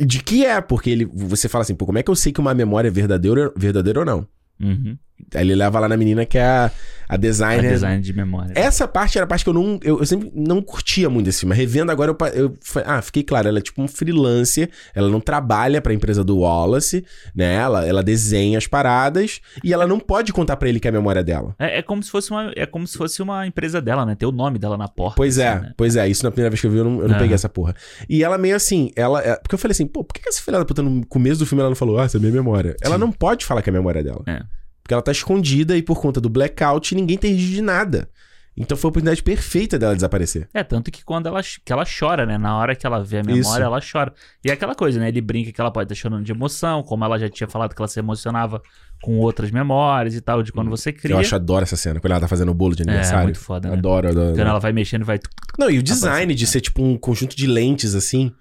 A: de que é, porque ele você fala assim, pô, como é que eu sei que uma memória é verdadeira, verdadeira ou não?
B: uhum.
A: Aí ele leva lá na menina que é a, a
B: É
A: designer.
B: design de memória. né?
A: Essa parte era a parte que eu não. Eu, eu sempre não curtia muito desse filme. Revendo agora, eu, pa- eu. fa- Ah, fiquei claro, ela é tipo um freelancer. Ela não trabalha pra empresa do Wallace, né? Ela, ela desenha as paradas e ela não pode contar pra ele que é a memória dela.
B: É, é como se fosse uma, é como se fosse uma empresa dela, né? Tem o nome dela na porta.
A: Pois é,
B: assim, né?
A: pois é. Isso na primeira vez que eu vi, eu não, eu não
B: Aham.
A: peguei essa porra. E ela meio assim, ela. é- Porque eu falei assim, pô, por que que essa filha da puta no começo do filme ela não falou, ah, essa é minha memória? Ela
B: Sim.
A: não pode falar que é a memória dela.
B: É.
A: Porque ela tá escondida e por conta do blackout ninguém tem registro de nada. Então foi a oportunidade perfeita dela desaparecer.
B: É, tanto que quando ela, que ela chora, né? Na hora que ela vê a memória,
A: Isso.
B: ela chora. E é aquela coisa, né? Ele brinca que ela pode estar chorando de emoção, como ela já tinha falado que ela se emocionava com outras memórias e tal, de quando você cria.
A: Hum. Eu acho adoro essa cena, quando ela tá fazendo o bolo de
B: é,
A: aniversário.
B: muito foda, né?
A: Adoro, adoro.
B: Quando ela vai mexendo e vai.
A: Não, e o design
B: Aparece,
A: de
B: né?
A: ser tipo um conjunto de lentes assim.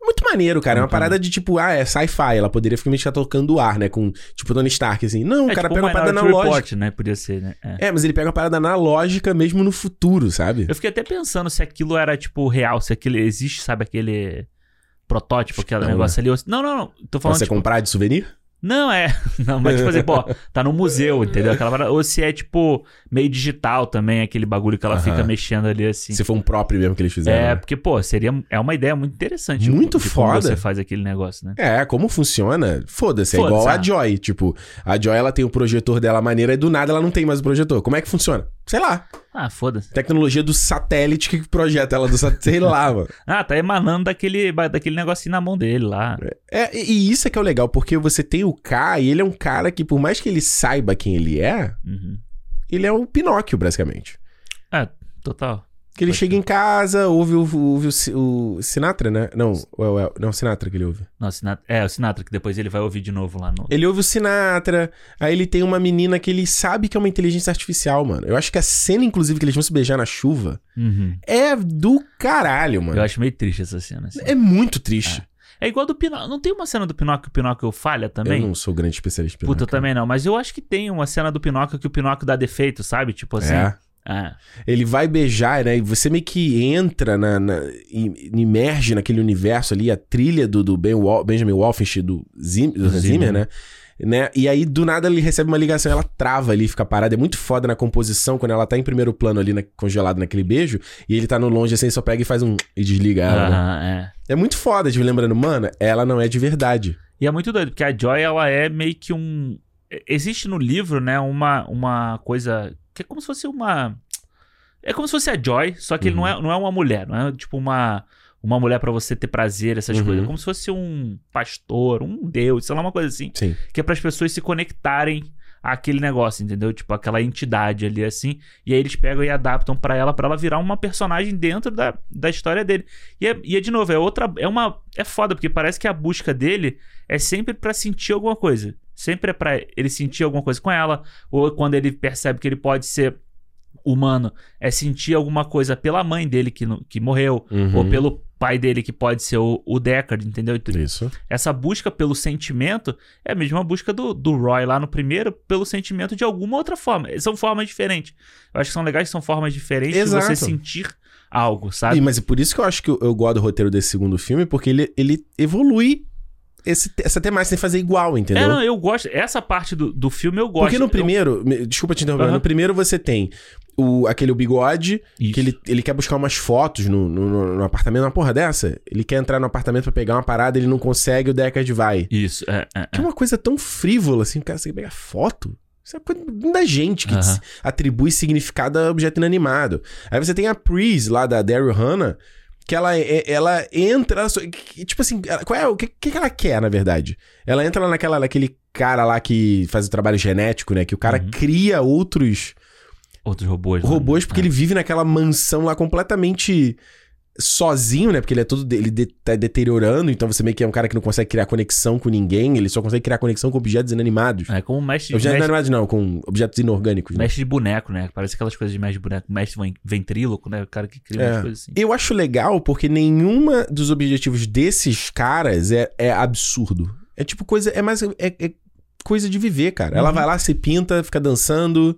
A: Muito maneiro, cara. É uma
B: Muito
A: parada de tipo, ah, é sci-fi. Ela poderia simplesmente estar tocando o ar, né? Com, tipo, Tony Stark, assim. Não, o
B: é
A: cara
B: tipo
A: pega
B: um
A: uma parada
B: Minority
A: analógica.
B: Report, né? Podia ser, né? É.
A: É, mas ele pega uma parada analógica mesmo no futuro, sabe?
B: Eu fiquei até pensando se aquilo era, tipo, real, se aquilo existe, sabe, aquele protótipo, aquele
A: Não,
B: negócio ali. ou se- Não, não, não. Tô
A: Pra
B: falando,
A: você
B: tipo,
A: comprar de souvenir?
B: Não, é. Não, mas tipo assim, pô, tá no museu, entendeu? Aquela parada. Ou se é, tipo, meio digital também, aquele bagulho que ela
A: Aham.
B: fica mexendo ali assim.
A: Se for um próprio mesmo que eles
B: É,
A: fizeram. né?
B: porque, pô, seria. É uma ideia muito interessante. tipo,
A: Muito
B: de como
A: foda.
B: você faz aquele negócio, né?
A: É, como funciona? Foda-se, é
B: Foda-se,
A: igual a
B: ah.
A: Joy. Tipo, a Joy ela tem o projetor dela maneira e do nada ela não tem mais o projetor. Como é que funciona? Sei lá.
B: Ah, foda-se.
A: Tecnologia do satélite que projeta ela do satélite. sei lá, mano.
B: Ah, tá emanando daquele, daquele negocinho na mão dele lá.
A: É, e e isso é que é o legal, porque você tem o K e ele é um cara que, por mais que ele saiba quem ele é, um
B: Uhum.
A: ele é o Pinóquio, basicamente.
B: Total.
A: Que ele
B: Pode
A: chega em casa, ouve o, ouve o Si- o Sinatra, né? Não, o, o, não, o Sinatra que ele ouve.
B: Não, o Sinatra- é, o Sinatra, que depois ele vai ouvir de novo lá no.
A: Ele ouve o Sinatra, aí ele tem uma menina que ele sabe que é uma inteligência artificial, mano. Eu acho que a cena, inclusive, que eles vão se beijar na chuva
B: Uhum.
A: é do caralho, mano.
B: Eu acho meio triste essa cena. assim.
A: É muito triste.
B: É igual do Pinóquio. Não tem uma cena do Pinóquio que o Pinóquio falha também?
A: Eu não né, sou grande especialista em
B: Puta, eu
A: Pinóquio.
B: também não. Mas eu acho que tem uma cena do Pinóquio que o Pinóquio dá defeito, sabe? Tipo assim.
A: É.
B: ah,
A: Ele vai beijar, né? E você meio que entra na. na e- e imerge naquele universo ali, a trilha do, do Ben Wal- Benjamin Wolfish do, Zim, do Hans Zimmer,
B: Zimmer.
A: né? né? E aí, do nada, ele recebe uma ligação, ela trava ali, fica parada. É muito foda na composição, quando ela tá em primeiro plano ali, na, congelado naquele beijo, e ele tá no longe assim, só pega e faz um. e desliga ela. né?
B: aham, é.
A: É muito foda, tipo, lembrando, mano, ela não é de verdade.
B: E é muito doido, porque a Joy, ela é meio que um. Existe no livro, né, uma, uma coisa. Que é como se fosse uma. É como se fosse a Joy, só que ele
A: Uhum.
B: não é, não é uma mulher, não é tipo uma. Uma mulher pra você ter prazer, essas
A: Uhum.
B: coisas. É como se fosse um pastor, um deus, sei lá, uma coisa assim.
A: Sim.
B: que é para as pessoas se conectarem àquele negócio, entendeu? Tipo, aquela entidade ali assim. E aí eles pegam e adaptam pra ela, pra ela virar uma personagem dentro da, da história dele. E é, e é, de novo, é outra. É uma. É foda, porque parece que a busca dele é sempre pra sentir alguma coisa. Sempre é pra ele sentir alguma coisa com ela, ou quando ele percebe que ele pode ser humano, é sentir alguma coisa pela mãe dele que, não- que morreu,
A: Uhum.
B: ou pelo pai dele que pode ser o, o Deckard, entendeu?
A: Isso.
B: Essa busca pelo sentimento é a mesma busca do, do Roy lá no primeiro, pelo sentimento de alguma outra forma. São formas diferentes. Eu acho que são legais que são formas diferentes
A: Exato.
B: de você sentir algo,
A: E,
B: sabe?
A: mas é por isso que eu acho que eu, eu gosto do roteiro desse segundo filme, porque ele, ele evolui esse, essa temática sem fazer igual, entendeu?
B: É, não, eu gosto. Essa parte do, do filme eu gosto.
A: Porque no
B: Eu-
A: primeiro, me- desculpa te interromper, mas
B: Aham.
A: no primeiro você tem o, aquele o bigode,
B: Isso.
A: que ele, ele quer buscar umas fotos no, no, no- no apartamento, uma porra dessa. Ele quer entrar no apartamento pra pegar uma parada, ele não consegue, o Deckard vai.
B: Isso, é, é,
A: Que é uma coisa tão frívola, assim, cara, você quer pegar foto? Isso é coisa da gente que
B: Aham.
A: se- atribui significado a objeto inanimado. Aí você tem a Pris lá da Daryl Hannah, que ela, é- ela entra. ela só- que- Tipo assim, ela- qual é o que, que que ela quer, na verdade? Ela entra lá naquela, naquele cara lá que faz o trabalho genético, né? Que o cara
B: Uhum.
A: cria outros
B: Outros robôs. lá,
A: robôs
B: né?
A: porque ele vive naquela mansão lá completamente sozinho, né? Porque ele é todo de- ele de- tá deteriorando, então você meio que é um cara que não consegue criar conexão com ninguém, ele só consegue criar conexão com objetos inanimados.
B: É como um mestre,
A: objetos
B: mestre,
A: inanimados não, com objetos inorgânicos. né?
B: mestre de boneco, né? Parece aquelas coisas de mestre de boneco. Mestre ven- ventríloco, né? O cara que cria
A: É.
B: umas coisas assim.
A: Eu acho legal porque nenhuma dos objetivos desses caras é, é absurdo. É tipo coisa, é mais é, é coisa de viver, cara. Ela
B: Uhum.
A: vai lá, se pinta, fica dançando.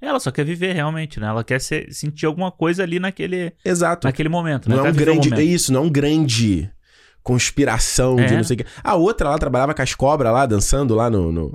B: Ela só quer viver realmente, né? Ela quer ser- sentir alguma coisa ali naquele,
A: Exato.
B: naquele momento. né?
A: Não
B: Ela
A: é um
B: quer viver o
A: grande. É
B: momento.
A: isso, não é um grande conspiração de
B: É.
A: não sei o que. A outra lá trabalhava com as cobras lá, dançando lá no. no,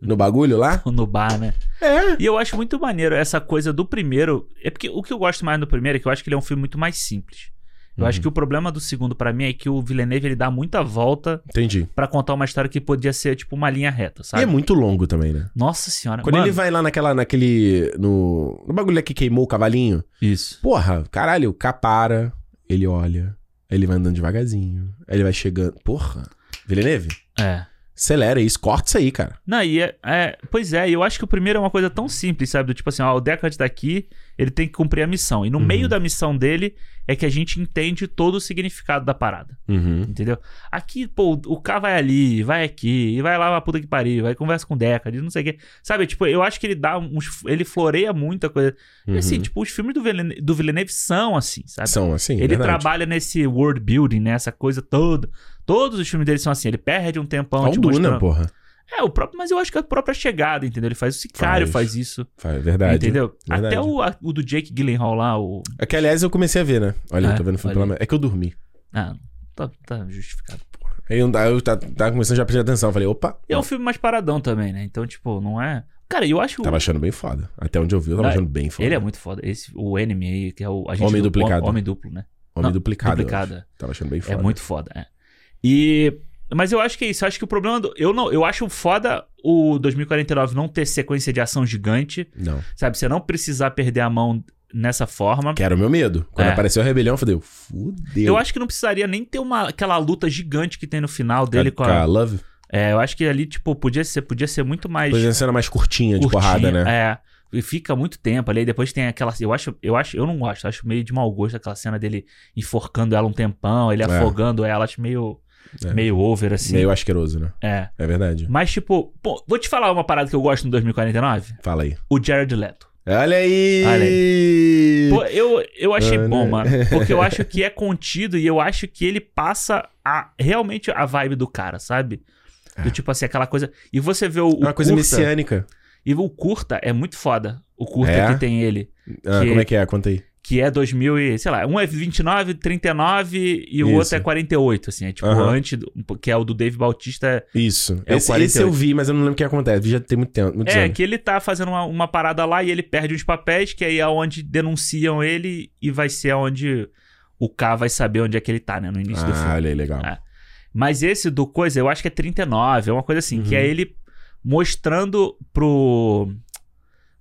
A: no bagulho lá?
B: No bar, né?
A: É.
B: E eu acho muito maneiro essa coisa do primeiro. É porque o que eu gosto mais do primeiro é que eu acho que ele é um filme muito mais simples. Eu
A: Uhum.
B: acho que o problema do segundo, pra mim, é que o Villeneuve ele dá muita volta
A: Entendi.
B: pra contar uma história que podia ser tipo uma linha reta,
A: E
B: sabe?
A: é muito longo também, né?
B: Nossa senhora.
A: Quando
B: Mano,
A: ele vai lá naquela, naquele. No, no bagulho lá que queimou o cavalinho.
B: Isso.
A: Porra, caralho, o capara. Ele olha. Ele vai andando devagarzinho. Aí ele vai chegando. Porra. Villeneuve,
B: É.
A: acelera isso, corta isso aí, cara.
B: Não, e é, é- Pois é, eu acho que o primeiro é uma coisa tão simples, sabe? Do tipo assim, ó, o Deckard tá aqui, ele tem que cumprir a missão. E no
A: Uhum.
B: meio da missão dele é que a gente entende todo o significado da parada.
A: Uhum.
B: Entendeu? Aqui, pô, o cara vai ali, vai aqui, e vai lá pra puta que pariu, vai conversa com o Deca, diz não sei o quê. Sabe, tipo, eu acho que ele dá uns. Ele floreia muita coisa. E assim, tipo, os filmes do Villeneuve, do Villeneuve são assim, sabe?
A: Uhum. São assim. é
B: ele
A: verdade.
B: trabalha nesse world building, né? Essa coisa toda. Todos os filmes dele são assim, ele perde um tempão.
A: Olha o
B: te
A: Duna,
B: mostrando-
A: porra.
B: É, o próprio, mas eu acho que a própria chegada, entendeu? Ele faz o Sicário,
A: Faz.
B: faz, isso.
A: É verdade.
B: entendeu?
A: Verdade.
B: Até o, a- o do Jake Gyllenhaal lá, o.
A: É que, aliás, eu comecei a ver, né? Olha,
B: Ah,
A: eu tô vendo o filme pela
B: olha
A: manhã. É que eu dormi.
B: Ah, tá, tá justificado.
A: Aí eu, aí eu tá- tava começando já a prestar atenção. Eu falei, opa,
B: E é um filme mais paradão também, né? Então, tipo, não é. Cara, eu acho.
A: tava achando bem foda. Até onde eu vi, eu tava
B: Não,
A: achando bem foda.
B: Ele é muito foda. Esse, o Enemy aí, que é o. A gente
A: Homem Duplicado.
B: Homem duplo, né?
A: Homem
B: não,
A: duplicado. eu
B: Duplicado. é.
A: acho. Tava achando bem
B: É
A: foda.
B: muito foda, é. E. Mas eu acho que é isso. Eu acho que o problema do. Eu, não, eu acho foda o 2049 não ter sequência de ação gigante.
A: Não.
B: Sabe? Você não precisar perder a mão nessa forma.
A: Que é era o meu medo. Quando
B: É.
A: apareceu a rebelião, eu falei, fudeu.
B: Eu acho que não precisaria nem ter uma, aquela luta gigante que tem no final dele com
A: Com a
B: a.
A: Love.
B: É, eu acho que ali, tipo, podia ser, podia ser muito mais.
A: Pois é, uma cena mais curtinha de
B: curtinha,
A: porrada, né?
B: É. E fica muito tempo ali. Aí depois tem aquela. Eu acho, eu acho, eu não gosto, eu acho meio de mau gosto aquela cena dele enforcando ela um tempão, ele
A: É.
B: afogando ela, acho meio.
A: É.
B: Meio over, assim.
A: Meio asqueroso, né?
B: É.
A: É verdade.
B: Mas, tipo, pô, vou te falar uma parada que eu gosto no 2049.
A: Fala aí.
B: O Jared Leto.
A: Olha aí! É
B: Olha Pô, eu, eu achei
A: Ah, né?
B: bom, mano. Porque eu acho que é contido e eu acho que ele passa a realmente a vibe do cara, sabe? Do
A: É.
B: tipo assim, aquela coisa. E você vê o.
A: É uma coisa
B: curta,
A: messiânica.
B: E o curta é muito foda. O curta
A: É?
B: que tem ele.
A: Ah,
B: Que-
A: Como é que é? Conta aí.
B: Que é 2000 e, sei lá, um é 29, 39 e o
A: Isso.
B: outro é 48, assim. É tipo
A: Aham.
B: antes, do- que é o do Dave Bautista.
A: Isso.
B: É
A: esse,
B: o
A: esse
B: 48.
A: eu vi, mas eu não lembro o que acontece. Vi já tem muito tempo. Muitos
B: É,
A: anos.
B: que ele tá fazendo uma, uma parada lá e ele perde uns papéis, que aí é onde denunciam ele e vai ser onde o K vai saber onde é que ele tá, né? No início do
A: Ah,
B: filme.
A: olha aí, legal.
B: É. Mas esse do coisa, eu acho que é 39, é uma coisa assim,
A: Uhum.
B: que é ele mostrando pro.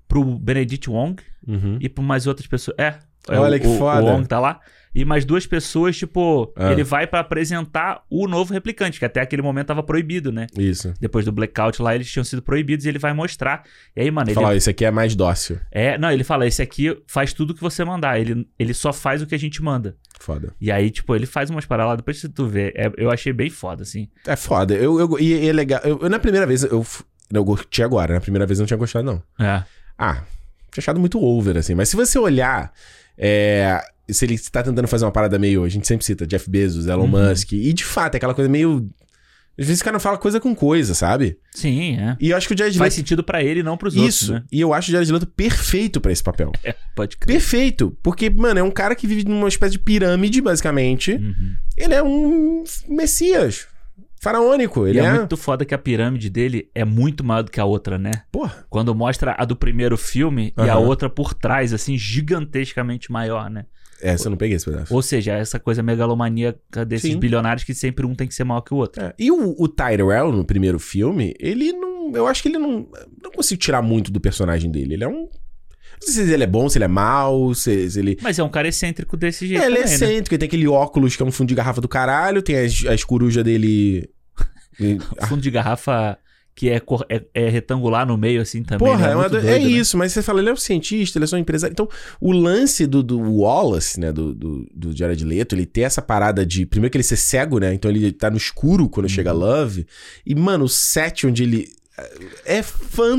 B: pro Benedict Wong
A: Uhum.
B: e pra mais outras pessoas. É. é,
A: Olha
B: o-
A: que
B: o,
A: foda.
B: O Wong tá lá. E mais duas pessoas, tipo,
A: Ah.
B: ele vai pra apresentar o novo replicante, que até aquele momento tava proibido, né?
A: Isso.
B: Depois do blackout lá, eles tinham sido proibidos e ele vai mostrar. E aí, mano, ele.
A: Falar, ó, esse aqui é mais dócil.
B: É, não, ele fala: esse aqui faz tudo que você mandar. Ele, ele só faz o que a gente manda.
A: Foda.
B: E aí, tipo, ele faz umas paradas, depois se tu vê. É, eu achei bem foda, assim.
A: É foda. Eu, eu, e e é legal. Eu, eu, na primeira vez, eu, f- eu curti agora. Na primeira vez eu não tinha gostado, não.
B: É.
A: Ah, tinha achado muito over, assim. Mas se você olhar. é, se ele tá tentando fazer uma parada meio. A gente sempre cita Jeff Bezos, Elon
B: Uhum.
A: Musk. E de fato, é aquela coisa meio. Às vezes o cara fala coisa com coisa, sabe?
B: Sim, é.
A: E eu acho que o Jared
B: Faz
A: Leto.
B: sentido pra ele e não pros
A: Isso.
B: outros, né?
A: E eu acho o Jared Leto perfeito pra esse papel.
B: Pode crer.
A: Perfeito. Porque, mano, é um cara que vive numa espécie de pirâmide, basicamente.
B: Uhum.
A: Ele é um messias. Faraônico.
B: E
A: Ele
B: é,
A: é.
B: muito foda que a pirâmide dele é muito maior do que a outra, né?
A: Porra.
B: Quando mostra a do primeiro filme e a
A: Aham.
B: outra por trás, assim, gigantescamente maior, né?
A: É, você não peguei esse pedaço.
B: Ou seja, essa coisa megalomaníaca desses
A: Sim.
B: bilionários que sempre um tem que ser maior que o outro.
A: É. E o, o Tyrell, no primeiro filme, ele não. Eu acho que ele não. Não consigo tirar muito do personagem dele. Ele é um. Não sei se ele é bom, se ele é mau, se, se ele.
B: Mas é um cara excêntrico desse
A: É,
B: jeito.
A: ele é
B: também, né?
A: excêntrico, ele tem aquele óculos que é um fundo de garrafa do caralho, tem as, as corujas dele. E-
B: Fundo de garrafa que é, cor- é- é retangular no meio, assim, também.
A: Porra,
B: né?
A: é, uma
B: Muito
A: do- é
B: doido, né?
A: isso, mas você fala, ele é um cientista, ele é só um empresário. Então, o lance do, do Wallace, né, do, do, do Jared Leto, ele ter essa parada de. Primeiro que ele ser cego, né? Então ele tá no escuro quando chega
B: Uhum.
A: Love. E, mano, o set onde ele. É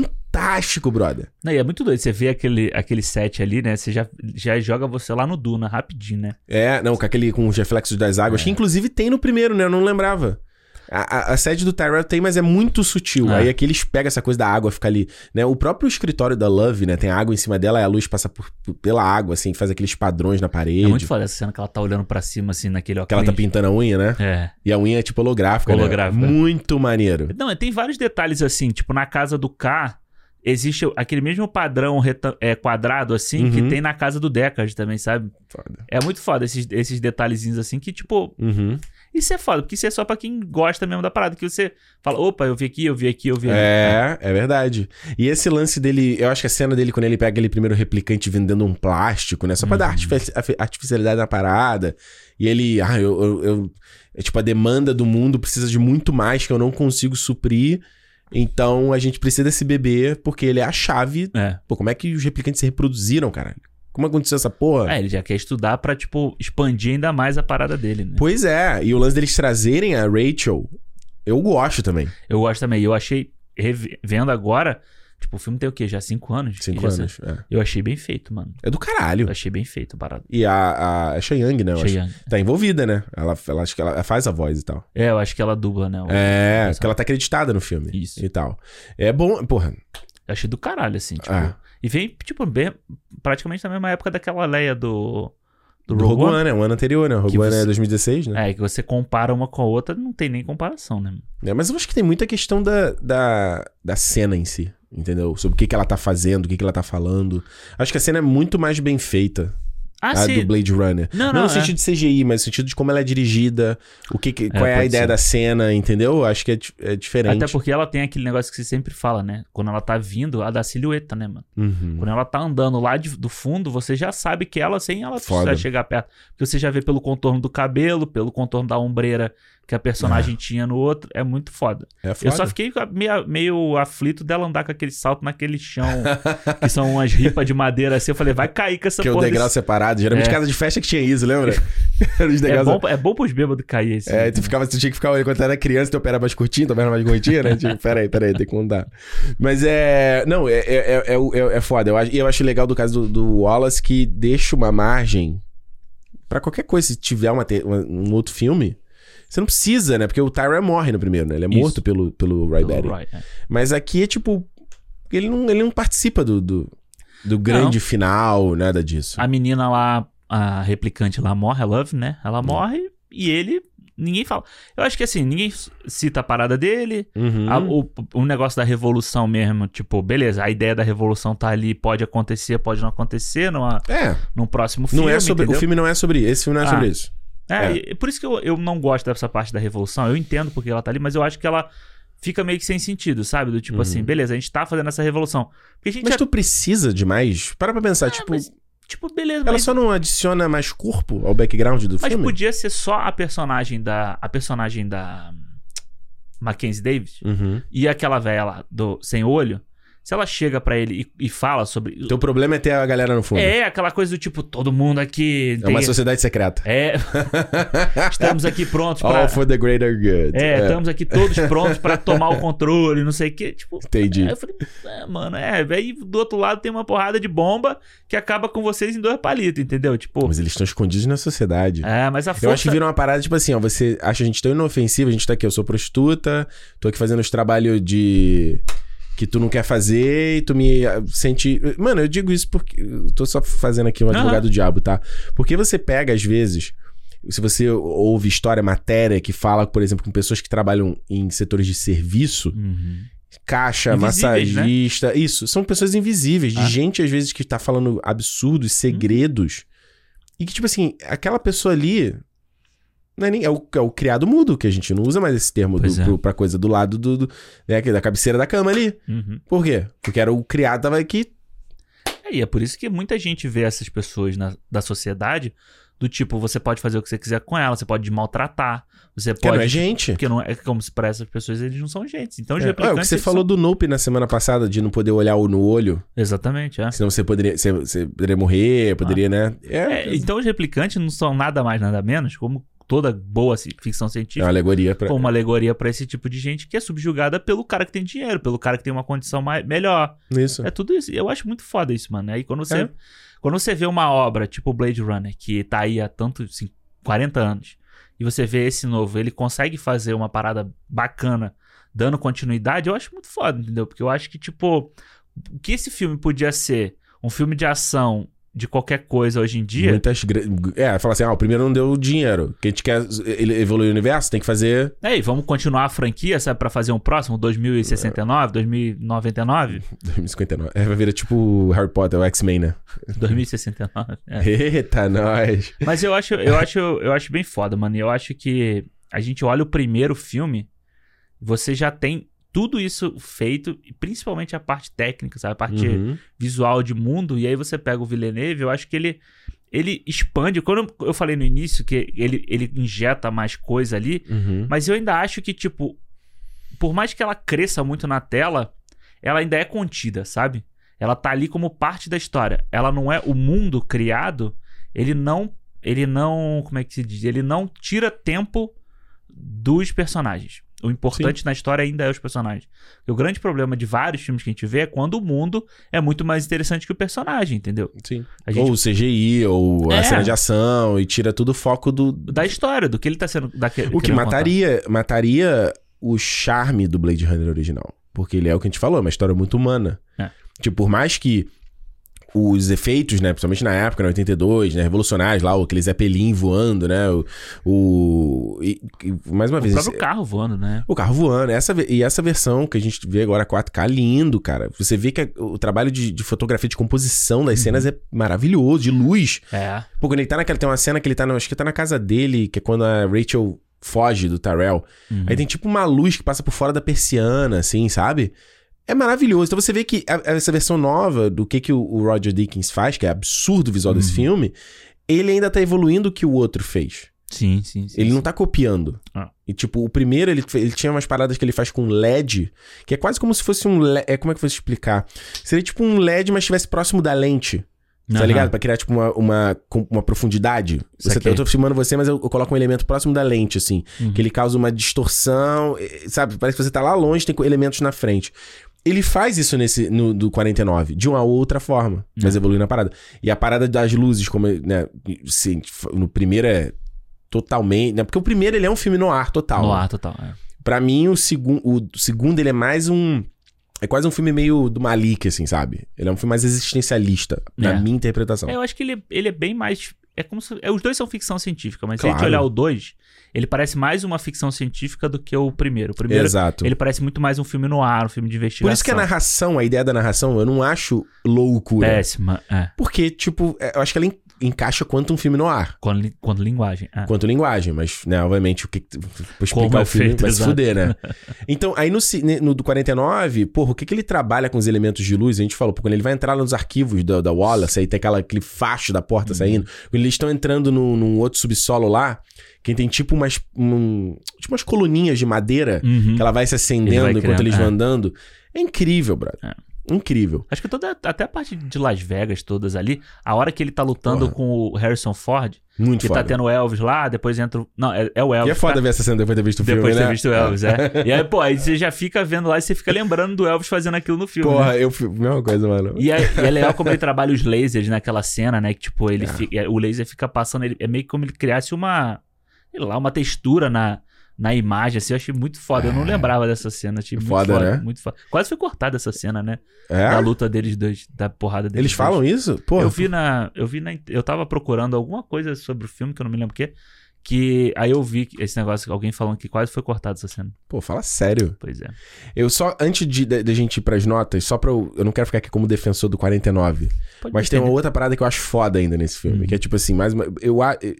A: fantástico, brother.
B: Não, e é muito doido. Você vê aquele, aquele set ali, né? Você já, já joga você lá no Duna, rapidinho, né?
A: É, não, com aquele com os reflexos das águas,
B: É.
A: que inclusive tem no primeiro, né? Eu não lembrava. A, a, a sede do Tyrell tem, mas é muito sutil.
B: É.
A: Aí aqui eles pegam essa coisa da água, fica ali, né? O próprio escritório da Love, né? Tem água em cima dela, aí a luz passa por- por- pela água, assim, faz aqueles padrões na parede.
B: É muito foda essa cena que ela tá olhando pra cima, assim, naquele
A: Que ela
B: óculos.
A: tá pintando a unha, né?
B: É.
A: E a unha é tipo holográfica, né?
B: Holográfica.
A: Muito maneiro.
B: Não, tem vários detalhes assim, tipo, na casa do K. Existe aquele mesmo padrão reta- é, quadrado, assim, que
A: Uhum.
B: tem na casa do Deckard também, sabe?
A: Foda.
B: É muito foda esses, esses detalhezinhos, assim, que, tipo,
A: Uhum.
B: isso é foda, porque isso é só pra quem gosta mesmo da parada, que você fala, opa, eu vi aqui, eu vi aqui, eu vi ali.
A: É, é verdade. E esse lance dele, eu acho que a cena dele quando ele pega aquele primeiro replicante vendendo um plástico, né? Só pra dar artifici- afi- artificialidade na parada. E ele, ah, eu, eu, eu- é Tipo, a demanda do mundo precisa de muito mais que eu não consigo suprir. Então a gente precisa desse bebê porque ele é a chave.
B: É.
A: Pô, como é que os replicantes se reproduziram, cara? Como aconteceu essa porra?
B: É, ele já quer estudar pra, tipo, expandir ainda mais a parada dele, né?
A: Pois é, e o lance deles trazerem a Rachel, eu gosto também.
B: Eu gosto também. Eu achei, revi- vendo agora, tipo, o filme tem o quê? Já cinco anos?
A: Cinco
B: Já sei-
A: anos. É.
B: Eu achei bem feito, mano.
A: É do
B: Eu
A: caralho.
B: achei bem feito a parada.
A: E a, a, a Chaeyang, né? eu acho.
B: Cheyenne.
A: Tá envolvida, né? Ela, ela, acho que ela faz a voz e tal.
B: É, eu acho que ela dubla, né? Eu
A: É,
B: Essa-
A: porque ela tá acreditada no filme.
B: Isso.
A: E tal. É bom, porra.
B: eu achei do caralho, assim, tipo.
A: Ah.
B: E vem, tipo, bem, praticamente na mesma época daquela Leia do, do,
A: Do Rogue One, é o ano anterior, né? O Rogue
B: Que
A: One é
B: você-
A: 2016, né?
B: É, que você compara uma com a outra, não tem nem comparação, né?
A: É, mas eu acho que tem muita questão da, da, da cena em si, entendeu? Sobre o que, que ela tá fazendo, o que, que ela tá falando. Acho que a cena é muito mais bem feita.
B: Ah,
A: a
B: sim.
A: do Blade Runner. Não,
B: Não, não,
A: no
B: é.
A: sentido de CGI, mas no sentido de como ela é dirigida, o que, que- qual é a
B: pode
A: ideia
B: ser.
A: da cena, entendeu? Acho que é, di- é diferente.
B: Até porque ela tem aquele negócio que você sempre fala, né? Quando ela tá vindo, a da silhueta, né, mano?
A: Uhum.
B: Quando ela tá andando lá de- do fundo, você já sabe que ela, sem ela
A: Foda.
B: precisar chegar perto. Porque você já vê pelo contorno do cabelo, pelo contorno da ombreira que a personagem tinha no outro. É muito foda.
A: É foda.
B: Eu só fiquei meio, meio aflito dela andar com aquele salto naquele chão, que são umas ripas de madeira assim. Eu falei, vai cair com essa
A: Que é o
B: porra. desse-
A: degrau separado. Geralmente
B: É.
A: casa de festa que tinha isso, lembra? Era os
B: É
A: degraus
B: bom, é bom pros bêbados cair assim.
A: É, tu, ficava, tu tinha que ficar olhando quando tu era criança, teu pé era mais curtinho, tua perna mais curtinha, né? Tipo, peraí, peraí, tem que mudar. Mas é. Não, é, é, é, é, o- é- é foda. Eu acho, e eu acho legal do caso do, do Wallace que deixa uma margem pra qualquer coisa. Se tiver uma, te- uma- um outro filme, você não precisa, né? Porque o Tyra morre no primeiro, né? Ele é
B: Isso.
A: morto pelo, pelo Ray
B: Pelo
A: Berry.
B: Roy, é.
A: Mas aqui é tipo. Ele não, ele não participa do, do, do grande final, nada disso.
B: A menina lá, a replicante lá morre, a Love, né?
A: Hum.
B: Ela morre e ele. Ninguém fala. Eu acho que assim, ninguém cita a parada dele.
A: Uhum.
B: A- o, o negócio da revolução mesmo, tipo, beleza, a ideia da revolução tá ali, pode acontecer, pode não acontecer numa,
A: É,
B: num próximo
A: não
B: filme.
A: é sobre.
B: entendeu?
A: O filme não é sobre. Esse filme não é
B: Ah.
A: sobre isso.
B: É,
A: é.
B: e- e por isso que eu, eu não gosto dessa parte da revolução. Eu entendo porque ela tá ali, mas eu acho que ela fica meio que sem sentido, sabe? Do tipo
A: Uhum.
B: assim, beleza, a gente tá fazendo essa revolução. Porque a gente
A: Mas
B: já-
A: tu precisa de mais? Para pra pensar, tipo,
B: Ah, mas- tipo, beleza,
A: ela
B: mas,
A: só não adiciona mais corpo ao background do
B: mas
A: filme?
B: podia ser só a personagem da. A personagem da. hum, Mackenzie Davis
A: Uhum.
B: e aquela velha lá do sem olho. Se ela chega pra ele e, e fala sobre.
A: Teu problema é ter a galera no fundo.
B: É, aquela coisa do tipo, todo mundo aqui.
A: É
B: tem-
A: uma sociedade secreta.
B: É, estamos aqui prontos Tipo, pra.
A: All for the greater good.
B: É, estamos aqui todos prontos pra tomar o controle, não sei o quê. Tipo,
A: Entendi.
B: aí eu falei, é, mano, é. Aí do outro lado tem uma porrada de bomba que acaba com vocês em dois palitos, entendeu? Tipo,
A: Mas eles estão escondidos na sociedade.
B: é, mas a
A: Eu acho que
B: força.
A: vira uma parada, tipo assim, ó, você acha a gente tão inofensiva, a gente tá aqui, eu sou prostituta, tô aqui fazendo os trabalhos de. que tu não quer fazer e tu me ah, sente. Mano, eu digo isso porque. eu tô só fazendo aqui um
B: Aham.
A: advogado do diabo, tá? Porque você pega, às vezes. Se você ouve história, matéria que fala, por exemplo, com pessoas que trabalham em setores de serviço,
B: Uhum.
A: caixa,
B: Invisíveis, né?
A: massagista, isso, são pessoas invisíveis, de
B: Ah.
A: gente às vezes que tá falando absurdos, segredos. E que, tipo assim, aquela pessoa ali. Não é, nem, é, o, é o criado mudo, que a gente não usa mais esse termo
B: Pois
A: do,
B: é.
A: pro- pra coisa do lado do, do- né, que- da cabeceira da cama ali.
B: Uhum.
A: Por quê? Porque era o criado tava aqui.
B: É, e é por isso que muita gente vê essas pessoas na, da sociedade do tipo, você pode fazer o que você quiser com ela, você pode maltratar, você
A: Que não
B: pode.
A: é gente.
B: Porque não é como se pra essas pessoas eles não são gente. Então, os
A: É,
B: replicantes.
A: Ué, o que você
B: eles são-
A: falou do Nope na semana passada, de não poder olhar o no olho,
B: Exatamente, é.
A: senão você poderia, você, você poderia morrer, poderia, né? É,
B: É,
A: é,
B: então os replicantes não são nada mais, nada menos, como toda boa ci- ficção
A: é uma
B: científica,
A: alegoria pra.
B: com uma alegoria pra esse tipo de gente que é subjugada pelo cara que tem dinheiro, pelo cara que tem uma condição mai- melhor.
A: Isso.
B: É tudo isso. Eu acho muito foda isso, mano. Aí quando você,
A: É.
B: quando você vê uma obra tipo Blade Runner, que tá aí há tanto, assim, 40 anos, e você vê esse novo, ele consegue fazer uma parada bacana, dando continuidade, eu acho muito foda, entendeu? Porque eu acho que, tipo, o que esse filme podia ser? Um filme de ação de qualquer coisa hoje em dia.
A: Muitas gra- É, fala assim, ah, o primeiro não deu dinheiro. Que a gente quer ele- evoluir o universo, tem que fazer.
B: É, e vamos continuar a franquia, sabe, pra fazer um próximo, 2069, 2099,
A: 2059. É, vai virar tipo Harry Potter, o X-Men, né?
B: 2069. é. Tá
A: Eita, nós.
B: Mas eu acho, eu acho, eu acho bem foda, mano. E Eu acho que a gente olha o primeiro filme, você já tem tudo isso feito, e principalmente a parte técnica, sabe, a parte
A: Uhum.
B: visual de mundo, e aí você pega o Villeneuve, eu acho que ele ele expande, quando eu falei no início que ele, ele injeta mais coisa ali,
A: Uhum.
B: Mas eu ainda acho que, tipo, por mais que ela cresça muito na tela, ela ainda é contida, sabe? Ela tá ali como parte da história. Ela não é o mundo criado, ele não. Ele não. Como é que se diz? Ele não tira tempo dos personagens. O importante na história ainda é os personagens. Porque o grande problema de vários filmes que a gente vê é quando o mundo é muito mais interessante que o personagem, entendeu?
A: Sim.
B: A gente
A: Ou o CGI, ou
B: É.
A: a cena de ação, e tira tudo o foco do.
B: da história, do que ele tá sendo. Daquele,
A: O que mataria, mataria o charme do Blade Runner original. Porque ele é o que a gente falou, é uma história muito humana.
B: É.
A: Tipo, por mais que os efeitos, né? Principalmente na época, né? 82, né? Revolucionários lá, aquele Zeppelin voando, né? O. o- e- e- mais uma
B: O
A: vez.
B: próprio
A: esse-
B: carro voando, né?
A: o carro voando. Essa, ve- e essa versão que a gente vê agora, 4K, lindo, cara. Você vê que a- o trabalho de, de fotografia, de composição
B: Uhum.
A: das cenas é maravilhoso, de luz.
B: É.
A: Pô, quando ele tá naquela. Tem uma cena que ele tá. na- acho que tá na casa dele, que é quando a Rachel foge do Tyrell.
B: Uhum.
A: Aí tem tipo uma luz que passa por fora da persiana, assim, sabe? É maravilhoso. Então você vê que a- essa versão nova do que, que o, o Roger Dickens faz, que é absurdo o visual desse
B: Uhum.
A: filme, ele ainda tá evoluindo o que o outro fez.
B: Sim, sim, sim.
A: Ele
B: sim.
A: não tá copiando.
B: Ah.
A: E tipo, o primeiro, ele, fe- ele tinha umas paradas que ele faz com LED, que é quase como se fosse um... le- É, como é que eu vou explicar? Seria tipo um LED, mas estivesse próximo da lente. Tá
B: Aham.
A: ligado? Pra criar, tipo, uma, uma, com- uma profundidade. Você, tá,
B: Saquei.
A: eu tô filmando você, mas eu, eu coloco um elemento próximo da lente, assim.
B: Uhum.
A: Que ele causa uma distorção, eh, sabe? Parece que você tá lá longe, tem co- elementos na frente. Ele faz isso nesse no, do 49, de uma outra forma,
B: Uhum.
A: mas evoluindo a parada. E a parada das luzes, como né, assim, no primeiro é totalmente. Né, porque o primeiro ele é um filme no ar total.
B: No
A: né?
B: ar total. é.
A: Pra mim, o, segun, o segundo, ele é mais um... É quase um filme meio do Malik, assim, sabe? Ele é um filme mais existencialista, na
B: É.
A: minha interpretação.
B: É, eu acho que ele, ele é bem mais. É como se- é, os dois são ficção científica, mas se a gente
A: Claro.
B: olhar o dois, ele parece mais uma ficção científica do que o primeiro. O primeiro,
A: Exato.
B: ele parece muito mais um filme no ar, um filme de investigação.
A: Por isso que é a narração, a ideia da narração, eu não acho loucura.
B: Péssima, é.
A: Porque, tipo, é, eu acho que ela en- encaixa quanto um filme no ar.
B: Quando, li- quando linguagem. é.
A: Quanto linguagem, mas, né, obviamente, o que. que- Pra explicar
B: é
A: o filme,
B: feito,
A: vai se
B: exato.
A: fuder, né? Então, aí no, ci- ne- no do 49, porra, o que, que ele trabalha com os elementos de luz? A gente falou, pô, quando ele vai entrar lá nos arquivos da, da Wallace, aí tem aquela, aquele facho da porta
B: Uhum.
A: saindo. Quando eles estão entrando num, num outro subsolo lá, que tem tipo umas. um- tipo umas coluninhas de madeira
B: Uhum.
A: que ela vai se
B: Ele
A: acendendo
B: vai
A: enquanto
B: criando,
A: eles
B: é.
A: vão andando. É incrível, brother.
B: É.
A: Incrível.
B: Acho que toda, até a parte de Las Vegas, todas ali, a hora que ele tá lutando
A: Porra.
B: com o Harrison Ford,
A: Muito
B: que
A: foda.
B: tá tendo o Elvis lá, depois entra. o- Não, é, é o
A: E
B: Elvis.
A: é foda
B: tá?
A: ver essa cena depois de ter visto o filme,
B: Depois de ter
A: né?
B: visto o Elvis, é. E aí, pô, aí você já fica vendo lá e você fica lembrando do Elvis fazendo aquilo no filme. né?
A: Porra, eu... fui- Mesma coisa, mano.
B: E é, e é legal como ele trabalha os lasers naquela cena, né? Que, tipo, ele fi- é, o laser fica passando. Ele, é meio como ele criasse uma. Sei lá, uma textura na, na imagem, assim. Eu achei muito foda. Eu não
A: É.
B: lembrava dessa cena. Achei muito
A: Foda,
B: foda,
A: né?
B: Muito foda. Quase foi cortada essa cena, né? Da
A: É?
B: luta deles dois, da porrada deles.
A: Eles falam isso? Porra.
B: Eu vi na. Eu vi na. Eu tava procurando alguma coisa sobre o filme, que eu não me lembro o quê. Que aí eu vi esse negócio, alguém falando que quase foi cortada essa cena.
A: Pô, fala sério.
B: Pois é.
A: Eu só, antes de, da- da gente ir pras notas, só pra eu... Eu não quero ficar aqui como defensor do 49.
B: Pode
A: Mas tem
B: entender.
A: uma outra parada que eu acho foda ainda nesse filme.
B: Uhum.
A: Que é tipo assim, mais uma... Eu, a- eu,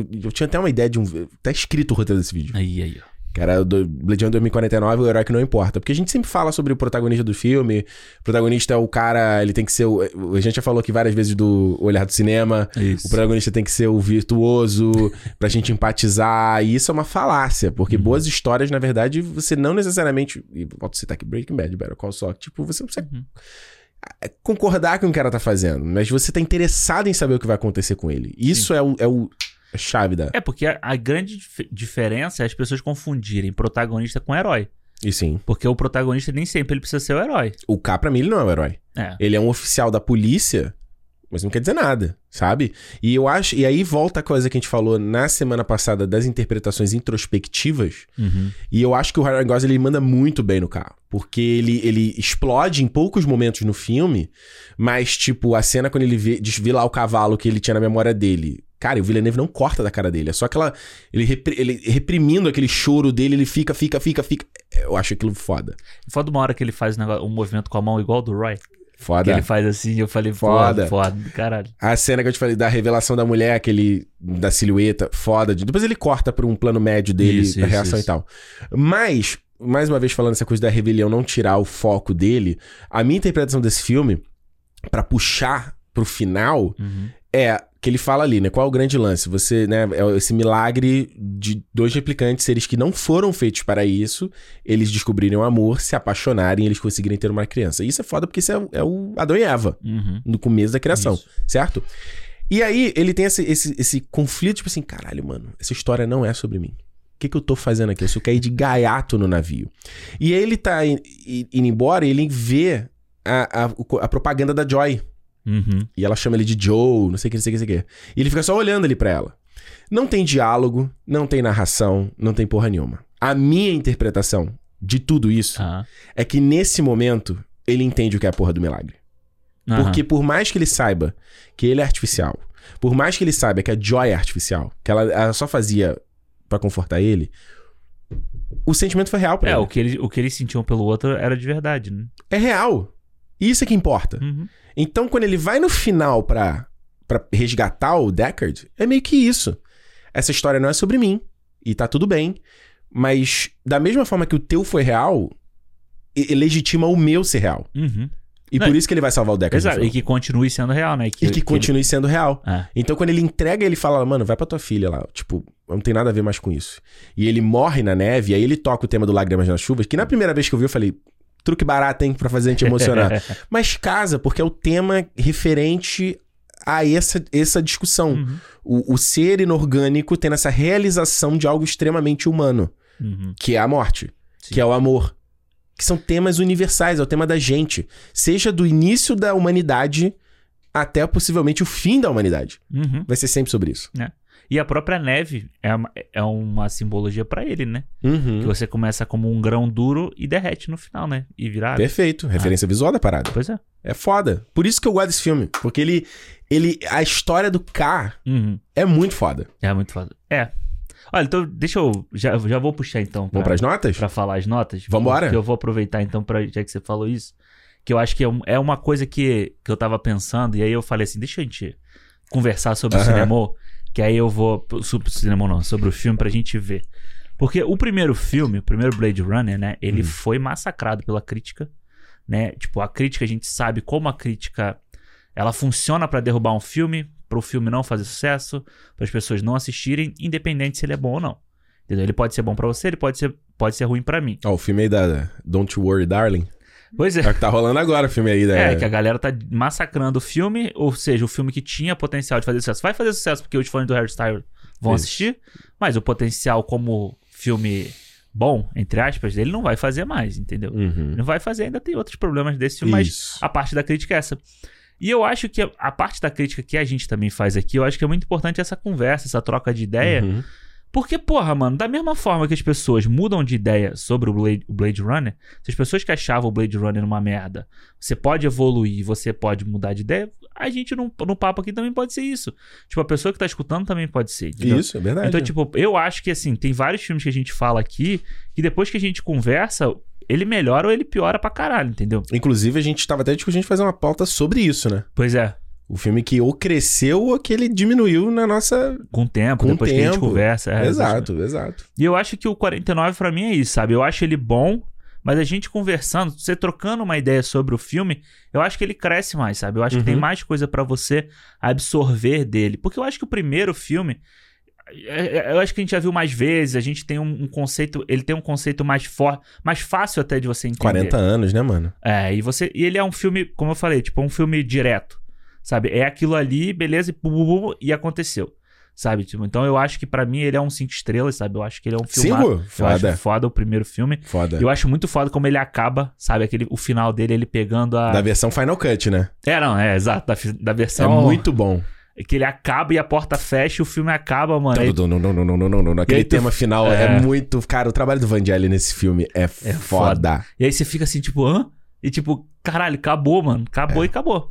A: eu, eu tinha até uma ideia de um... Tá escrito o roteiro desse vídeo.
B: Aí, aí, ó.
A: Que era do Blade Runner 2049, o herói que não importa. Porque a gente sempre fala sobre o protagonista do filme. O protagonista é o cara... Ele tem que ser o... A gente já falou aqui várias vezes do Olhar do Cinema. O
B: Isso.
A: protagonista tem que ser o virtuoso, pra gente empatizar. E isso é uma falácia, porque
B: Uhum.
A: boas histórias, na verdade, você não necessariamente. E volto a citar aqui Breaking Bad, Better Call Saul. Tipo, você não precisa é,
B: Uhum.
A: concordar com o que o cara tá fazendo, mas você tá interessado em saber o que vai acontecer com ele. Isso é o, é o a chave da.
B: É, porque a, a grande dif- diferença é as pessoas confundirem protagonista com herói.
A: E sim,
B: Porque o protagonista nem sempre ele precisa ser o herói.
A: o K, pra mim, ele não é um herói.
B: É.
A: Ele é um oficial da polícia, mas não quer dizer nada, sabe? E eu acho. E aí volta a coisa que a gente falou na semana passada das interpretações introspectivas. E eu acho que o Ryan Gosling ele manda muito bem no carro. Porque ele, ele explode em poucos momentos no filme, mas, tipo, a cena quando ele vê, desvia lá o cavalo que ele tinha na memória dele. Cara, e o Villeneuve não corta da cara dele. É só aquela. Ele, repri- ele reprimindo aquele choro dele, ele fica, fica, fica, fica. Eu acho aquilo foda.
B: Foda uma hora que ele faz o negócio- um movimento com a mão igual ao do Roy. Que
A: Foda.
B: ele faz assim, eu falei,
A: Foda.
B: foda. Foda, do caralho.
A: A cena que eu te falei da revelação da mulher, aquele. da silhueta, foda. De- Depois ele corta pra um plano médio dele,
B: Isso,
A: a
B: isso,
A: reação e
B: isso.
A: tal. Mas, mais uma vez falando essa coisa da rebelião não tirar o foco dele, a minha interpretação desse filme, pra puxar pro final,
B: Uhum.
A: é que ele fala ali, né? Qual é o grande lance? Você, né? É esse milagre de dois replicantes, seres que não foram feitos para isso, eles descobrirem o amor, se apaixonarem, eles conseguirem ter uma criança. Isso é foda porque isso é, é o Adão e Eva,
B: Uhum.
A: no começo da criação
B: Isso.
A: certo? E aí ele tem esse, esse, esse conflito, tipo assim, caralho, mano, essa história não é sobre mim. O que, que eu tô fazendo aqui? Eu só caí de gaiato no navio. E aí ele tá in- in- indo embora e ele vê a, a, o co- a propaganda da Joy.
B: Uhum.
A: E ela chama ele de Joe, não sei o que, não sei o que, não sei o que. E ele fica só olhando ali pra ela. Não tem diálogo, não tem narração, não tem porra nenhuma. A minha interpretação de tudo isso
B: Ah,
A: é que nesse momento ele entende o que é a porra do milagre.
B: Aham.
A: Porque por mais que ele saiba que ele é artificial, por mais que ele saiba que a Joy é artificial, que ela, ela só fazia pra confortar ele, o sentimento foi real pra
B: É,
A: ele.
B: o que, ele, o que eles sentiam pelo outro era de verdade, né?
A: É real. Isso é que importa.
B: Uhum.
A: Então, quando ele vai no final pra, pra resgatar o Deckard, é meio que isso. Essa história não é sobre mim. E tá tudo bem. Mas, da mesma forma que o teu foi real, e- e legitima o meu ser real.
B: Uhum.
A: E
B: Não,
A: por isso que ele vai salvar o Deckard. no
B: Exato. E
A: final.
B: que continue sendo real, né?
A: E que continue sendo real.
B: ele- É.
A: Então, quando ele entrega, ele fala, mano, vai pra tua filha lá. Tipo, não tem nada a ver mais com isso. E ele morre na neve, e aí ele toca o tema do Lágrimas nas Chuvas, que na primeira vez que eu vi, eu falei, truque barato, hein, pra fazer a gente emocionar. Mas casa, porque é o tema referente a essa, essa discussão.
B: Uhum.
A: O, o ser inorgânico tendo essa realização de algo extremamente humano,
B: Uhum.
A: que é a morte,
B: Sim.
A: que é o amor. Que são temas universais, é o tema da gente. Seja do início da humanidade até possivelmente o fim da humanidade.
B: Uhum.
A: Vai ser sempre sobre isso.
B: E a própria neve é uma, é uma simbologia pra ele, né? Que
A: Uhum.
B: você começa como um grão duro e derrete no final, né? E vira água.
A: Perfeito. Referência visual da parada.
B: Pois é.
A: É foda. Por isso que eu gosto desse filme. Porque ele. ele a história do K
B: Uhum.
A: é muito foda.
B: É muito foda. É. Olha, então deixa eu. Já, já vou puxar então.
A: Vamos
B: pra-
A: pras notas?
B: Pra falar as notas.
A: Vambora.
B: Que eu vou aproveitar então, pra, já que você falou isso. Que eu acho que é um- é uma coisa que, que eu tava pensando. E aí eu falei assim: deixa a gente conversar sobre o
A: Aham.
B: cinema. Que aí eu vou. Sobre o cinema não, sobre o filme pra gente ver. Porque o primeiro filme, o primeiro Blade Runner, né? Ele
A: Uhum.
B: foi massacrado pela crítica. Né? Tipo, a crítica, a gente sabe como a crítica ela funciona pra derrubar um filme, para o filme não fazer sucesso, para as pessoas não assistirem, independente se ele é bom ou não. Entendeu? Ele pode ser bom pra você, ele pode ser, pode ser ruim pra mim.
A: Ó, o filme aí da Don't Worry, Darling.
B: Pois
A: É
B: é.
A: o que tá rolando agora o filme aí da.
B: É, que a galera tá massacrando o filme, ou seja, o filme que tinha potencial de fazer sucesso. Vai fazer sucesso porque os fãs do Harry Styles vão
A: Isso.
B: assistir, mas o potencial como filme bom, entre aspas, ele não vai fazer mais, entendeu?
A: Uhum.
B: Não vai fazer, ainda tem outros problemas desse filme, mas
A: Isso.
B: a parte da crítica é essa. E eu acho que a- a parte da crítica que a gente também faz aqui, eu acho que é muito importante essa conversa, essa troca de ideia,
A: Uhum.
B: porque, porra, mano, da mesma forma que as pessoas mudam de ideia sobre o Blade, o Blade Runner, se as pessoas que achavam o Blade Runner uma merda, você pode evoluir, você pode mudar de ideia, a gente no, no papo aqui também pode ser isso. Tipo, a pessoa que tá escutando também pode ser. entendeu?
A: Isso, é verdade.
B: Então, tipo, eu acho que, assim, tem vários filmes que a gente fala aqui que depois que a gente conversa, ele melhora ou ele piora pra caralho, entendeu?
A: Inclusive, a gente tava até discutindo de fazer uma pauta sobre isso, né?
B: Pois é,
A: O filme que ou cresceu ou que ele diminuiu na nossa.
B: com o tempo,
A: Com o
B: depois que a gente
A: tempo.
B: conversa. é,
A: exato, exato.
B: E eu acho que o 49 pra mim é isso, sabe? Eu acho ele bom, mas a gente conversando, você trocando uma ideia sobre o filme, eu acho que ele cresce mais, sabe? Eu acho que tem
A: Uhum.
B: mais coisa pra você absorver dele. Porque eu acho que o primeiro filme é- é- eu acho que a gente já viu mais vezes, a gente tem um, um conceito, ele tem um conceito mais forte, mais fácil até de você entender.
A: 40 anos, né, mano?
B: É, e você, e ele é um filme, como eu falei, tipo, é um filme direto, sabe? É aquilo ali, beleza, e, pum, pum, pum, e aconteceu, sabe? Tipo, então eu acho que pra mim ele é um cinco estrelas, sabe? Eu acho que ele é um filme
A: Cinco?
B: eu
A: Foda. É.
B: acho foda o primeiro filme.
A: Foda.
B: Eu acho muito foda como ele acaba, sabe? Aquele, o final dele, ele pegando a.
A: Da versão Final Cut, né?
B: É, não, é, exato. Da, fi- da
A: É
B: versão.
A: muito bom.
B: Que ele acaba e a porta fecha e o filme acaba, mano. Aí-
A: Não, não, não, não, não, não, não, não, não. Aquele
B: E aí tu-
A: tema final é.
B: É.
A: muito. Cara, o trabalho do Vangelli nesse filme é, foda.
B: E aí você fica assim, tipo, hã? E tipo, caralho, acabou, mano.
A: É.
B: Acabou e acabou.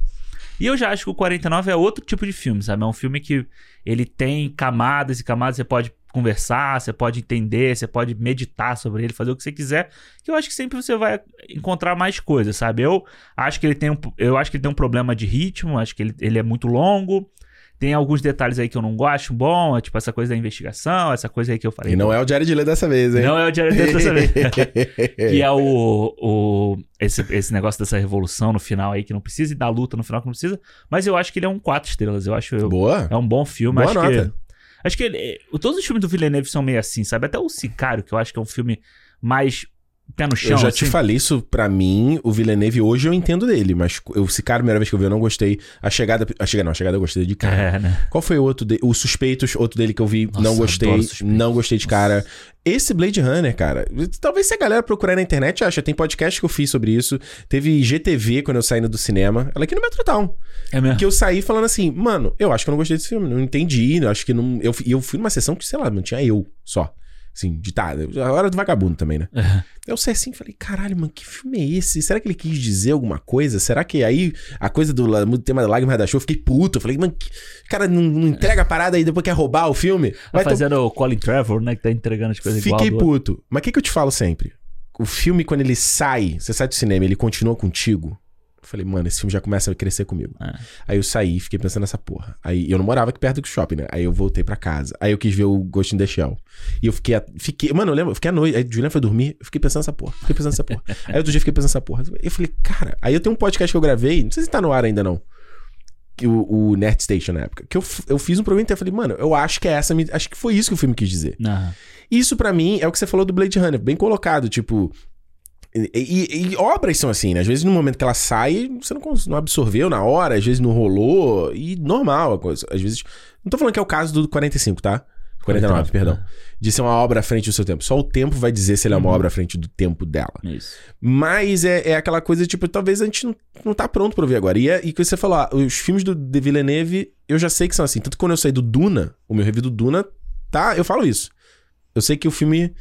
B: E eu já acho que o 49 é outro tipo de filme, sabe? É um filme que ele tem camadas e camadas, você pode conversar, você pode entender, você pode meditar sobre ele, fazer o que você quiser, que eu acho que sempre você vai encontrar mais coisas, sabe? Eu acho que ele tem um, eu acho que ele tem um problema de ritmo, acho que ele, ele é muito longo. Tem alguns detalhes aí que eu não gosto, bom, é tipo essa coisa da investigação, essa coisa aí que eu falei.
A: E não é o Jared Leto dessa vez, hein?
B: Não é o Jared Leto dessa vez. Que é o. o esse, esse negócio dessa revolução no final aí que não precisa e da luta no final que não precisa. Mas eu acho que ele é um quatro estrelas. Eu acho. eu-
A: Boa.
B: é um bom filme.
A: Boa
B: acho
A: nota.
B: que. Acho que ele- eh, todos os filmes do Villeneuve são meio assim, sabe? Até o Sicário, que eu acho que é um filme mais pé no chão.
A: eu já
B: assim.
A: te falei isso pra mim, o Villeneuve, hoje eu entendo dele, mas eu, esse cara, a primeira vez que eu vi, eu não gostei. A chegada. A chegada não, a chegada eu gostei de cara.
B: É, né?
A: Qual foi o outro dele? O Suspeitos, outro dele que eu vi,
B: Nossa,
A: não gostei.
B: adoro Suspeitos.
A: Não gostei de cara. Esse Blade Runner, cara, talvez se a galera procurar na internet, acha. Tem podcast que eu fiz sobre isso. Teve GTV quando eu saí do cinema. Ela aqui no Metro Town.
B: É mesmo.
A: Que eu saí falando assim, mano, eu acho que eu não gostei desse filme, não entendi, eu acho que não. Eu, fui- e eu fui numa sessão que, sei lá, não tinha eu só. Assim, ditada. A hora do vagabundo também, né? Eu saí assim e falei, caralho, mano, que filme é esse? Será que ele quis dizer alguma coisa? Será que aí a coisa do la- tema da lágrima da show, eu fiquei puto. Eu falei, mano, que... cara não, não entrega a parada aí depois quer roubar o filme?
B: Tá
A: Vai tomar-
B: fazendo o Colin Trevor, né? Que tá entregando as coisas igual.
A: Fiquei
B: do outro.
A: puto. Mas o que, que eu te falo sempre? O filme, quando ele sai, você sai do cinema, ele continua contigo. Eu falei, mano, esse filme já começa a crescer comigo.
B: É.
A: Aí eu saí e fiquei pensando nessa porra. Aí eu não morava aqui perto do shopping, né? Aí eu voltei pra casa. Aí eu quis ver o Ghost in the Shell. E eu fiquei. a- fiquei mano, eu lembro, eu fiquei à noite. Aí o Julian foi dormir, eu fiquei pensando nessa porra. Fiquei pensando nessa porra. aí outro dia eu fiquei pensando nessa porra. Eu falei, cara. Aí eu tenho um podcast que eu gravei, não sei se tá no ar ainda não. que O, o Nerd Station na época. Que eu, f- eu fiz um programa inteiro. eu Falei, mano, eu acho que é essa. mi- Acho que foi isso que o filme quis dizer.
B: Aham.
A: Isso pra mim é o que você falou do Blade Runner, bem colocado, tipo. E, e- e obras são assim, né? Às vezes no momento que ela sai, você não, cons- não absorveu na hora, às vezes não rolou, e normal a coisa. Às vezes. Não tô falando que é o caso do 45, tá? 49,
B: 49,
A: perdão. De ser uma obra à frente do seu tempo. Só o tempo vai dizer se ela é uma
B: né? Uhum.
A: obra à frente do tempo dela.
B: Isso.
A: Mas é, é aquela coisa, tipo, talvez a gente não, não tá pronto pra ver agora. E, é, e que você falou, ah, os filmes do De Villeneuve, eu já sei que são assim. Tanto que quando eu saí do Duna, o meu review do Duna, tá? Eu falo isso. Eu sei que o filme.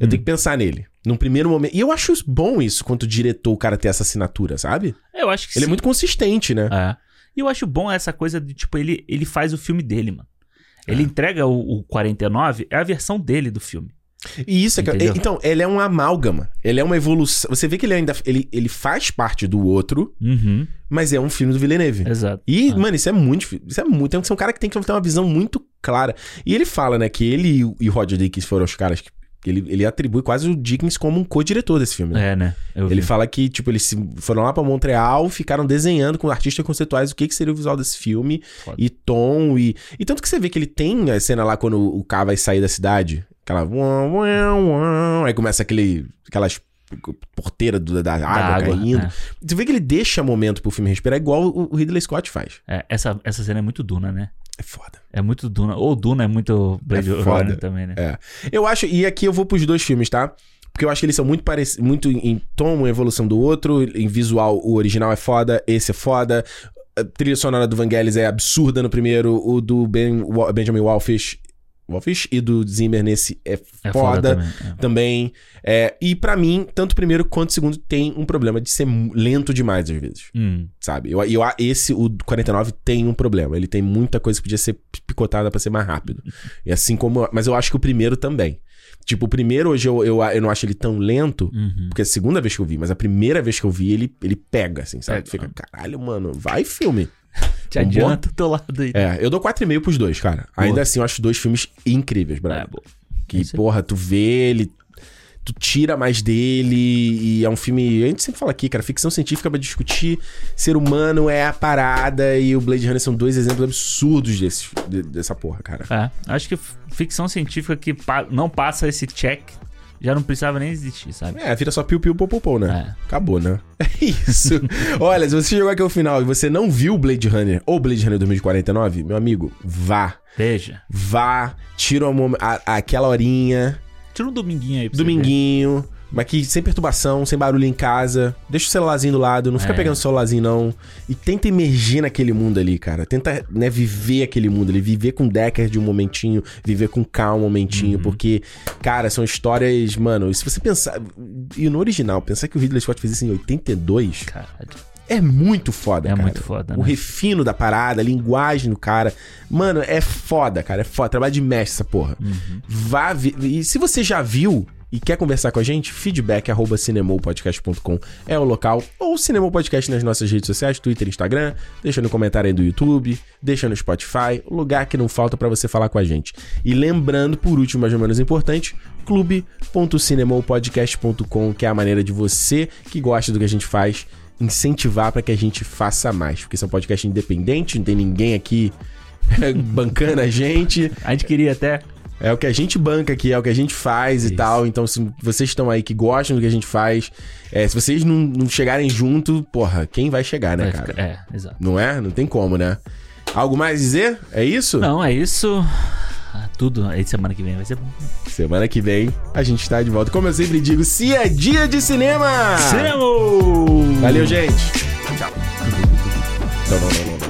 A: Eu
B: Hum.
A: tenho que pensar nele. Num primeiro momento. E eu acho bom isso, quanto diretor o cara ter essa assinatura, sabe?
B: Eu acho que
A: Ele é
B: sim.
A: muito consistente, né?
B: É. E eu acho bom essa coisa de, tipo, ele, ele faz o filme dele, mano. Ele
A: É.
B: entrega o, o 49, é a versão dele do filme.
A: E isso é que.
B: Entendeu?
A: é- Então, ele é um amálgama. Ele é uma evolução. Você vê que ele ainda. Ele, ele faz parte do outro,
B: Uhum.
A: mas é um filme do Villeneuve.
B: Exato.
A: E,
B: Ah.
A: mano, isso é muito difícil. Isso é muito. Tem que ser um cara que tem que ter uma visão muito clara. E ele fala, né, que ele e o- e o Roger Dickens foram os caras que. que Ele, ele atribui quase o Dickens como um co-diretor desse filme. né?
B: É, né? Eu
A: Ele
B: vi.
A: fala que, tipo, eles se- foram lá pra Montreal, ficaram desenhando com artistas conceituais o que, que seria o visual desse filme,
B: Foda.
A: e tom, e. E tanto que você vê que ele tem a cena lá quando o K vai sair da cidade. Aquela. uau, uau, uau, Aí começa aquele. aquelas porteiras do- da,
B: Da
A: água, caindo.
B: né?
A: Você vê que ele deixa momento pro filme respirar, igual o o Ridley Scott faz.
B: É, essa, essa cena é muito Duna, né?
A: É foda.
B: É muito Duna. Ou Duna é muito Blade
A: É
B: Runner
A: foda.
B: também, né?
A: Eu acho, e aqui eu vou pros dois filmes, tá? Porque eu acho que eles são muito parecidos, muito em em tom, em evolução do outro, em visual, o original é foda, esse é foda. A trilha sonora do Vangelis é absurda no primeiro, o do ben, Wa- Benjamin Walfish, Walfish e do Zimmer nesse é foda
B: É foda também. é.
A: também. É, e pra mim, tanto o primeiro quanto o segundo tem um problema de ser mu- lento demais às vezes,
B: Hum.
A: sabe? Eu, eu, esse, o 49, tem um problema. Ele tem muita coisa que podia ser picotada pra ser mais rápido. E assim como. Mas eu acho que o primeiro também. Tipo, o primeiro hoje eu, eu, eu não acho ele tão lento.
B: Uhum.
A: Porque é a segunda vez que eu vi, mas a primeira vez que eu vi, ele, ele pega, assim, sabe?
B: Pega.
A: Fica, caralho, mano, vai filme.
B: Te
A: Um bom-
B: adianta do teu lado aí.
A: É, eu dou 4,5 pros dois, cara.
B: Boa. É.
A: Ainda assim, eu acho dois filmes incríveis, Brian.
B: bom.
A: que,
B: isso aí.
A: porra, tu vê ele, tu tira mais dele, e é um filme. A gente sempre fala aqui, cara, ficção científica é pra discutir ser humano é a parada, e o Blade Runner são dois exemplos absurdos desse, de- dessa porra, cara.
B: É, acho que f- ficção científica que pa- não passa esse check já não precisava nem existir, sabe?
A: É, vira só piu piu pou, pou, pou, né?
B: É.
A: Acabou, né? É isso. Olha, se você chegou aqui ao final e você não viu o Blade Runner ou Blade Runner 2049, meu amigo, vá.
B: Veja.
A: Vá, tira uma mom- a- aquela horinha,
B: Tira um dominguinho aí pra você ver.
A: dominguinho, mas que sem perturbação, sem barulho em casa. Deixa o celularzinho do lado, não fica
B: É.
A: pegando o celularzinho, não. E tenta emergir naquele mundo ali, cara. Tenta, né, viver aquele mundo ali. Viver com Decker de um momentinho, viver com K um momentinho, porque, cara, são histórias, mano. Se você pensar. E no original, pensar que o Ridley Scott fez isso em 82
B: Caralho.
A: é muito foda,
B: É
A: cara.
B: muito foda,
A: O
B: né?
A: refino da parada, a linguagem do cara. Mano, é foda, cara. É foda. Trabalho de mestre essa porra.
B: Uhum.
A: Vá vi- E se você já viu e quer conversar com a gente, feedback arroba cinemopodcast.com é o local. Ou Cinemou Podcast nas nossas redes sociais, Twitter, Instagram. Deixa no comentário aí do YouTube. Deixa no Spotify. O lugar que não falta pra você falar com a gente. E lembrando, por último, mas não menos importante, clube.cinemopodcast.com que é a maneira de você que gosta do que a gente faz incentivar pra que a gente faça mais. Porque esse é um podcast independente, não tem ninguém aqui bancando a gente.
B: A gente queria até.
A: É o que a gente banca aqui, é o que a gente faz e
B: Isso.
A: tal. Então, se vocês estão aí que gostam do que a gente faz, é, se vocês não, não chegarem junto, porra, quem vai chegar, né,
B: vai
A: cara?
B: ficar- É, exato.
A: Não é? Não tem como, né? Algo mais a dizer? É isso?
B: Não, é isso. Ah, Tudo. Aí semana que vem vai ser bom.
A: Semana que vem a gente tá de volta. Como eu sempre digo, se é dia de cinema!
B: Semo! um
A: Valeu, gente! Tchau. Não, não, não, não, não.